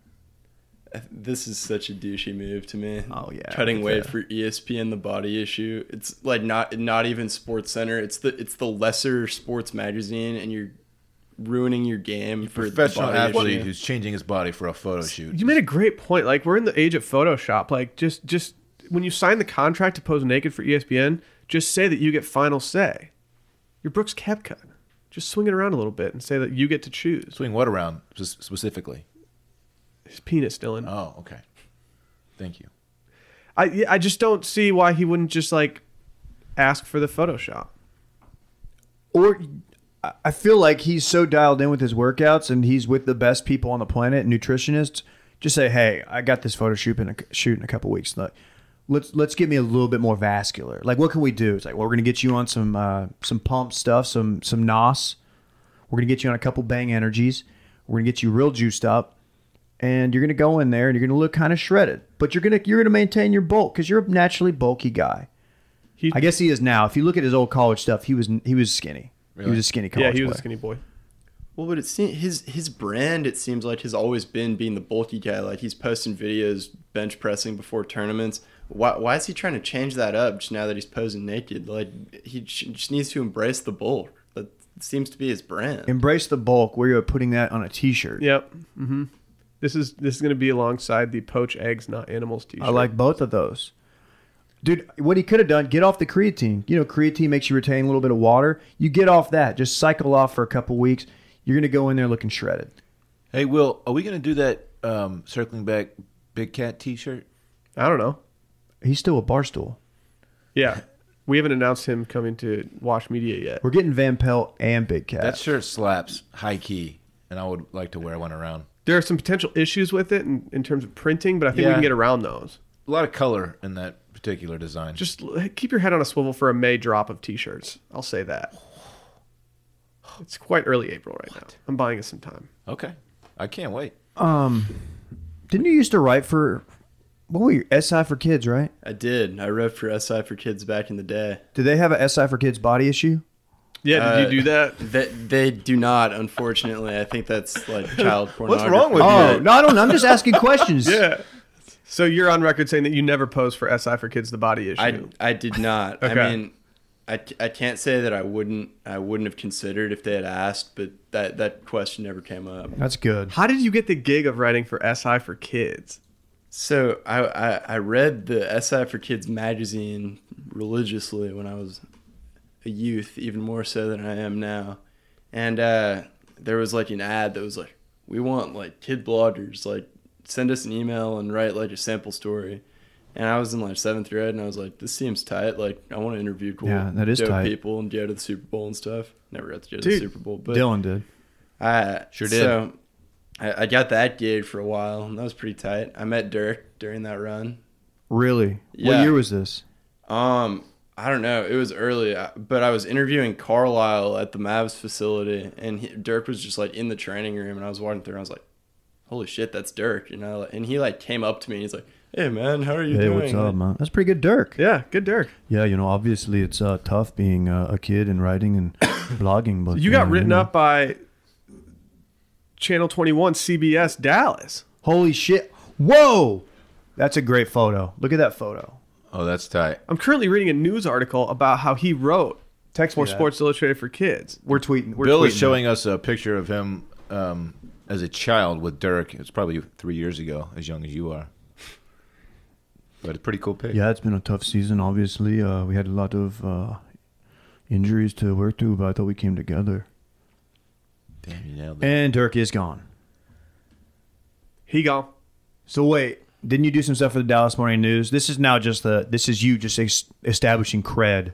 [SPEAKER 4] This is such a douchey move to me.
[SPEAKER 2] Oh, yeah,
[SPEAKER 4] cutting
[SPEAKER 2] it's
[SPEAKER 4] weight
[SPEAKER 2] a-
[SPEAKER 4] for E ESPN the body issue. It's like not not even Sports Center. It's the it's the lesser sports magazine, and you're ruining your game for the
[SPEAKER 3] Professional
[SPEAKER 4] body
[SPEAKER 3] athlete
[SPEAKER 4] issue.
[SPEAKER 3] who's changing his body for a photo shoot.
[SPEAKER 1] You made a great point. Like we're in the age of Photoshop. Like just just when you sign the contract to pose naked for E ESPN, just say that you get final say. You're Brooks Koepka. Just swing it around a little bit and say that you get to choose.
[SPEAKER 3] Swing what around s- specifically?
[SPEAKER 1] His penis, Dylan.
[SPEAKER 2] Uh,
[SPEAKER 3] Oh, okay. Thank you.
[SPEAKER 1] I yeah, I just don't see why he wouldn't just like ask for the Photoshop.
[SPEAKER 2] Or I- I feel like he's so dialed in with his workouts, and he's with the best people on the planet, nutritionists. Just say, hey, I got this photo shoot in a, shoot in a couple weeks. Look, let's let's get me a little bit more vascular. Like, what can we do? It's like, well, we're gonna get you on some uh, some pump stuff, some some nos. We're gonna get you on a couple bang energies. We're gonna get you real juiced up, and you're gonna go in there and you're gonna look kind of shredded, but you're gonna you're gonna maintain your bulk because you're a naturally bulky guy.
[SPEAKER 1] He,
[SPEAKER 2] I guess he is now. If you look at his old college stuff, he was he was skinny. He was a skinny
[SPEAKER 1] yeah,
[SPEAKER 2] college
[SPEAKER 1] he was
[SPEAKER 2] player.
[SPEAKER 1] a skinny boy.
[SPEAKER 4] Well, but it seems his his brand it seems like has always been being the bulky guy. Like he's posting videos bench pressing before tournaments. Why why is he trying to change that up just now that he's posing naked? Like he j- just needs to embrace the bulk. That seems to be his brand.
[SPEAKER 2] Embrace the bulk where you're putting that on a T-shirt.
[SPEAKER 1] Yep. hmm This is this is going to be alongside the poach eggs not animals t-shirt.
[SPEAKER 2] I like both of those. Dude, what he could have done, get off the creatine. You know, creatine makes you retain a little bit of water. You get off that. Just cycle off for a couple weeks. You're gonna go in there looking shredded.
[SPEAKER 3] Hey, Will, are we going to do that um, circling back Big Cat t shirt?
[SPEAKER 1] I don't know.
[SPEAKER 2] He's still a barstool.
[SPEAKER 1] Yeah. We haven't announced him coming to Wash Media yet.
[SPEAKER 2] We're getting Van Pelt and Big Cat.
[SPEAKER 3] That shirt slaps high key, and I would like to wear one around.
[SPEAKER 1] There are some potential issues with it in, in terms of printing, but I think we
[SPEAKER 3] Yeah.
[SPEAKER 1] can get around those.
[SPEAKER 3] A lot of color in that particular design.
[SPEAKER 1] Just l- keep your head on a swivel for a May drop of t-shirts. I'll say that. It's quite early April right now. I'm buying us some time.
[SPEAKER 3] okay. I can't wait.
[SPEAKER 2] um, didn't you used to write for what were you SI for kids, right?
[SPEAKER 4] I did. I wrote for SI for kids back in the day.
[SPEAKER 2] Did they have a SI for kids body issue?
[SPEAKER 1] Yeah, did you
[SPEAKER 4] Uh,
[SPEAKER 1] do that?
[SPEAKER 4] They, they do not, unfortunately. I think that's like child
[SPEAKER 3] What's
[SPEAKER 4] pornography.
[SPEAKER 3] wrong with
[SPEAKER 2] Oh
[SPEAKER 3] you?
[SPEAKER 2] no, I don't. know. I'm just asking questions.
[SPEAKER 1] Yeah. So you're on record saying that you never posed for SI for Kids the body
[SPEAKER 3] Oh,
[SPEAKER 1] issue.
[SPEAKER 4] I I did not.
[SPEAKER 1] Okay.
[SPEAKER 4] I mean, I, c- I can't say that I wouldn't I wouldn't have considered if they had asked, but that that question never came up.
[SPEAKER 2] That's good.
[SPEAKER 1] How did you get the gig of writing for SI for Kids?
[SPEAKER 4] So I I, I read the SI for Kids magazine religiously when I was a youth, even more so than I am now, and uh, there was like an ad that was like, "We want like kid bloggers, like send us an email and write like a sample story." And I was in like seventh grade, and I was like, "This seems tight. Like, I want to interview cool,
[SPEAKER 2] Yeah, that is
[SPEAKER 4] dope
[SPEAKER 2] tight.
[SPEAKER 4] people and go to the Super Bowl and stuff." Never got to go to the
[SPEAKER 1] Dude,
[SPEAKER 4] Super Bowl, but
[SPEAKER 2] Dylan did.
[SPEAKER 4] I
[SPEAKER 3] Sure did.
[SPEAKER 4] Uh, So I, I got that gig for a while, and that was pretty tight. I met Dirk during that run.
[SPEAKER 2] Really? What
[SPEAKER 4] Yeah.
[SPEAKER 2] year was this?
[SPEAKER 4] Um, I don't know. It was early, I- but I was interviewing Carlisle at the Mavs facility, and he, Dirk was just like in the training room, and I was walking through, and I was like, "Holy shit, that's Dirk!" You know, like, and he like came up to me, and he's like, "Hey man, how are you
[SPEAKER 2] Hey,
[SPEAKER 4] doing?"
[SPEAKER 2] what's
[SPEAKER 4] Like,
[SPEAKER 2] up, man? That's pretty good, Dirk.
[SPEAKER 1] Yeah, good Dirk.
[SPEAKER 2] Yeah, you know, obviously it's uh, tough being uh, a kid and writing and blogging, but
[SPEAKER 1] You got
[SPEAKER 4] Mm-hmm.
[SPEAKER 2] uh,
[SPEAKER 1] written
[SPEAKER 2] know.
[SPEAKER 1] up by Channel 21 CBS Dallas.
[SPEAKER 2] Holy shit! Whoa, that's a great photo. Look at that photo.
[SPEAKER 3] Oh, that's tight.
[SPEAKER 1] I'm currently reading a news article about how he wrote
[SPEAKER 2] Text
[SPEAKER 1] for
[SPEAKER 2] that.
[SPEAKER 1] Sports Illustrated for Kids.
[SPEAKER 2] We're tweeting. We're
[SPEAKER 3] Bill is
[SPEAKER 2] tweeting
[SPEAKER 3] showing us a picture of him um, as a child with Dirk. It's probably three years ago, as young as you are. But a pretty cool pic.
[SPEAKER 2] that. Yeah, it's been a tough season. Obviously, uh, we had a lot of uh, injuries to work through, but I thought we came together.
[SPEAKER 3] Damn, you nailed it.
[SPEAKER 2] And Dirk is gone.
[SPEAKER 1] He gone.
[SPEAKER 2] So wait, didn't you do some stuff for the Dallas Morning News? This is now just the. This is you just es- establishing cred.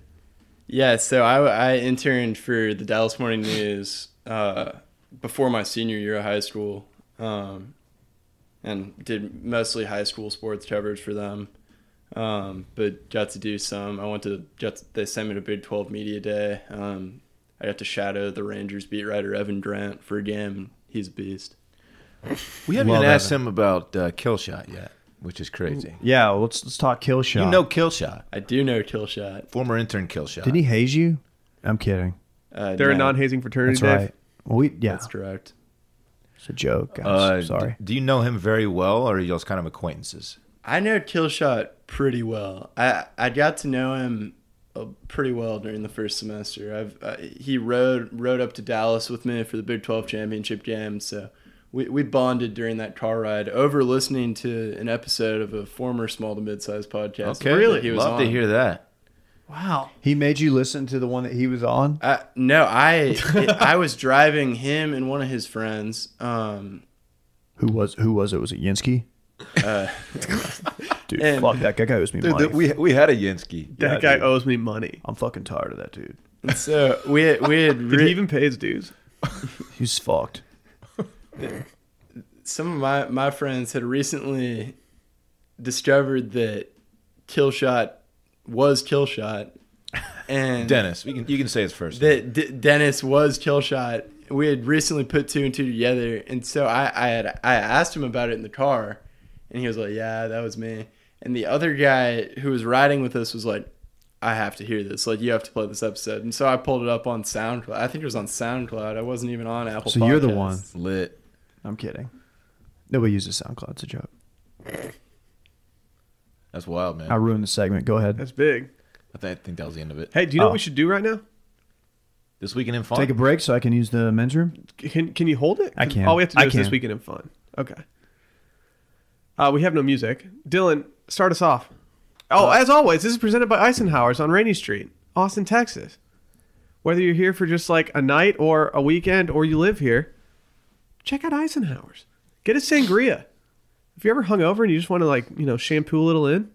[SPEAKER 4] Yeah, so I, I interned for the Dallas Morning News uh, before my senior year of high school, um, and did mostly high school sports coverage for them. Um, but got to do some. I went to got they sent me to Big Twelve Media Day. Um, I got to shadow the Rangers beat writer Evan Grant for a game. He's a beast.
[SPEAKER 3] we haven't
[SPEAKER 2] Love
[SPEAKER 3] even
[SPEAKER 2] that.
[SPEAKER 3] asked him about uh, kill shot yet, which is crazy.
[SPEAKER 2] Yeah, well, let's let's talk kill shot.
[SPEAKER 3] You know, kill shot.
[SPEAKER 4] I do know Killshot.
[SPEAKER 3] Former intern kill shot.
[SPEAKER 2] did he haze you? I'm kidding.
[SPEAKER 4] Uh,
[SPEAKER 1] They're a
[SPEAKER 4] no,
[SPEAKER 1] non-hazing fraternity,
[SPEAKER 2] That's
[SPEAKER 1] Dave.
[SPEAKER 2] right. We yeah,
[SPEAKER 4] That's correct.
[SPEAKER 2] it's a joke, guys.
[SPEAKER 3] Uh,
[SPEAKER 2] Sorry.
[SPEAKER 3] d- do you know him very well, or are you just kind of acquaintances?
[SPEAKER 4] I know Killshot pretty well. I I got to know him uh, pretty well during the first semester. I've uh, he rode rode up to Dallas with me for the Big Twelve championship game, so we we bonded during that car ride over listening to an episode of a former small to mid sized podcast. that he was
[SPEAKER 3] Love
[SPEAKER 4] on.
[SPEAKER 3] to hear that.
[SPEAKER 1] Wow.
[SPEAKER 2] He made you listen to the one that he was on.
[SPEAKER 4] Uh, no, I I was driving him and one of his friends. Um,
[SPEAKER 2] Who was who was it? Was it Yinsky?
[SPEAKER 4] uh,
[SPEAKER 2] Dude,
[SPEAKER 4] And-
[SPEAKER 2] fuck that guy owes me money.
[SPEAKER 3] we we had a Yinsky.
[SPEAKER 1] That guy
[SPEAKER 2] Yeah, dude.
[SPEAKER 1] owes me money.
[SPEAKER 2] I'm fucking tired of that dude.
[SPEAKER 4] and so we had, we had
[SPEAKER 1] Did
[SPEAKER 4] re-
[SPEAKER 1] he even pay his dues?
[SPEAKER 2] He's fucked.
[SPEAKER 4] some of my, my friends had recently discovered that Killshot was Killshot, and
[SPEAKER 3] Dennis, we can you can say his first. name.
[SPEAKER 4] that D- Dennis was Killshot. We had recently put two and two together, and so I, I had I asked him about it in the car, and he was like, "Yeah, that was me." And the other guy who was riding with us was like, "I have to hear this. Like, you have to play this episode." And so I pulled it up on SoundCloud. I think it was on SoundCloud. I wasn't even on Apple.
[SPEAKER 2] So you're the
[SPEAKER 4] Podcasts.
[SPEAKER 2] one.
[SPEAKER 3] Lit.
[SPEAKER 2] I'm kidding. Nobody uses SoundCloud. It's a joke.
[SPEAKER 3] That's wild, man.
[SPEAKER 2] I
[SPEAKER 3] I,
[SPEAKER 2] ruined the segment. Go ahead.
[SPEAKER 1] That's big.
[SPEAKER 3] th- I think that was the end of it.
[SPEAKER 1] Hey, do you know
[SPEAKER 2] Oh.
[SPEAKER 1] what we should do right now?
[SPEAKER 3] This weekend in fun.
[SPEAKER 2] Take a break so I can use the men's room.
[SPEAKER 1] Can Can you hold it?
[SPEAKER 2] I
[SPEAKER 1] 'Cause
[SPEAKER 2] can.
[SPEAKER 1] All we have to do
[SPEAKER 2] I
[SPEAKER 1] is this
[SPEAKER 2] can.
[SPEAKER 1] weekend in fun. Okay. Uh, we have no music. Dylan, start us off.
[SPEAKER 2] Uh,
[SPEAKER 1] Oh, as always, this is presented by Eisenhower's on Rainy Street, Austin, Texas. Whether you're here for just like a night or a weekend, or you live here, check out Eisenhower's. Get a sangria. If you're ever hungover and you just want to like you know shampoo a little in,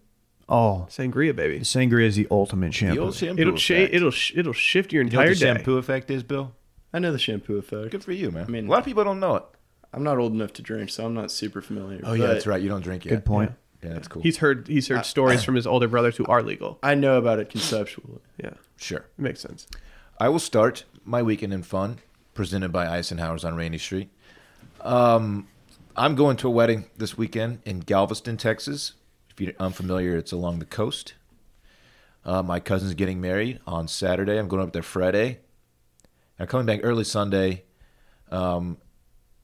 [SPEAKER 2] Oh,
[SPEAKER 1] sangria, baby.
[SPEAKER 2] the sangria is the ultimate
[SPEAKER 3] the
[SPEAKER 2] shampoo.
[SPEAKER 3] old shampoo
[SPEAKER 1] It'll
[SPEAKER 3] effect.
[SPEAKER 1] cha- it'll sh- it'll shift your
[SPEAKER 3] you know what
[SPEAKER 1] entire
[SPEAKER 3] the
[SPEAKER 1] day.
[SPEAKER 3] shampoo effect is, Bill?
[SPEAKER 4] I know the shampoo effect.
[SPEAKER 3] Good for you, man. I
[SPEAKER 4] mean-
[SPEAKER 3] mean, a lot of people don't know it.
[SPEAKER 4] I'm not old enough to drink, so I'm not super familiar.
[SPEAKER 3] Oh yeah,
[SPEAKER 4] but
[SPEAKER 3] that's right. You don't drink yet.
[SPEAKER 2] Good point.
[SPEAKER 3] Yeah, that's cool.
[SPEAKER 1] He's heard he's heard stories from his older brothers who are legal.
[SPEAKER 4] I know about it conceptually.
[SPEAKER 1] Yeah, it
[SPEAKER 3] sure.
[SPEAKER 1] makes sense.
[SPEAKER 3] I will start my weekend in fun, presented by Eisenhower's on Rainy Street. Um, I'm going to a wedding this weekend in Galveston, Texas. If you're unfamiliar, it's along the coast. Uh, my cousin's getting married on Saturday. I'm going up there Friday. I'm coming back early Sunday, um,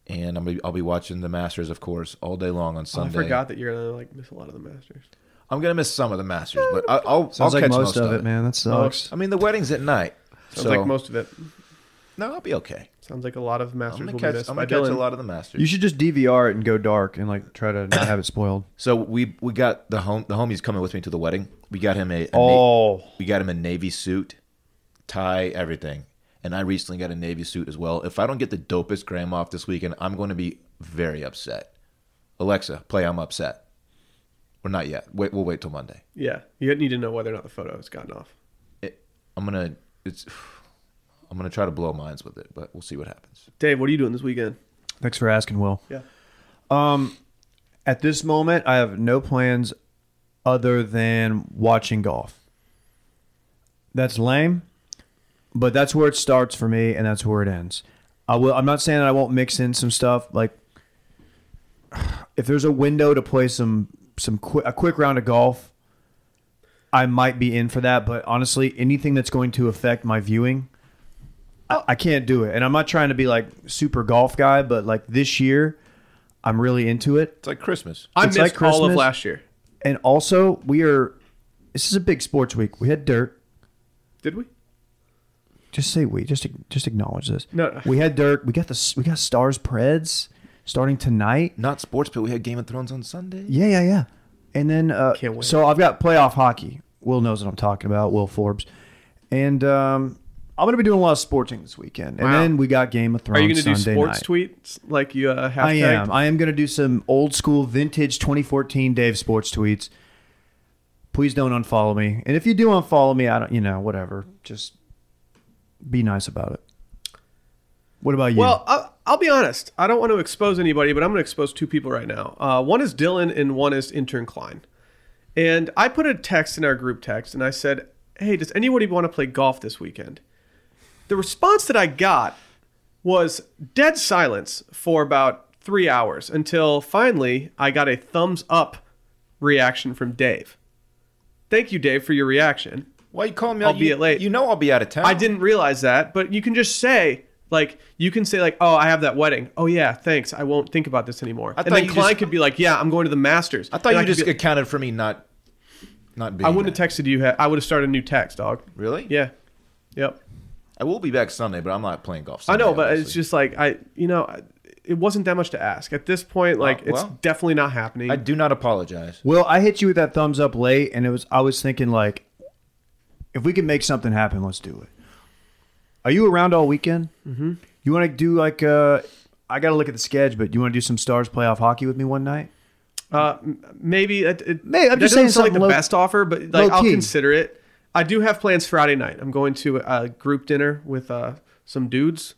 [SPEAKER 3] and I'm gonna, I'll be watching the Masters, of course, all day long on
[SPEAKER 1] I
[SPEAKER 3] Sunday.
[SPEAKER 1] forgot that you're gonna like miss a lot of the masters.
[SPEAKER 3] I'm gonna miss some of the Masters, but I, I'll, I'll
[SPEAKER 2] Sounds like
[SPEAKER 3] catch
[SPEAKER 2] most, of it, man. That sucks.
[SPEAKER 3] I mean, the wedding's at night,
[SPEAKER 1] Sounds
[SPEAKER 3] so
[SPEAKER 1] like most of it.
[SPEAKER 3] no, I'll be okay.
[SPEAKER 1] Sounds like a lot of
[SPEAKER 3] I'm
[SPEAKER 1] masters
[SPEAKER 3] gonna
[SPEAKER 1] will
[SPEAKER 3] catch,
[SPEAKER 1] be missed
[SPEAKER 3] I'm
[SPEAKER 1] by
[SPEAKER 3] gonna catch
[SPEAKER 1] Dylan.
[SPEAKER 3] a lot of the Masters.
[SPEAKER 2] You should just DVR it and go dark and like try to not have it spoiled.
[SPEAKER 3] So we we got the home the homie's coming with me to the wedding. We got him a, a na-
[SPEAKER 2] Oh,
[SPEAKER 3] we got him a navy suit, tie, everything. And I recently got a navy suit as well. If I don't get the dopest gram off this weekend, I'm going to be very upset. Alexa, play I'm upset. Or not yet. Wait, we'll wait till Monday.
[SPEAKER 1] Yeah, you need to know whether or not the photo has gotten off.
[SPEAKER 3] It, I'm gonna. It's. I'm gonna try to blow minds with it, but we'll see what happens.
[SPEAKER 1] Dave, what are you doing this weekend?
[SPEAKER 2] Thanks for asking, Will.
[SPEAKER 1] Yeah.
[SPEAKER 2] Um, at this moment, I have no plans other than watching golf. That's lame, but that's where it starts for me, and that's where it ends. I will. I'm not saying that I won't mix in some stuff. Like, if there's a window to play some some quick a quick round of golf, I might be in for that. But honestly, anything that's going to affect my viewing, I, I can't do it. And I'm not trying to be like super golf guy, but like this year, I'm really into it.
[SPEAKER 3] It's like Christmas.
[SPEAKER 1] I
[SPEAKER 2] It's
[SPEAKER 1] missed
[SPEAKER 2] like
[SPEAKER 1] all of
[SPEAKER 2] Christmas.
[SPEAKER 1] last year.
[SPEAKER 2] And also, we are. This is a big sports week. We had dirt.
[SPEAKER 1] Did we?
[SPEAKER 2] Just say we. Just just acknowledge this.
[SPEAKER 1] No.
[SPEAKER 2] we had dirt. We got the we got Stars Preds starting tonight.
[SPEAKER 3] Not sports, but we had Game of Thrones on Sunday.
[SPEAKER 2] Yeah, yeah, yeah. And then uh,
[SPEAKER 1] Can't wait.
[SPEAKER 2] so I've got playoff hockey. Will knows what I'm talking about. Will Forbes, and um, I'm gonna be doing a lot of sporting this weekend.
[SPEAKER 1] Wow.
[SPEAKER 2] And then we got Game of Thrones.
[SPEAKER 1] Are you going to do
[SPEAKER 2] Sunday
[SPEAKER 1] sports
[SPEAKER 2] night.
[SPEAKER 1] tweets like you uh, have?
[SPEAKER 2] I am. I am going to do some old school vintage 2014 Dave sports tweets. Please don't unfollow me. And if you do unfollow me, I don't, you know, whatever. Just be nice about it. What about you?
[SPEAKER 1] Well, I, I'll be honest. I don't want to expose anybody, but I'm going to expose two people right now. Uh, one is Dylan, and one is intern Klein. And I put a text in our group text, and I said, "Hey, does anybody want to play golf this weekend?" The response that I got was dead silence for about three hours until finally I got a thumbs up reaction from Dave. Thank you, Dave, for your reaction.
[SPEAKER 3] Why you calling me?
[SPEAKER 1] I'll
[SPEAKER 3] out?
[SPEAKER 1] be
[SPEAKER 3] You-
[SPEAKER 1] at late.
[SPEAKER 3] You know I'll be out of town.
[SPEAKER 1] I didn't realize that, but you can just say like you can say like, "Oh, I have that wedding. Oh yeah, thanks. I won't think about this anymore."
[SPEAKER 3] I
[SPEAKER 1] and
[SPEAKER 3] thought
[SPEAKER 1] then
[SPEAKER 3] you
[SPEAKER 1] Klein
[SPEAKER 3] just-
[SPEAKER 1] could be like, "Yeah, I'm going to the Masters."
[SPEAKER 3] I thought
[SPEAKER 1] And
[SPEAKER 3] you
[SPEAKER 1] could
[SPEAKER 3] just
[SPEAKER 1] be-
[SPEAKER 3] accounted for me not. Not being.
[SPEAKER 1] I wouldn't
[SPEAKER 3] there.
[SPEAKER 1] have texted you. ha- I would have started a new text, dog.
[SPEAKER 3] Really?
[SPEAKER 1] Yeah. Yep.
[SPEAKER 3] I will be back Sunday, but I'm not playing golf.
[SPEAKER 1] I
[SPEAKER 3] Sunday,
[SPEAKER 1] know, but it's
[SPEAKER 3] obviously.
[SPEAKER 1] just like I, you know, I- it wasn't that much to ask at this point. Like it's
[SPEAKER 3] well.
[SPEAKER 1] definitely not happening.
[SPEAKER 3] I do not apologize.
[SPEAKER 2] Will, I hit you with that thumbs up late, and it was, I was thinking, like, if we can make something happen, let's do it. Are you around all weekend? Mm-hmm. You want to do like, uh, I got to look at the schedule, but you want to do some Stars playoff hockey with me one night?
[SPEAKER 1] Uh, m- maybe it, it,
[SPEAKER 2] May- I'm
[SPEAKER 1] that
[SPEAKER 2] just
[SPEAKER 1] doesn't
[SPEAKER 2] saying
[SPEAKER 1] sound like the
[SPEAKER 2] something low-
[SPEAKER 1] best offer, but like I'll
[SPEAKER 2] low-key.
[SPEAKER 1] consider it. I do have plans Friday night. I'm going to a group dinner with uh, some dudes.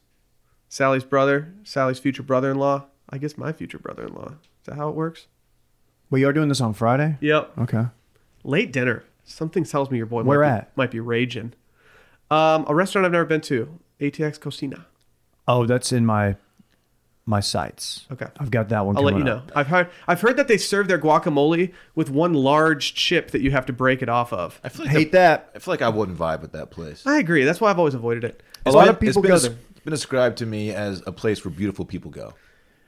[SPEAKER 1] Sally's brother, Sally's future brother-in-law. I guess my future brother-in-law. Is that how it works?
[SPEAKER 2] Well, you are doing this on Friday?
[SPEAKER 1] Yep.
[SPEAKER 2] Okay.
[SPEAKER 1] Late dinner. Something tells me your boy
[SPEAKER 2] Where
[SPEAKER 1] might
[SPEAKER 2] at?
[SPEAKER 1] Be, might be raging. Um, a restaurant I've never been to. ATX Cocina.
[SPEAKER 2] Oh, that's in my my sites.
[SPEAKER 1] Okay.
[SPEAKER 2] I've got that one.
[SPEAKER 1] I'll let you
[SPEAKER 2] coming
[SPEAKER 1] know.
[SPEAKER 2] up.
[SPEAKER 1] I've heard I've heard that they serve their guacamole with one large chip that you have to break it off of.
[SPEAKER 3] I feel
[SPEAKER 2] I
[SPEAKER 3] like
[SPEAKER 2] hate
[SPEAKER 3] the-
[SPEAKER 2] that.
[SPEAKER 3] I feel like I wouldn't vibe with that place.
[SPEAKER 1] I agree. That's why I've always avoided it.
[SPEAKER 2] A
[SPEAKER 3] It's
[SPEAKER 2] lot
[SPEAKER 3] been-
[SPEAKER 2] of people
[SPEAKER 3] it's been
[SPEAKER 2] go
[SPEAKER 3] as-
[SPEAKER 2] there.
[SPEAKER 3] It's been ascribed to me as a place where beautiful people go,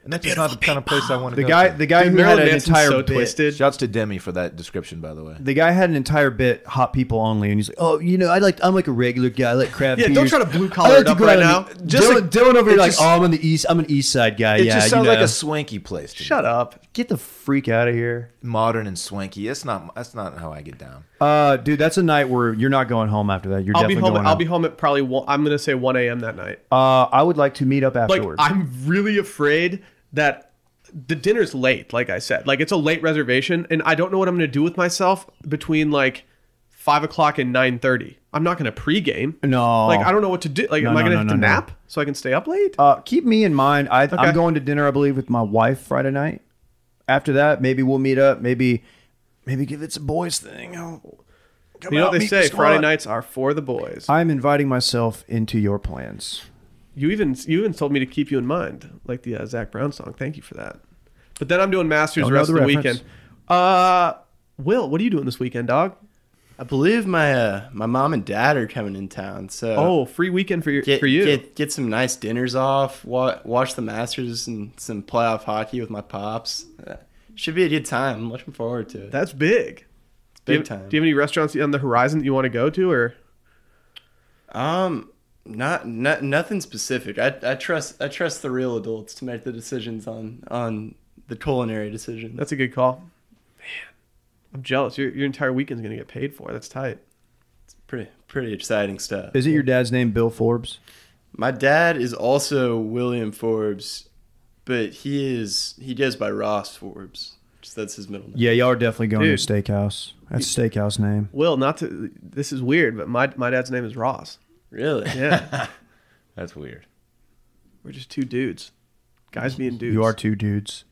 [SPEAKER 3] and that's just not the kind of place I want to
[SPEAKER 2] The
[SPEAKER 3] go.
[SPEAKER 2] guy,
[SPEAKER 3] to.
[SPEAKER 2] the guy
[SPEAKER 1] Dude,
[SPEAKER 2] who
[SPEAKER 1] Marilyn
[SPEAKER 2] had an
[SPEAKER 1] Manson's
[SPEAKER 2] entire
[SPEAKER 1] so
[SPEAKER 2] bit.
[SPEAKER 1] twisted.
[SPEAKER 3] Shouts to Demi for that description, by the way.
[SPEAKER 2] The guy had an entire bit, hot people only, and he's like, "Oh, you know, I like, I'm like a regular guy. I like crab
[SPEAKER 1] Yeah, don't
[SPEAKER 2] beers.
[SPEAKER 1] try to blue
[SPEAKER 2] I
[SPEAKER 1] collar it
[SPEAKER 2] to
[SPEAKER 1] up
[SPEAKER 2] go
[SPEAKER 1] right
[SPEAKER 2] out and-
[SPEAKER 1] now. Just
[SPEAKER 2] Dylan,
[SPEAKER 1] like-
[SPEAKER 2] Dylan over
[SPEAKER 1] it
[SPEAKER 2] here, like,
[SPEAKER 1] just-
[SPEAKER 2] oh, I'm on the east. I'm an east side guy.
[SPEAKER 3] It
[SPEAKER 2] yeah,
[SPEAKER 3] just
[SPEAKER 2] you
[SPEAKER 3] sounds like
[SPEAKER 2] know.
[SPEAKER 3] a swanky place. To me.
[SPEAKER 1] Shut up.
[SPEAKER 2] Get the freak out of here,
[SPEAKER 3] Modern and swanky. That's not. That's not how I get down.
[SPEAKER 2] uh, dude. That's a night where you're not going home after that. You're
[SPEAKER 1] I'll be
[SPEAKER 2] definitely
[SPEAKER 1] home.
[SPEAKER 2] going
[SPEAKER 1] I'll be home at probably. One, I'm gonna say 1 a.m. that night.
[SPEAKER 2] Uh, I would like to meet up
[SPEAKER 1] Like
[SPEAKER 2] afterwards.
[SPEAKER 1] I'm really afraid that the dinner's late. Like I said, like it's a late reservation, and I don't know what I'm gonna do with myself between like five o'clock and 9:30. I'm not gonna pregame.
[SPEAKER 2] No.
[SPEAKER 1] Like I don't know what to do. Like
[SPEAKER 2] No,
[SPEAKER 1] am I
[SPEAKER 2] no,
[SPEAKER 1] gonna
[SPEAKER 2] no,
[SPEAKER 1] have
[SPEAKER 2] no,
[SPEAKER 1] to
[SPEAKER 2] no.
[SPEAKER 1] nap so I can stay up late?
[SPEAKER 2] Uh, keep me in mind. I,
[SPEAKER 1] Okay.
[SPEAKER 2] I'm going to dinner, I believe, with my wife Friday night. After that, maybe we'll meet up. Maybe, maybe give it some boys thing. I'll- come
[SPEAKER 1] you know what
[SPEAKER 2] out,
[SPEAKER 1] they
[SPEAKER 2] meet
[SPEAKER 1] say?
[SPEAKER 2] the squad.
[SPEAKER 1] Friday nights are for the boys.
[SPEAKER 2] I'm inviting myself into your plans.
[SPEAKER 1] You even you even told me to keep you in mind, like the uh, Zach Brown song. Thank you for that. But then I'm doing Masters
[SPEAKER 2] Don't
[SPEAKER 1] the rest
[SPEAKER 2] know
[SPEAKER 1] of
[SPEAKER 2] the
[SPEAKER 1] the
[SPEAKER 2] reference.
[SPEAKER 1] weekend. Uh, Will, what are you doing this weekend, dog?
[SPEAKER 4] I believe my uh, my mom and dad are coming in town, so
[SPEAKER 1] Oh, free weekend for your,
[SPEAKER 4] Uh, get,
[SPEAKER 1] for you.
[SPEAKER 4] get get some nice dinners off, wa- watch the Masters and some playoff hockey with my pops. Uh, Should be a good time. I'm looking forward to it.
[SPEAKER 1] That's big.
[SPEAKER 4] It's
[SPEAKER 1] Do you,
[SPEAKER 4] big time.
[SPEAKER 1] do you have any restaurants on the horizon that you want to go to, or
[SPEAKER 4] Um, not not nothing specific. I I trust I trust the real adults to make the decisions on on the culinary decision.
[SPEAKER 1] that's a good call. Man, I'm jealous. Your your entire weekend's gonna get paid for. That's tight.
[SPEAKER 4] pretty pretty exciting stuff.
[SPEAKER 2] Is it your dad's name, Bill Forbes?
[SPEAKER 4] My dad is also William Forbes, but he is he goes by Ross Forbes. Just that's his middle name.
[SPEAKER 2] Yeah, y'all are definitely going
[SPEAKER 1] Dude.
[SPEAKER 2] to a steakhouse. That's a steakhouse name.
[SPEAKER 1] Will, not to. This is weird, but my my dad's name is Ross.
[SPEAKER 4] Really?
[SPEAKER 1] Yeah,
[SPEAKER 3] That's weird.
[SPEAKER 1] we're just two dudes, guys being dudes.
[SPEAKER 2] You are two dudes.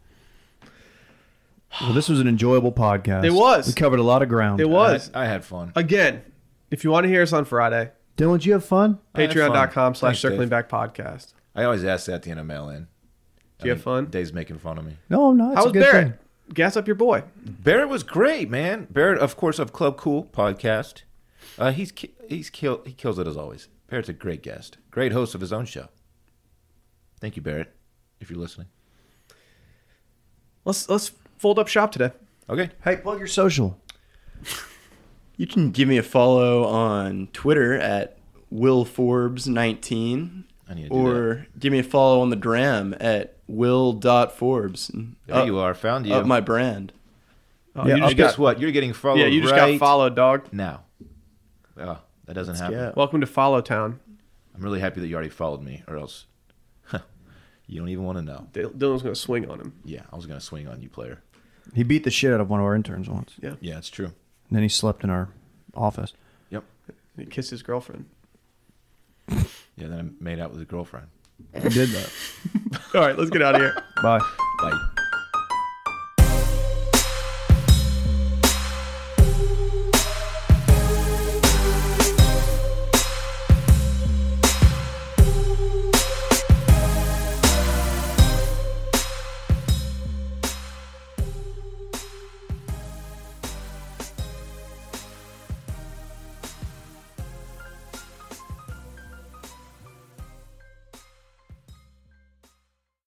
[SPEAKER 2] Well, this was an enjoyable podcast.
[SPEAKER 1] It was.
[SPEAKER 2] We covered a lot of ground.
[SPEAKER 1] It was
[SPEAKER 3] I, I had fun.
[SPEAKER 1] again. If you want to hear us on Friday,
[SPEAKER 2] Dylan, did you have fun?
[SPEAKER 3] I had fun.
[SPEAKER 1] patreon.com slash
[SPEAKER 3] Thanks, Dave.
[SPEAKER 1] circling back podcast.
[SPEAKER 3] I always ask that at the end of mail in.
[SPEAKER 1] Do you have fun?
[SPEAKER 3] Dave's making fun of me.
[SPEAKER 2] No, I'm not. It's
[SPEAKER 1] How
[SPEAKER 2] a
[SPEAKER 1] was
[SPEAKER 2] good
[SPEAKER 1] Barrett?
[SPEAKER 2] thing.
[SPEAKER 1] Gas up your boy.
[SPEAKER 3] Barrett was great, man. Barrett, of course, of Club Cool podcast. Uh, he's ki- he's kill he kills it as always. Barrett's a great guest, great host of his own show. Thank you, Barrett, if you're listening.
[SPEAKER 1] Let's let's fold up shop today.
[SPEAKER 3] Okay,
[SPEAKER 2] Hey, plug your social.
[SPEAKER 4] You can give me a follow on Twitter at Will Forbes 19
[SPEAKER 3] I need to do
[SPEAKER 4] or give me a follow on the gram at will.forbes. and
[SPEAKER 3] there
[SPEAKER 4] up,
[SPEAKER 3] you are. Found you.
[SPEAKER 4] Up my brand.
[SPEAKER 1] Oh,
[SPEAKER 2] Yeah,
[SPEAKER 1] Uh, you
[SPEAKER 3] And
[SPEAKER 1] just
[SPEAKER 3] guess
[SPEAKER 1] got,
[SPEAKER 3] what? You're getting followed.
[SPEAKER 1] yeah, you just
[SPEAKER 3] right
[SPEAKER 1] got followed, dog.
[SPEAKER 3] now. Oh, that doesn't happen.
[SPEAKER 4] Yeah.
[SPEAKER 1] Welcome to Follow Town.
[SPEAKER 3] I'm really happy that you already followed me, or else you don't even want to know.
[SPEAKER 1] Dil- Dylan's gonna swing on him.
[SPEAKER 3] Yeah, I was gonna swing on you, player.
[SPEAKER 2] He beat the shit out of one of our interns once.
[SPEAKER 3] Yeah, it's true.
[SPEAKER 2] And then he slept in our office.
[SPEAKER 3] Yep.
[SPEAKER 1] He kissed his girlfriend.
[SPEAKER 3] Yeah, then I made out with a girlfriend.
[SPEAKER 2] He did that.
[SPEAKER 1] All right, let's get out of here.
[SPEAKER 2] Bye.
[SPEAKER 3] Bye.